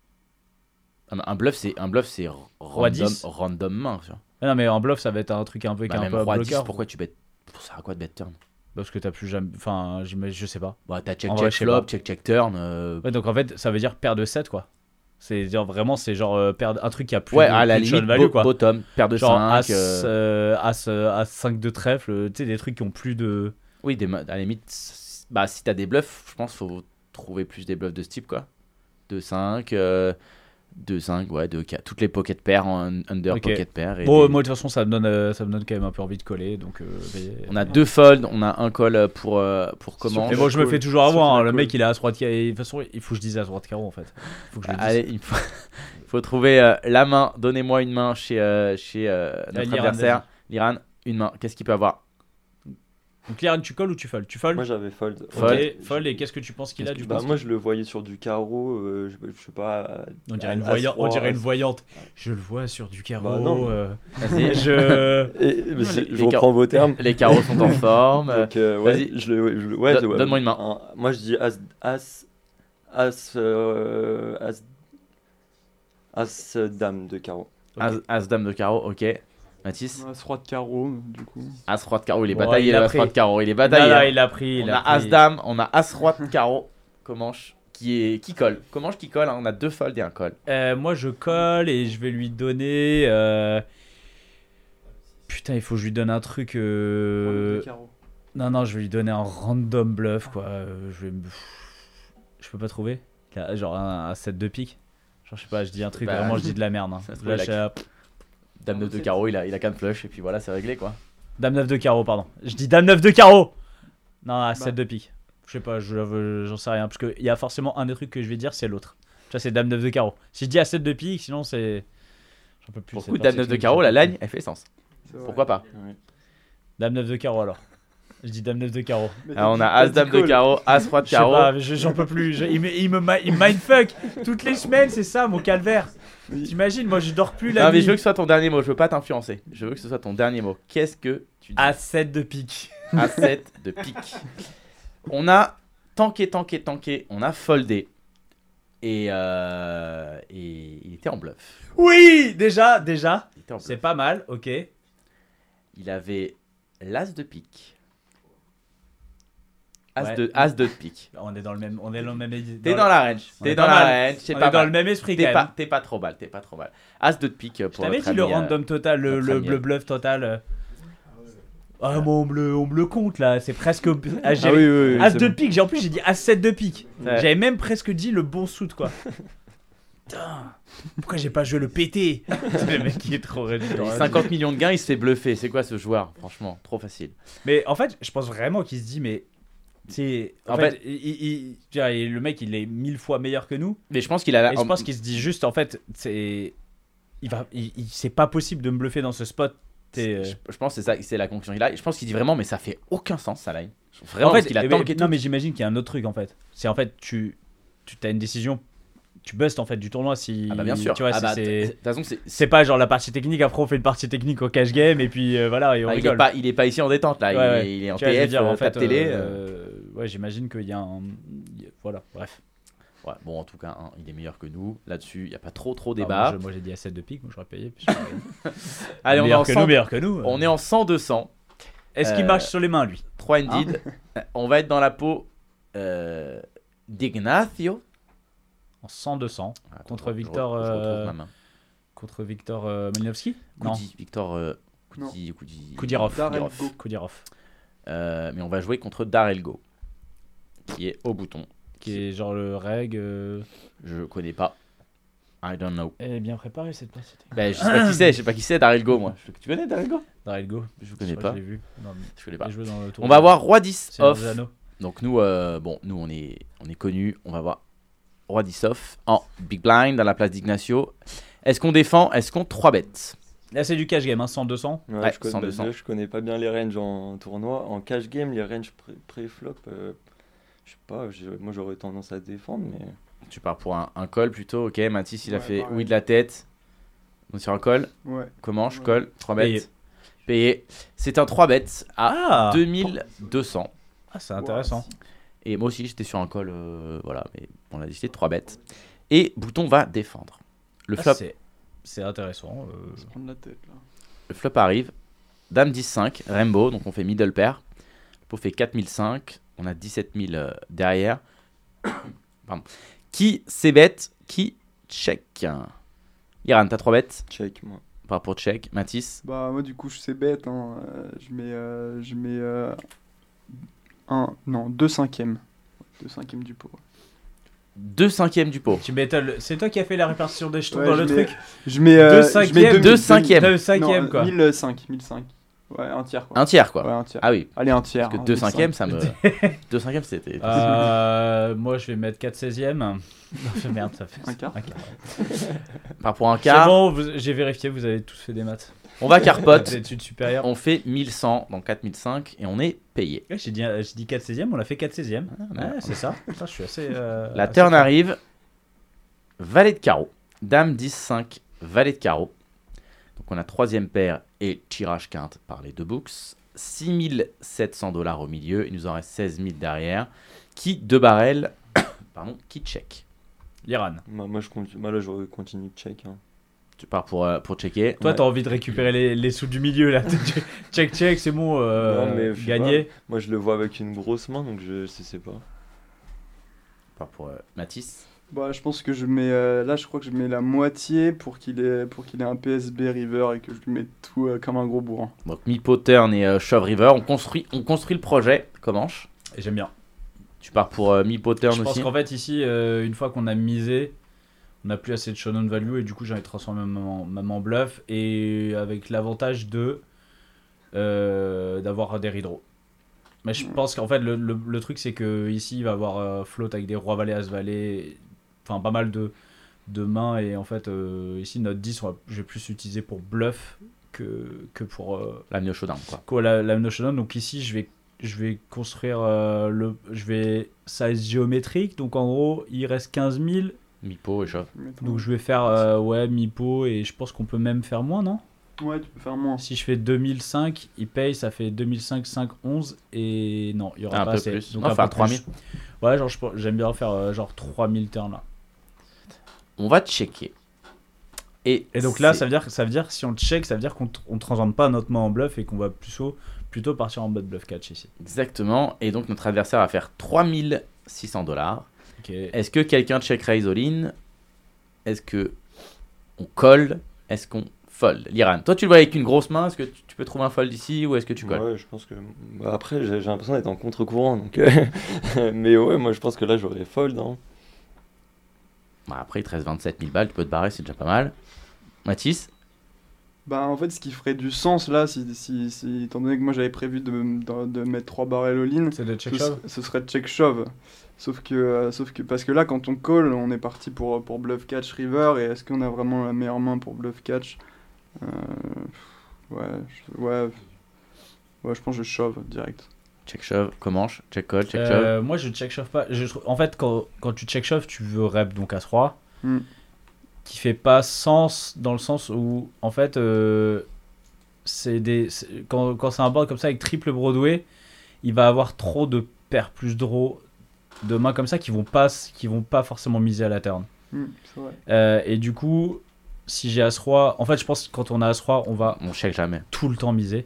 un, un bluff, c'est un bluff, c'est Roi random, 10. random main. tu vois. Ah Non mais en bluff, ça va être un truc un peu Bah, qui est un même peu à roi 10, bloqueur. pourquoi tu bêtes Pour ça à quoi de bet turn Parce que t'as plus jamais. Enfin, j'imagine- je sais pas. Bah, t'as En check vrai, check je sais flop, pas. check check turn. euh, Ouais, donc en fait, ça veut dire paire de 7 quoi. C'est genre vraiment, c'est genre euh, perdre un truc qui a plus Ouais, de, à la plus de shot limite, value bo- quoi. bottom, paire de Genre 5. as, euh, as, euh, as 5 de trèfle, tu sais, euh, des trucs qui ont plus de. Oui, des, ma- à la limite, s- bah, si t'as des bluffs, je pense faut trouver plus des bluffs de ce type, quoi. 2-5, euh, 2-5, ouais, 2-4. Toutes les pocket pairs, en under Ok. pocket pair. et Bon, des- moi de toute façon, ça me donne, euh, ça me donne quand même un peu envie de coller. Donc, euh, mais- On a deux folds, on a un call euh, pour, euh, pour comment Mais bon, je me Cool. fais toujours avoir. Surtout la hein. Le cool. mec, il a as roi de carreau. De toute façon, il faut que je dise as roi de carreau en fait. Faut que je le dise. Allez, il faut, il faut trouver euh, la main. Donnez-moi une main chez, euh, chez euh, notre l'Iran, adversaire. L'Iran, une main. Qu'est-ce qu'il peut avoir Donc, Liran, tu colles ou tu folles Tu folles Moi j'avais fold. Fold. Ouais, Ok, fold. je- Et qu'est-ce que tu penses qu'il a Qu'est-ce du que- coup bah, moi je le voyais sur du carreau, euh, je, je sais pas. euh, on dirait, une As-roi, voyante, on dirait une As- voyante. Je le vois sur du carreau. euh, Bah, non. euh, Vas-y. je... Et, mais c'est- les- les je reprends vos termes. Les carreaux sont en forme. euh, Donc, euh, ouais, vas-y. je le, je le- ouais, Don- je- ouais, donne-moi une main. un- moi je dis as. As. As. euh, as, as, euh, dame de carreau. As, as, dame de carreau, ok. Mathis, As roi de carreau, du coup. As roi de carreau, il est Bon, bataillé. il a le As pris. roi de carreau, il est Là, bataillé. hein. là, il a pris. il on a pris. As dame, on a As roi de carreau. Comanche qui est qui colle. Comanche qui colle. hein, On a deux folds et un call. Euh, moi, je colle et je vais lui donner. euh, Putain, il faut que je lui donne un truc. euh, Non, non, je vais lui donner un random bluff, quoi. Euh, Je vais me- Je peux pas trouver Là, Genre un, un set de pique Genre, je sais pas, je dis un truc, Bah, vraiment, je dis de la merde. hein. ça se trouve, Là, il je a suis à- Dame de deux carreaux, il a il a qu'un flush et puis voilà, c'est réglé quoi. Dame 9 de carreau, pardon. Je dis Dame 9 de carreau Non, un set de pique. Je sais pas, je l'avoue, j'en sais rien. Parce qu'il y a forcément un des trucs que je vais dire, c'est l'autre. Tu vois, c'est Dame 9 de carreau. Si je dis à 7 de pique, sinon c'est. J'en peux plus. Pour c'est le coup, parti, dame 9 de truc, carreau, j'en la peux lagne, elle fait sens. Pourquoi pas plus. Dame 9 de carreau alors. Je dis Dame 9 de carreau. Alors, On a As dame de carreau, As roi de Je sais carreau. pas, je- j'en peux plus. Je- il me, il me, ma- il me mindfuck toutes les semaines, c'est ça mon calvaire. T'imagines, moi je dors plus la Non, mais nuit. je veux que ce soit ton dernier mot, je veux pas t'influencer. Je veux que ce soit ton dernier mot. Qu'est-ce que tu dis À 7 de pique. à 7 de pique. On a tanké, tanké, tanké, on a foldé. Et, euh, et il était en bluff. Oui, déjà, déjà, Il, était en c'est bluff. pas mal, ok. Il avait l'as de pique. As, Ouais. de, as de pique. On est dans le même, on est dans le même. T'es dans la range. on T'es est dans pas la mal. range. C'est on pas est dans mal. le même esprit quand T'es même. pas, t'es pas trop mal. T'es pas trop mal. As de pique Je pour t'avais notre dit le ami, euh, random total, le, notre le ami, bleu euh, bluff total. euh. Ah moi on me le, on me le compte là, c'est presque. Ah, j'ai- Ah oui, oui, oui, As c'est de bon. pique, j'ai en plus j'ai dit As 7 de pique. Ouais. J'avais même presque dit le bon shoot quoi. Putain, pourquoi j'ai pas joué le pété C'est Le mec qui est trop réduit. Il a 50 millions de gains, il se fait bluffer. C'est quoi ce joueur Franchement, trop facile. Mais en fait, je pense vraiment qu'il se dit mais c'est en, En fait, il- il- il- tu vois, et le mec il est mille fois meilleur que nous. Mais je pense qu'il a. la- Et je pense qu'il se dit juste en fait c'est il va il, il- c'est pas possible de me bluffer dans ce spot. T'es, euh, Je, je pense que c'est ça, c'est la conclusion qu'il a. Et Je pense qu'il dit vraiment, mais ça fait aucun sens, ça line. Vraiment, en fait, parce qu'il a eh ben, tanké non, tout. mais j'imagine qu'il y a un autre truc en fait. C'est en fait, tu, tu as une décision, tu bustes en fait du tournoi si. Ah bah bien sûr. Tu vois, Ah c'est- bah, de c'est. toute façon, c'est- C'est pas genre la partie technique, après on fait une partie technique au cash game et puis euh, voilà, et on ah, il, est rigole. pas, il est pas ici en détente là, Ouais, il, ouais. est- il est en Tu vois, je veux TF, dire, en fait, télé. euh, euh, ouais, j'imagine qu'il y a un. Voilà, bref. ouais, bon, en tout cas, hein, il est meilleur que nous. Là-dessus, il n'y a pas trop trop Ah, débat. moi, je- moi j'ai dit à 7 de pique, moi j'aurais payé. puis- Allez, on est, meilleur en que 100, nous, meilleur que nous. on est en 100-200, Est-ce qu'il euh, marche sur les mains lui 3 ended. on va être dans la peau euh, d'Ignacio. En 100-200 Attends, Contre je re- je Victor, re- je retrouve euh, ma main. contre Victor euh, Malinowski Non, Koudi, Victor euh, Non. Koudi- Koudi- Koudirov. Koudirov. Koudirov, Euh, mais on va jouer contre Darelgo, qui est au bouton. qui est genre le reg. euh, Je connais pas. I don't know. Elle est bien préparée cette partie. technique. Ben, je sais pas qui c'est, je sais pas qui c'est, Darelgo, moi. Je- Tu connais Darelgo Daryl Go. Je connais Je crois que pas. Je l'ai vu. Non, mais Je connais il pas. a joué dans le tour. On va avoir Roi 10 C'est off. Lozano. Donc nous, euh, bon, nous on est, on est connus, on va voir Roi 10 off en Big Blind à la place d'Ignacio. Est-ce qu'on défend Est-ce qu'on 3 bêtes Là, c'est du cash game, hein, 100-200. Ouais, Ouais, je, connais, 100, bah, 200. je connais pas bien les ranges en tournoi. En cash game, les ranges pré- pré-flop, euh, je sais pas, j'ai- moi j'aurais tendance à défendre, mais. Tu pars pour un, un call plutôt, ok. Mathis il a Ouais, fait pareil. oui de la tête. Donc sur un call, Ouais. comment je Ouais. colle 3 Payé. bêtes. Payé. C'est un 3 bêtes à Ah, 2200. Ah, c'est intéressant. Et moi aussi, j'étais sur un call, euh, voilà, mais on a décidé de 3 bêtes. Et Bouton va défendre. Le Ah, flop, c'est- C'est intéressant. euh. Se prendre la tête, là. le flop arrive. Dame 10-5, Rainbow, donc on fait middle pair. Le pot fait 4005, on a 17000 euh, derrière. Pardon. Qui s'ébête Qui check Iran, t'as 3 bêtes Check, moi. Pas pour check. Matisse, Bah, moi, du coup, je sais bête. Hein. Euh, Je mets, euh, je mets euh, un, non, deux cinquièmes. Deux cinquièmes du pot. Deux cinquièmes du pot. Tu mets ta- le- C'est toi qui as fait la répartition des jetons Ouais, dans je le mets- truc Je mets. euh, Deux je mets cinquièmes. deux- Deux deux- cinquièmes. Deux cinquièmes, non, quoi. 1005, 1005. Ouais, un tiers quoi. Un tiers, quoi. Ouais, un tiers. Ah oui, Allez, un tiers. parce que hein, deux 1005. cinquièmes, ça me. Deux cinquièmes, c'était. Euh, moi, je vais mettre 4 16e. Merde, ça fait Un quart. quart. Par pour un C'est quart. bon, vous- j'ai vérifié, vous avez tous fait des maths. On va Des carpote. études supérieures. on fait 1100 dans 4005 et on est payé. Ouais, j'ai dit, euh, j'ai dit 4 16e, on a fait 4 16e. merde. Ouais, c'est ça. Putain, je suis assez. euh, Ah, La assez turn fort. arrive. Valet de carreau. Dame 10-5, valet de carreau. Donc on a troisième paire et tirage quinte par les deux books. 6700 dollars au milieu. Il nous en reste 16 000 derrière. Qui de barrel Pardon, qui check L'Iran. Moi, moi, je continue, moi, là, je continue de check. hein. Tu pars pour, euh, pour checker. Toi, Ouais. t'as envie de récupérer les, les sous du milieu là. check, check, c'est bon, euh, Non, mais je sais gagné. Moi, je le vois avec une grosse main, donc je, je sais pas. Tu pars pour euh, Matisse. Bah, je pense que je mets. euh, là, je crois que je mets la moitié pour qu'il ait, pour qu'il ait un PSB River et que je lui mette tout euh, comme un gros bourrin. Donc Mipo Turn et euh, Shove River. On construit, on construit le projet. Comanche. Et J'aime bien. Tu pars pour euh, Mipo Turn Je pense aussi. qu'en fait, ici, euh, une fois qu'on a misé, on n'a plus assez de shonen value et du coup, j'en ai transformé en, même en bluff et avec l'avantage de euh, d'avoir des rideaux. Mais je pense qu'en fait, le, le- le truc, c'est que ici, il va avoir euh, flotte avec des rois valets, as valets, enfin pas mal de, de mains. Et en fait, euh, ici, notre 10, on va- je vais plus utiliser pour bluff que, que pour. euh, L'amener au showdown, quoi. quoi, la, la Notion. Donc ici, je vais, je vais construire euh, le, je vais size géométrique. Donc en gros, il reste 15 000. Mipo et Shove. Donc je vais faire euh, ouais mi-pot et je pense qu'on peut même faire moins, non Ouais, tu peux faire moins. Si je fais 2005, il paye, ça fait 2005, 5, 11 et non, il y aura Un pas peu assez. plus. Donc Non, un enfin, peu 3000. plus. Ouais, genre je pense- j'aime bien faire euh, genre 3000 turns là. On va checker. Et, Et donc là, c'est- ça veut dire, ça veut dire si on check, ça veut dire qu'on t- on transforme pas notre main en bluff et qu'on va plutôt plutôt partir en mode bluff catch ici. Exactement. Et donc notre adversaire va faire 3600 dollars. Ok. Est-ce que quelqu'un check raise all in Est-ce que on colle Est-ce qu'on fold L'Iran, toi tu le vois avec une grosse main. Est-ce que tu tu peux trouver un fold ici ou est-ce que tu colles Ouais, je pense que. bah, après, j'ai j'ai l'impression d'être en contre-courant, donc. euh, mais ouais, moi, je pense que là, j'aurais fold. hein. Bah, Après, il te reste 27 000 balles. Tu peux te barrer, c'est déjà pas mal. Mathis Bah, en fait, ce qui ferait du sens là, si, si, si- étant donné que moi j'avais prévu de, de, de mettre 3 barrels all-in, C'est le check ce, shove ce serait check shove. Sauf que, euh, sauf que, parce que là, quand on call, on est parti pour, pour bluff catch river, et est-ce qu'on a vraiment la meilleure main pour bluff catch Euh, ouais, je, ouais, ouais, je pense que je shove direct. Check shove, Comanche, check call, check shove. Euh, moi, je check shove pas. Je trouve- En fait, quand, quand tu check shove, tu veux rep donc à 3 Hmm. qui fait pas sens dans le sens où en fait euh, c'est des c'est- quand, quand c'est un board comme ça avec triple Broadway, il va avoir trop de paires plus draw de mains comme ça qui vont pas s- qui vont pas forcément miser à la turn. Hmm, c'est vrai. Euh, et du coup, si j'ai as roi, en fait, je pense que quand on a as roi, on va On check jamais. tout le temps misé.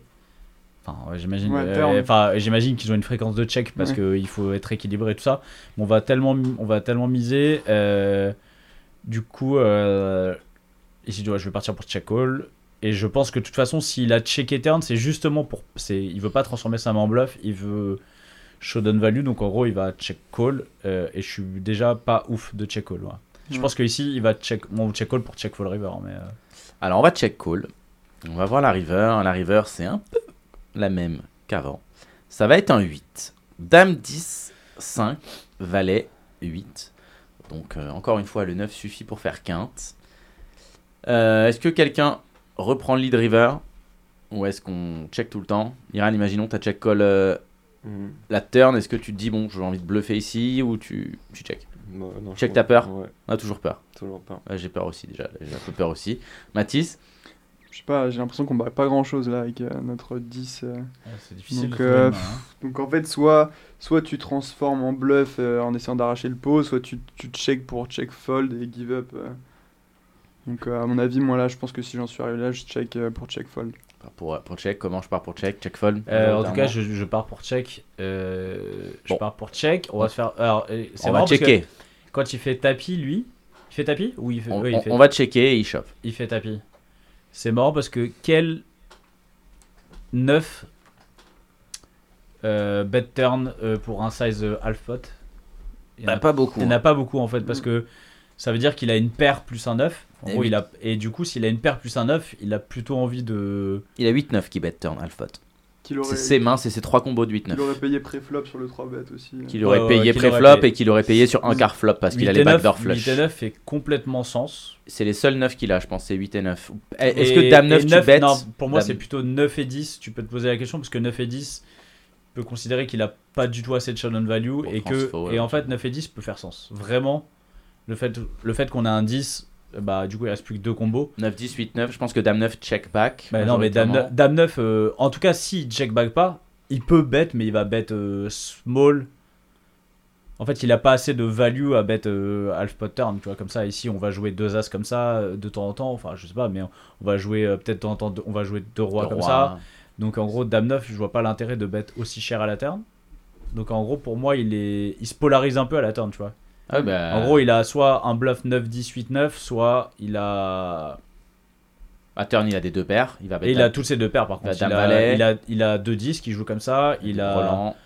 Enfin, ouais, j'imagine, Ouais, euh, turn. enfin, j'imagine qu'ils ont une fréquence de check parce Ouais. que qu'il faut être équilibré et tout ça. Mais on va tellement, on va tellement miser. euh, du coup, euh, ici, tu vois, je vais partir pour check call. Et je pense que de toute façon, s'il a checké turn, c'est justement pour. c'est Il veut pas transformer sa main en bluff, il veut showdown value. Donc en gros, il va check call. euh, et je suis déjà pas ouf de check call. ouais. Je Ouais. pense qu'ici, il va check, bon, check call pour check fall river. Mais, euh, Alors on va check call. On va voir la river. La river c'est un peu la même qu'avant. Ça va être un 8. Dame 10, 5, valet 8. Donc euh, encore une fois le 9 suffit pour faire quinte. Euh, est-ce que quelqu'un reprend le lead river ou est-ce qu'on check tout le temps Iran, imaginons t'as check call euh, Mm. la turn, est-ce que tu te dis bon j'ai envie de bluffer ici ou tu, tu check Bah, non, je Check pense- ta peur. Ouais, On a toujours peur. toujours pas. Ouais, j'ai peur aussi déjà, là, j'ai un peu peur aussi. Mathis, Je sais pas, j'ai l'impression qu'on bat pas grand chose là avec euh, notre 10. euh. c'est difficile. Donc, de trouver une euh, main, hein. Donc en fait, soit, soit tu transformes en bluff euh, en essayant d'arracher le pot, soit tu, tu check pour check fold et give up. euh. Donc euh, à mon avis, moi là, je pense que si j'en suis arrivé là, je check euh, pour check fold. pour, pour check, comment je pars pour check Check fold Euh, en tout Clairement. cas, je, je pars pour check. Euh, je Bon. pars pour check. On va se faire. Alors, euh, c'est on marrant va parce que checker. Quand il fait tapis, lui, il fait tapis ou il fait, On, oui, il on- fait, on va checker et il chope. il fait tapis. C'est marrant parce que quel 9 euh, bad turn euh, pour un size euh, half pot. Il y en Bah, a- pas beaucoup. il hein. n'y en a pas beaucoup en fait Mm. parce que ça veut dire qu'il a une paire plus un 9. En Eh Et gros, oui. il a, et du coup, s'il a une paire plus un 9, il a plutôt envie de. Il a 8-9 qui bet turn, Alphot. Qu'il aurait, C'est ses mains, c'est ses trois combos de 8-9. qu'il aurait payé pré-flop sur le 3 bet aussi. euh, Qu'il aurait Ouais, ouais, payé qu'il aurait pré-flop payé. et qu'il aurait payé sur un quart flop parce qu'il a 8 les et 9, backdoor 8 flush. et 9 fait complètement sens. C'est les seuls 9 qu'il a, je pense, c'est 8 et 9. Est-ce Et- que Dame 9 et tu bêtes non, Pour moi, Dame- c'est plutôt 9 et 10. Tu peux te poser la question parce que 9 et 10 peut considérer qu'il a pas du tout assez de showdown value Pour et que transfo, ouais. et en fait 9 et 10 peut faire sens. Vraiment, le fait, le fait qu'on a un 10, bah du coup, il reste plus que deux combos. 9, 10, 8, 9, je pense que Dame 9 check back. Bah non, mais Dame, majoritairement. 9, Dame neuf, euh, en tout cas, s'il check back pas, il peut bet, mais il va bet euh, small. En fait, il a pas assez de value à bet euh, half pot turn, tu vois, comme ça. Ici, on va jouer deux as comme ça, euh, de temps en temps. Enfin, je sais pas, mais on on va jouer euh, peut-être de temps en temps, deux- on va jouer deux rois Le comme roi. ça. Donc, en gros, Dame 9, je vois pas l'intérêt de bet aussi cher à la turn. Donc, en gros, pour moi, il, est... il se polarise un peu à la turn, tu vois. Ah, bah, En gros, il a soit un bluff 9-18-9, soit il a à turn, il a des deux paires. Il va bet Et il a toutes ses deux paires par Il a contre. Il Dame a, Valet. il, a, il a deux 10 qui jouent comme ça. Il a Roland.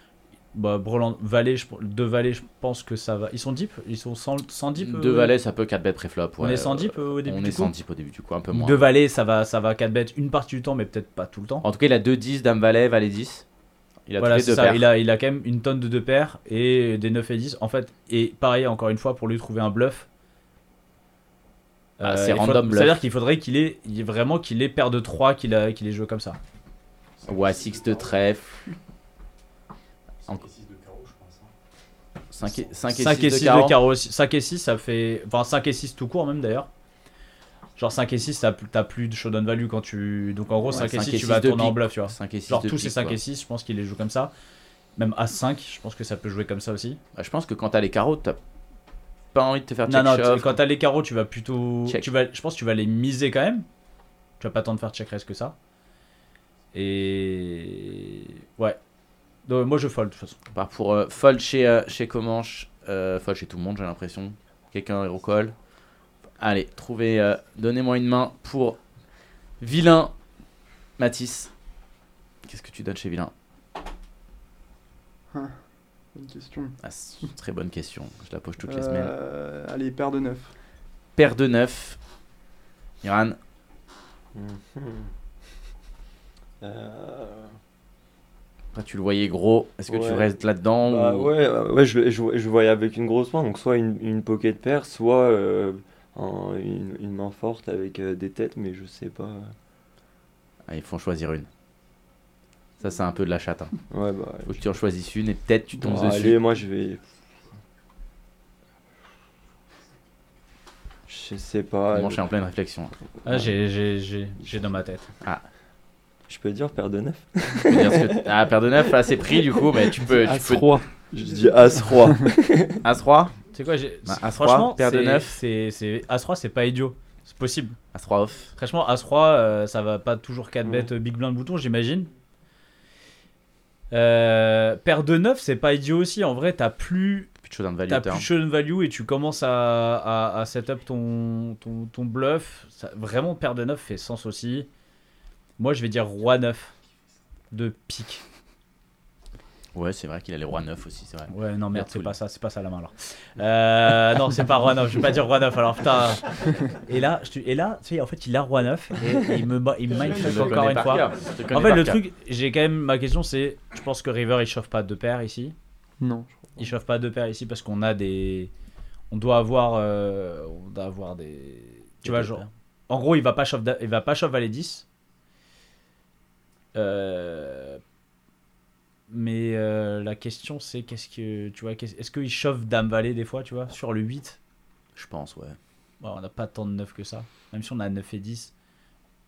Bah, Breland, Valet, je, deux Valets, je pense que ça va. Ils sont deep Ils sont sans, sans deep Deux euh, valets, ça peut 4 bet pré-flop. On ouais. est sans deep euh, au début On du est coup sans deep au début du coup, un peu Ou moins. Deux Valets, ça va, ça va 4 bêtes une partie du temps, mais peut-être pas tout le temps. En tout cas, il a 2-10, Dame Valet, Valet 10. Oh, Il a voilà, tous c'est les deux ça. paires. Il a, il a quand même une tonne de deux paires et des 9 et 10. En fait, et pareil, encore une fois, pour lui trouver un bluff. Euh, Ah, c'est il faut- random bluff. C'est-à-dire qu'il faudrait qu'il ait il- vraiment qu'il ait paire de 3 qu'il a- qu'il ait joué comme ça. Ou à 6 de trèfle. 5 et 5 5 et 6 de carreau. carreau. 5 et 6, ça fait. Enfin, 5 et 6 tout court, même d'ailleurs. Genre 5 et 6, t'as plus- t'as plus de showdown value quand tu. Donc en gros, Ouais, 5 et 6, cinq et tu six vas de tourner en pique. bluff, tu vois. 5 et 6 Genre tous ces 5 et 6, je pense qu'il les joue comme ça. Même à 5, je pense que ça peut jouer comme ça aussi. Ah, je pense que quand t'as les carreaux, t'as pas envie de te faire check non, non, shove. tu- quand t'as les carreaux, tu vas plutôt. Check. Tu vas, je pense que tu vas les miser quand même. Tu vas pas tant de faire check raise que ça. Et. Ouais. Donc, moi je fold de toute façon. On part pour euh, fold chez, euh, chez Comanche, euh, fold chez tout le monde, j'ai l'impression. Quelqu'un hero call. Allez, trouvez, euh, donnez-moi une main pour Vilain Matisse. Qu'est-ce que tu donnes chez Vilain Bonne question. Ah, c'est une Très bonne question, je la pose toutes les semaines. Euh, allez, paire de 9. Paire de 9. Iran, Mm-hmm. Euh, toi tu le voyais gros, est-ce que tu Ouais. restes là-dedans bah, ou- ouais, ouais, ouais, je, je, je voyais avec une grosse main, donc soit une, une pocket pair, soit euh, un- une, une main forte avec euh, des têtes, mais je sais pas. Ah, il faut en choisir une. Ça, c'est un peu de la chatte. hein. Ouais, bah. Faut que tu en choisisses une et peut-être tu tombes bon, dessus. allez, moi je vais. Je sais pas. Moi, je suis en pleine réflexion. hein. Ah, j'ai- j'ai- j'ai j'ai dans ma tête. Je peux dire paire de neuf Je veux dire ce que- Ah, paire de 9, là, c'est pris du coup, mais tu peux. Tu peux... Je dis As-Roi. As-3 C'est quoi j'ai- Bah, c'est- As-3, Franchement, paire de c'est- neuf. c'est- c'est- As-3, c'est pas idiot. C'est possible. As-3 off. Franchement, As-3, euh, ça va pas toujours 4 Mmh. Mhm. bêtes euh, big blind bouton, j'imagine. Euh, paire de 9, c'est pas idiot aussi. En vrai, t'as plus, Plus de showdown value t'as turn. plus de value et tu commences à, à, à setup ton, ton, ton bluff. Ça- vraiment, paire de 9 fait sens aussi. Moi, je vais dire roi 9 de pique. Ouais, c'est vrai qu'il a les rois 9 aussi, c'est vrai. Ouais, non, merde, c'est Cool. pas ça, c'est pas ça la main alors. Euh, non, c'est pas Roi 9, je vais pas dire Roi 9 alors, putain. Et là, je, te- et là, tu sais, en fait, il a Roi 9 et, et il me, ba- il me mindfuck encore une fois. En fait, le truc, j'ai quand même ma question, c'est je pense que River il chauffe pas deux paires ici. Non. Il chauffe pas deux paires ici parce qu'on a des. On doit avoir. euh, on doit avoir des. Tu vois, genre. En gros, il va pas chauffe, da- il va pas chauffe valet 10. Euh, mais euh, la question c'est qu'est-ce que tu vois qu'est-ce- est-ce qu'il chauffe dame valet des fois tu vois sur le 8 Je pense, ouais. Bon, on n'a pas tant de 9 que ça. Même si on a 9 et 10.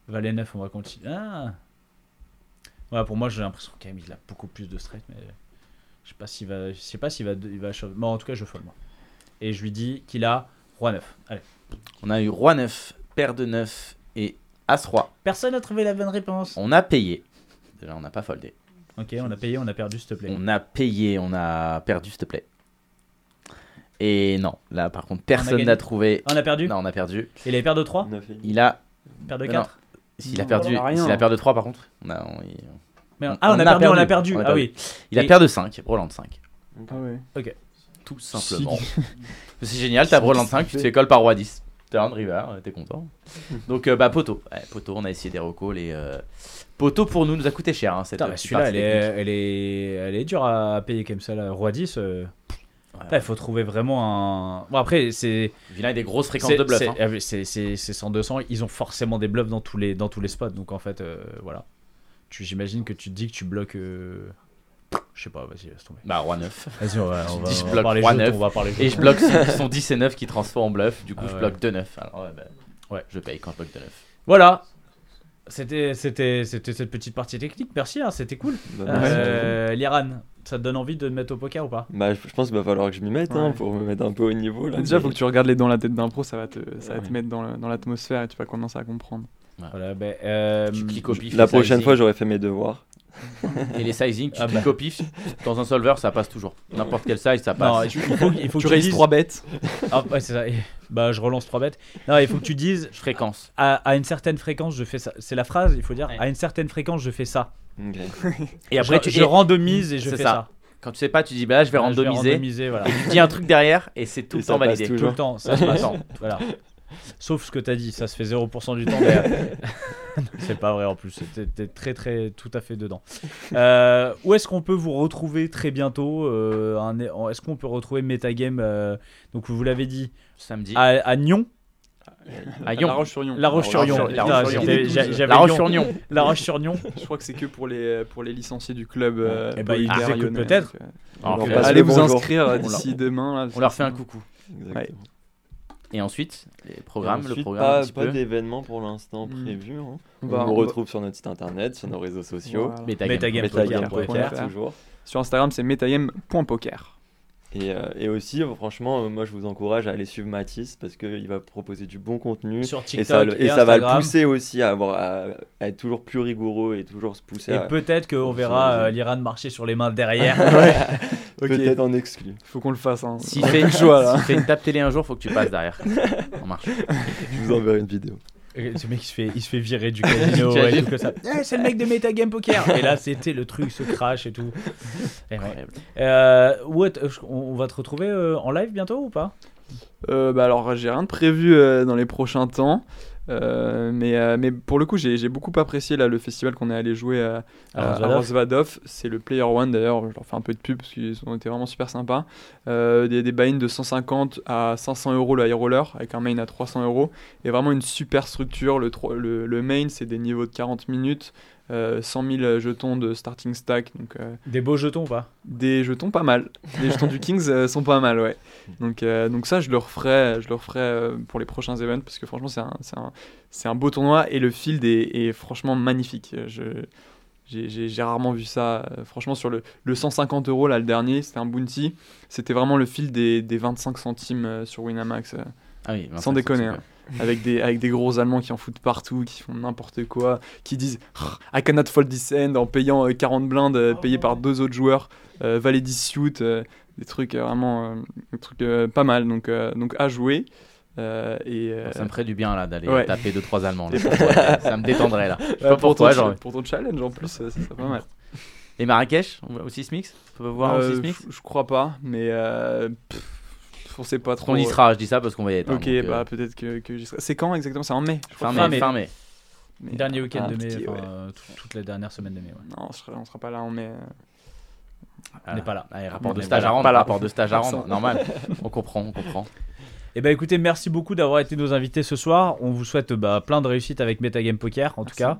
Valet 9, on va continuer. Ah Ouais, pour moi, j'ai l'impression quand même il a beaucoup plus de straight, mais je sais pas s'il va, je sais pas s'il va, il va shove. Bon, en tout cas, je fold moi. Et je lui dis qu'il a roi 9. Allez. On a eu roi 9, paire de 9 et As-3. Personne n'a trouvé la bonne réponse. On a payé. Déjà, on n'a pas foldé. Ok, on a payé, on a perdu, s'il te plaît. On a payé, on a perdu, s'il te plaît. Et non, là par contre, personne gagné. n'a trouvé. Ah, on a perdu Non, on a perdu. Et les paires de 3 Neuf et demi. Il a. Paire de Non. 4 S'il a Non, perdu. hein. on a rien. S'il a perdu 3 par contre, on a. on- Merde. Ah, on, a, perdu, on a perdu. Ah oui. Il a Et- perdu 5, Roland 5. Ah ouais. Tout simplement. C'est génial, t'as Roland 5, tu te fais colle par Roi 10. T'es un river, euh, t'es content. Donc, euh, bah, poteau. Ouais, poteau, on a essayé des recos. Les, euh, Poteau pour nous nous a coûté cher. Hein, cette Putain, bah, petite celui-là, elle partie est, technique. elle, est, elle est dure à payer comme ça. Là. Roi 10, euh, putain, il faut trouver vraiment un. Bon, après, c'est. Vilain a des grosses fréquences C'est de bluff. c'est- hein. ah oui, c'est- c'est- c'est 100, 200. Ils ont forcément des bluffs dans tous les, dans tous les spots. Donc en fait, euh, voilà. Tu- J'imagine que tu te dis que tu bloques. euh, Je sais pas, vas-y, laisse tomber. Bah, Roi 9. Vas-y, on va, on va, dis, je on va bloque parler roi jeu, neuf on va parler jeu. Et je bloque son, son 10 et 9 qui transforme en bluff. Du coup, Ah je ouais. bloque 2 9. Alors, ouais, bah, Ouais. je paye quand je bloque 2 9. Voilà. C'était c'était- c'était cette petite partie technique. Merci, hein, c'était cool. Ah Bah, Euh, Liran, ça te donne envie de te mettre au poker ou pas Bah, je je pense qu'il va falloir que je m'y mette hein, Ouais. pour me mettre un peu au niveau. Là, Déjà, Mais- faut que tu regardes les dans la tête d'un pro, ça va te, Ah ça va Ouais. te mettre dans le- dans l'atmosphère et tu vas commencer à comprendre. Voilà, ben, euh, Tu cliques au pif. La les prochaine sizing. fois, j'aurais fait mes devoirs. Et les sizing, tu Ah bah. cliques au pif. Dans un solver, ça passe toujours. N'importe quel size, ça Non, passe. il faut, il faut que- il faut tu que tu raises dises. 3 bêtes. Ah, ouais, c'est ça. Bah, je relance trois bêtes. Non, il faut que tu dises Fréquence. à, à une certaine fréquence, je fais ça. C'est la phrase, il faut dire. Ouais. À une certaine fréquence, je fais ça. Ok. Et après, je, tu, je et- randomise et Ah, je C'est fais ça. ça. quand tu sais pas, tu dis, bah là, je vais Là, randomiser. voilà. Tu dis un truc derrière et c'est tout Et le ça temps passe validé. toujours. Tout le temps, ça se passe. voilà. Sauf ce que t'as dit, ça se fait 0% du temps. mais, euh, non, c'est pas vrai en plus, t'es- t'es très très tout à fait dedans. Euh, où est-ce qu'on peut vous retrouver très bientôt euh, un- Est-ce qu'on peut retrouver Metagame euh, Donc vous l'avez dit, Samedi à, à Nyon, à Lyon. La Roche-sur-Yon. Ah, La Roche-sur-Yon. La Putain, Roche-sur-Yon. j'étais- j'a- j'avais La Lyon. Roche-sur-Yon. La Roche-sur-Nyon. Je crois que c'est que pour les, pour les licenciés du club. euh, Eh ben, ils Paul Hubert écoutent Lyonnais, peut-être. donc, euh, Alors, on, On fait- leur- passe Allez le vous bonjour. inscrire euh, On d'ici demain. là, on leur fait un coucou. Exactement. Ouais. Et ensuite, les programmes, Ensuite, le programme pas- un petit pas, peu. d'événement pour l'instant Hmm. prévu. hein. On On va- nous on va- retrouve sur notre site internet, sur nos réseaux sociaux. Voilà. Metagame. Metagame. Metagame.fr, Metagame.fr. toujours. Sur Instagram, c'est metagame.poker. Et, euh, et aussi, euh, franchement, euh, moi je vous encourage à aller suivre Mathis parce qu'il va proposer du bon contenu. Sur TikTok Et ça, le- et ça va le Instagram. pousser aussi à, avoir, à, à être toujours plus rigoureux et toujours se pousser Et à. peut-être qu'on verra euh, l'Iran marcher sur les mains derrière. Ok, Peut-être en exclu. faut qu'on le fasse. Hein. S'il fait, choix, là. s'il fait une tape télé un jour, faut que tu passes derrière. On marche. Je vous enverrai une vidéo. Et Ce mec il se fait, il se fait virer du casino et tout que ça. Eh, c'est le mec de Metagame Poker. Et là c'était le truc se crash et tout. Et ouais. Incroyable. Euh, what, euh, je- on on va te retrouver euh, en live bientôt ou pas Euh, bah alors j'ai rien de prévu euh, dans les prochains temps, Euh, mais, euh, mais pour le coup j'ai j'ai beaucoup apprécié là, le festival qu'on est allé jouer euh, À à, Rosvadov. à Rosvadov. C'est le Player One d'ailleurs, je leur fais un peu de pub parce qu'ils ont été vraiment super sympas. Euh, des, des buy-in de 150 à 500 euros le high roller avec un main à 300 euros et vraiment une super structure. Le, tro- le, le main c'est des niveaux de 40 minutes, euh, 100 000 jetons de starting stack donc euh, Des beaux jetons ou pas des jetons pas mal. Les jetons du Kings euh, sont pas mal, ouais. Donc, euh, donc ça, je le referai, je le referai euh, pour les prochains events parce que franchement, c'est un, c'est un, c'est un beau tournoi et le field est, est franchement magnifique. Euh, Je, j'ai, j'ai- j'ai rarement vu ça. Euh, Franchement, sur le, le 150 euros, là, le dernier, c'était un bounty. C'était vraiment le field des, des 25 centimes euh, sur Winamax. euh, Ah oui, Vincent, Sans déconner, c'est hein. super. avec des, avec des gros Allemands qui en foutent partout, qui font n'importe quoi, qui disent « I cannot fold this hand » en payant euh, 40 blindes euh, payées par deux autres joueurs, euh, valet 10 suit, euh, des trucs euh, vraiment euh, des trucs, euh, pas mal, donc, euh, donc à jouer. euh, et, euh, Ça me ferait du bien là d'aller Ouais. taper 2-3 Allemands. là. Ouais, ça me détendrait là. Je sais euh, pas pour, pourquoi. ton, Genre... pour ton challenge en plus, euh, ça serait pas mal. Et Marrakech, on va au Sismix On peut voir Euh, au Sismix je- Je crois pas, mais euh, pff, on sait pas trop. On y sera, je dis ça parce qu'on va y être. hein, Ok, donc, euh, bah peut-être que, que j'y serai. C'est quand exactement C'est en mai. je crois. Fin Fin mai, mai. fin mai. Mais, Dernier week-end ah, de mai, petit, enfin, ouais. euh, tout- toute la dernière semaine de mai. ouais. Non, on sera, on sera pas là en mai. euh. On n'est pas là. Allez, rapport On de n'est stage pas à là. rendre, Pas là. rapport de stage à rendre, Vincent. normal. On comprend, on comprend. Et ben écoutez, merci beaucoup d'avoir été nos invités ce soir. On vous souhaite bah, plein de réussite avec Metagame Poker en tout cas.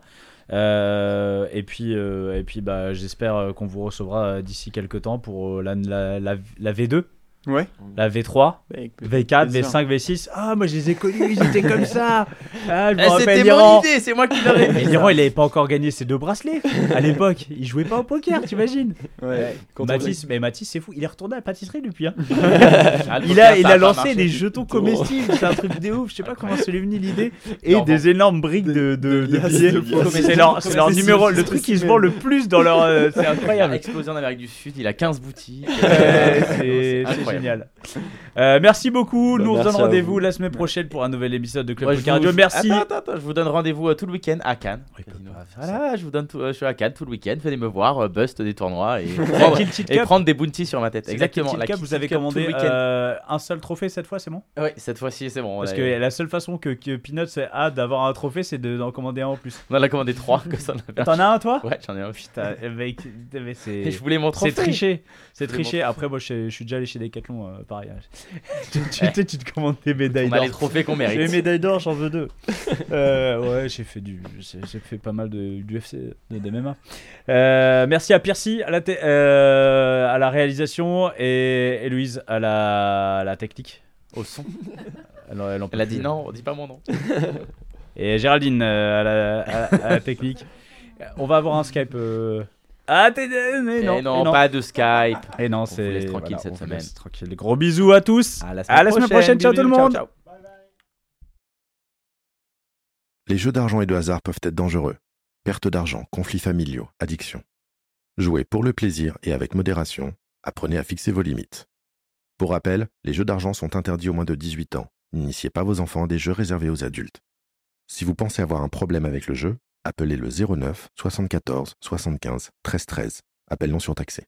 Euh, et puis, euh, et puis bah, j'espère euh, qu'on vous recevra euh, d'ici quelques temps pour euh, la, la, la, la V2, Ouais. la V3. Bah, écoute, V4, Bien sûr. V5, V6. Ah, moi je les ai connus, ils étaient comme ça. Ah, je me Eh, rappelle C'était l'Iran. mon idée, c'est moi qui l'aurais Mais dit. l'Iran, il avait pas encore gagné ses deux bracelets à l'époque. Il jouait pas au poker, t'imagines Ouais. Quand on Bah, Mathis, mais Mathis, c'est fou. Il est retourné à la pâtisserie depuis. hein. Ah, le Il a, poker, il ça a pas lancé marché. des jetons comestibles. C'est un truc de ouf. Je sais pas comment se lui est venue l'idée. Et Normand. des énormes briques de, de, de liasses billets. de billets. C'est leur, c'est leur Comestibles, numéro, le c'est truc qui se spécimen. vend le plus dans leur. euh, c'est incroyable. Il a explosé en Amérique du Sud, il a 15 boutiques. Ouais, Euh, c'est- c'est Incroyable. Génial. Euh, merci beaucoup. Bah, Nous on se merci donne à rendez-vous vous. la semaine prochaine pour un nouvel épisode de Club Moi, je Poker vous- Radio. je- Merci. Attends, attends, attends, je vous donne rendez-vous euh, tout le week-end à Cannes. Oui, Casino. papa, Voilà, je vous donne tout, euh, je suis à Cannes tout le week-end. Venez me voir, euh, bust des tournois et, La prendre, Kill Tilt et Cup. prendre des bounties sur ma tête. C'est la Kill Exactement. Tilt la Cup, Kill vous Tilt avez Cup tout le commandé week-end. euh, un seul trophée cette fois, c'est bon Ouais, cette fois-ci, c'est bon. on Parce a- que la seule façon que, que Peanuts a d'avoir un trophée, c'est de- d'en commander un en plus. on en a commandé trois, comme ça on a perdu. T'en as un toi Ouais, j'en ai un. putain. Putain, eh, mec, eh, mais c'est. Et je voulais mon trophée. C'est triché, c'est Je voulais triché. Après, moi, je, je suis déjà allé chez Decathlon, euh, pareil. tu, tu- tu- tu te commandes des médailles On a d'or. les trophées qu'on J'ai les mérite. médailles d'or, j'en veux deux. Euh, ouais, j'ai fait du, j'ai j'ai fait pas mal de d'UFC, de d'MMA. Euh, merci à Piercy à la, té- euh, à la réalisation et, et Louise à la, à la technique. Au son. Elle, en- en peut Elle a dit plus. non, on dit pas mon nom. Et Géraldine euh, à, la, à la- à la technique. Euh, On va avoir un Skype. euh, Ah, t'es. Mais Eh non, non, eh non. pas de Skype. Et non, vous c'est. laisse tranquille cette on vous semaine. laisse Tranquille. Gros bisous à tous. À la À la semaine prochaine, ciao Bisous, tout le ciao, monde. ciao. Les jeux d'argent et de hasard peuvent être dangereux. Perte d'argent, conflits familiaux, addiction. Jouez pour le plaisir et avec modération. Apprenez à fixer vos limites. Pour rappel, les jeux d'argent sont interdits aux moins de 18 ans. N'initiez pas vos enfants à des jeux réservés aux adultes. Si vous pensez avoir un problème avec le jeu, appelez le 09 74 75 13 13. Appel non surtaxé.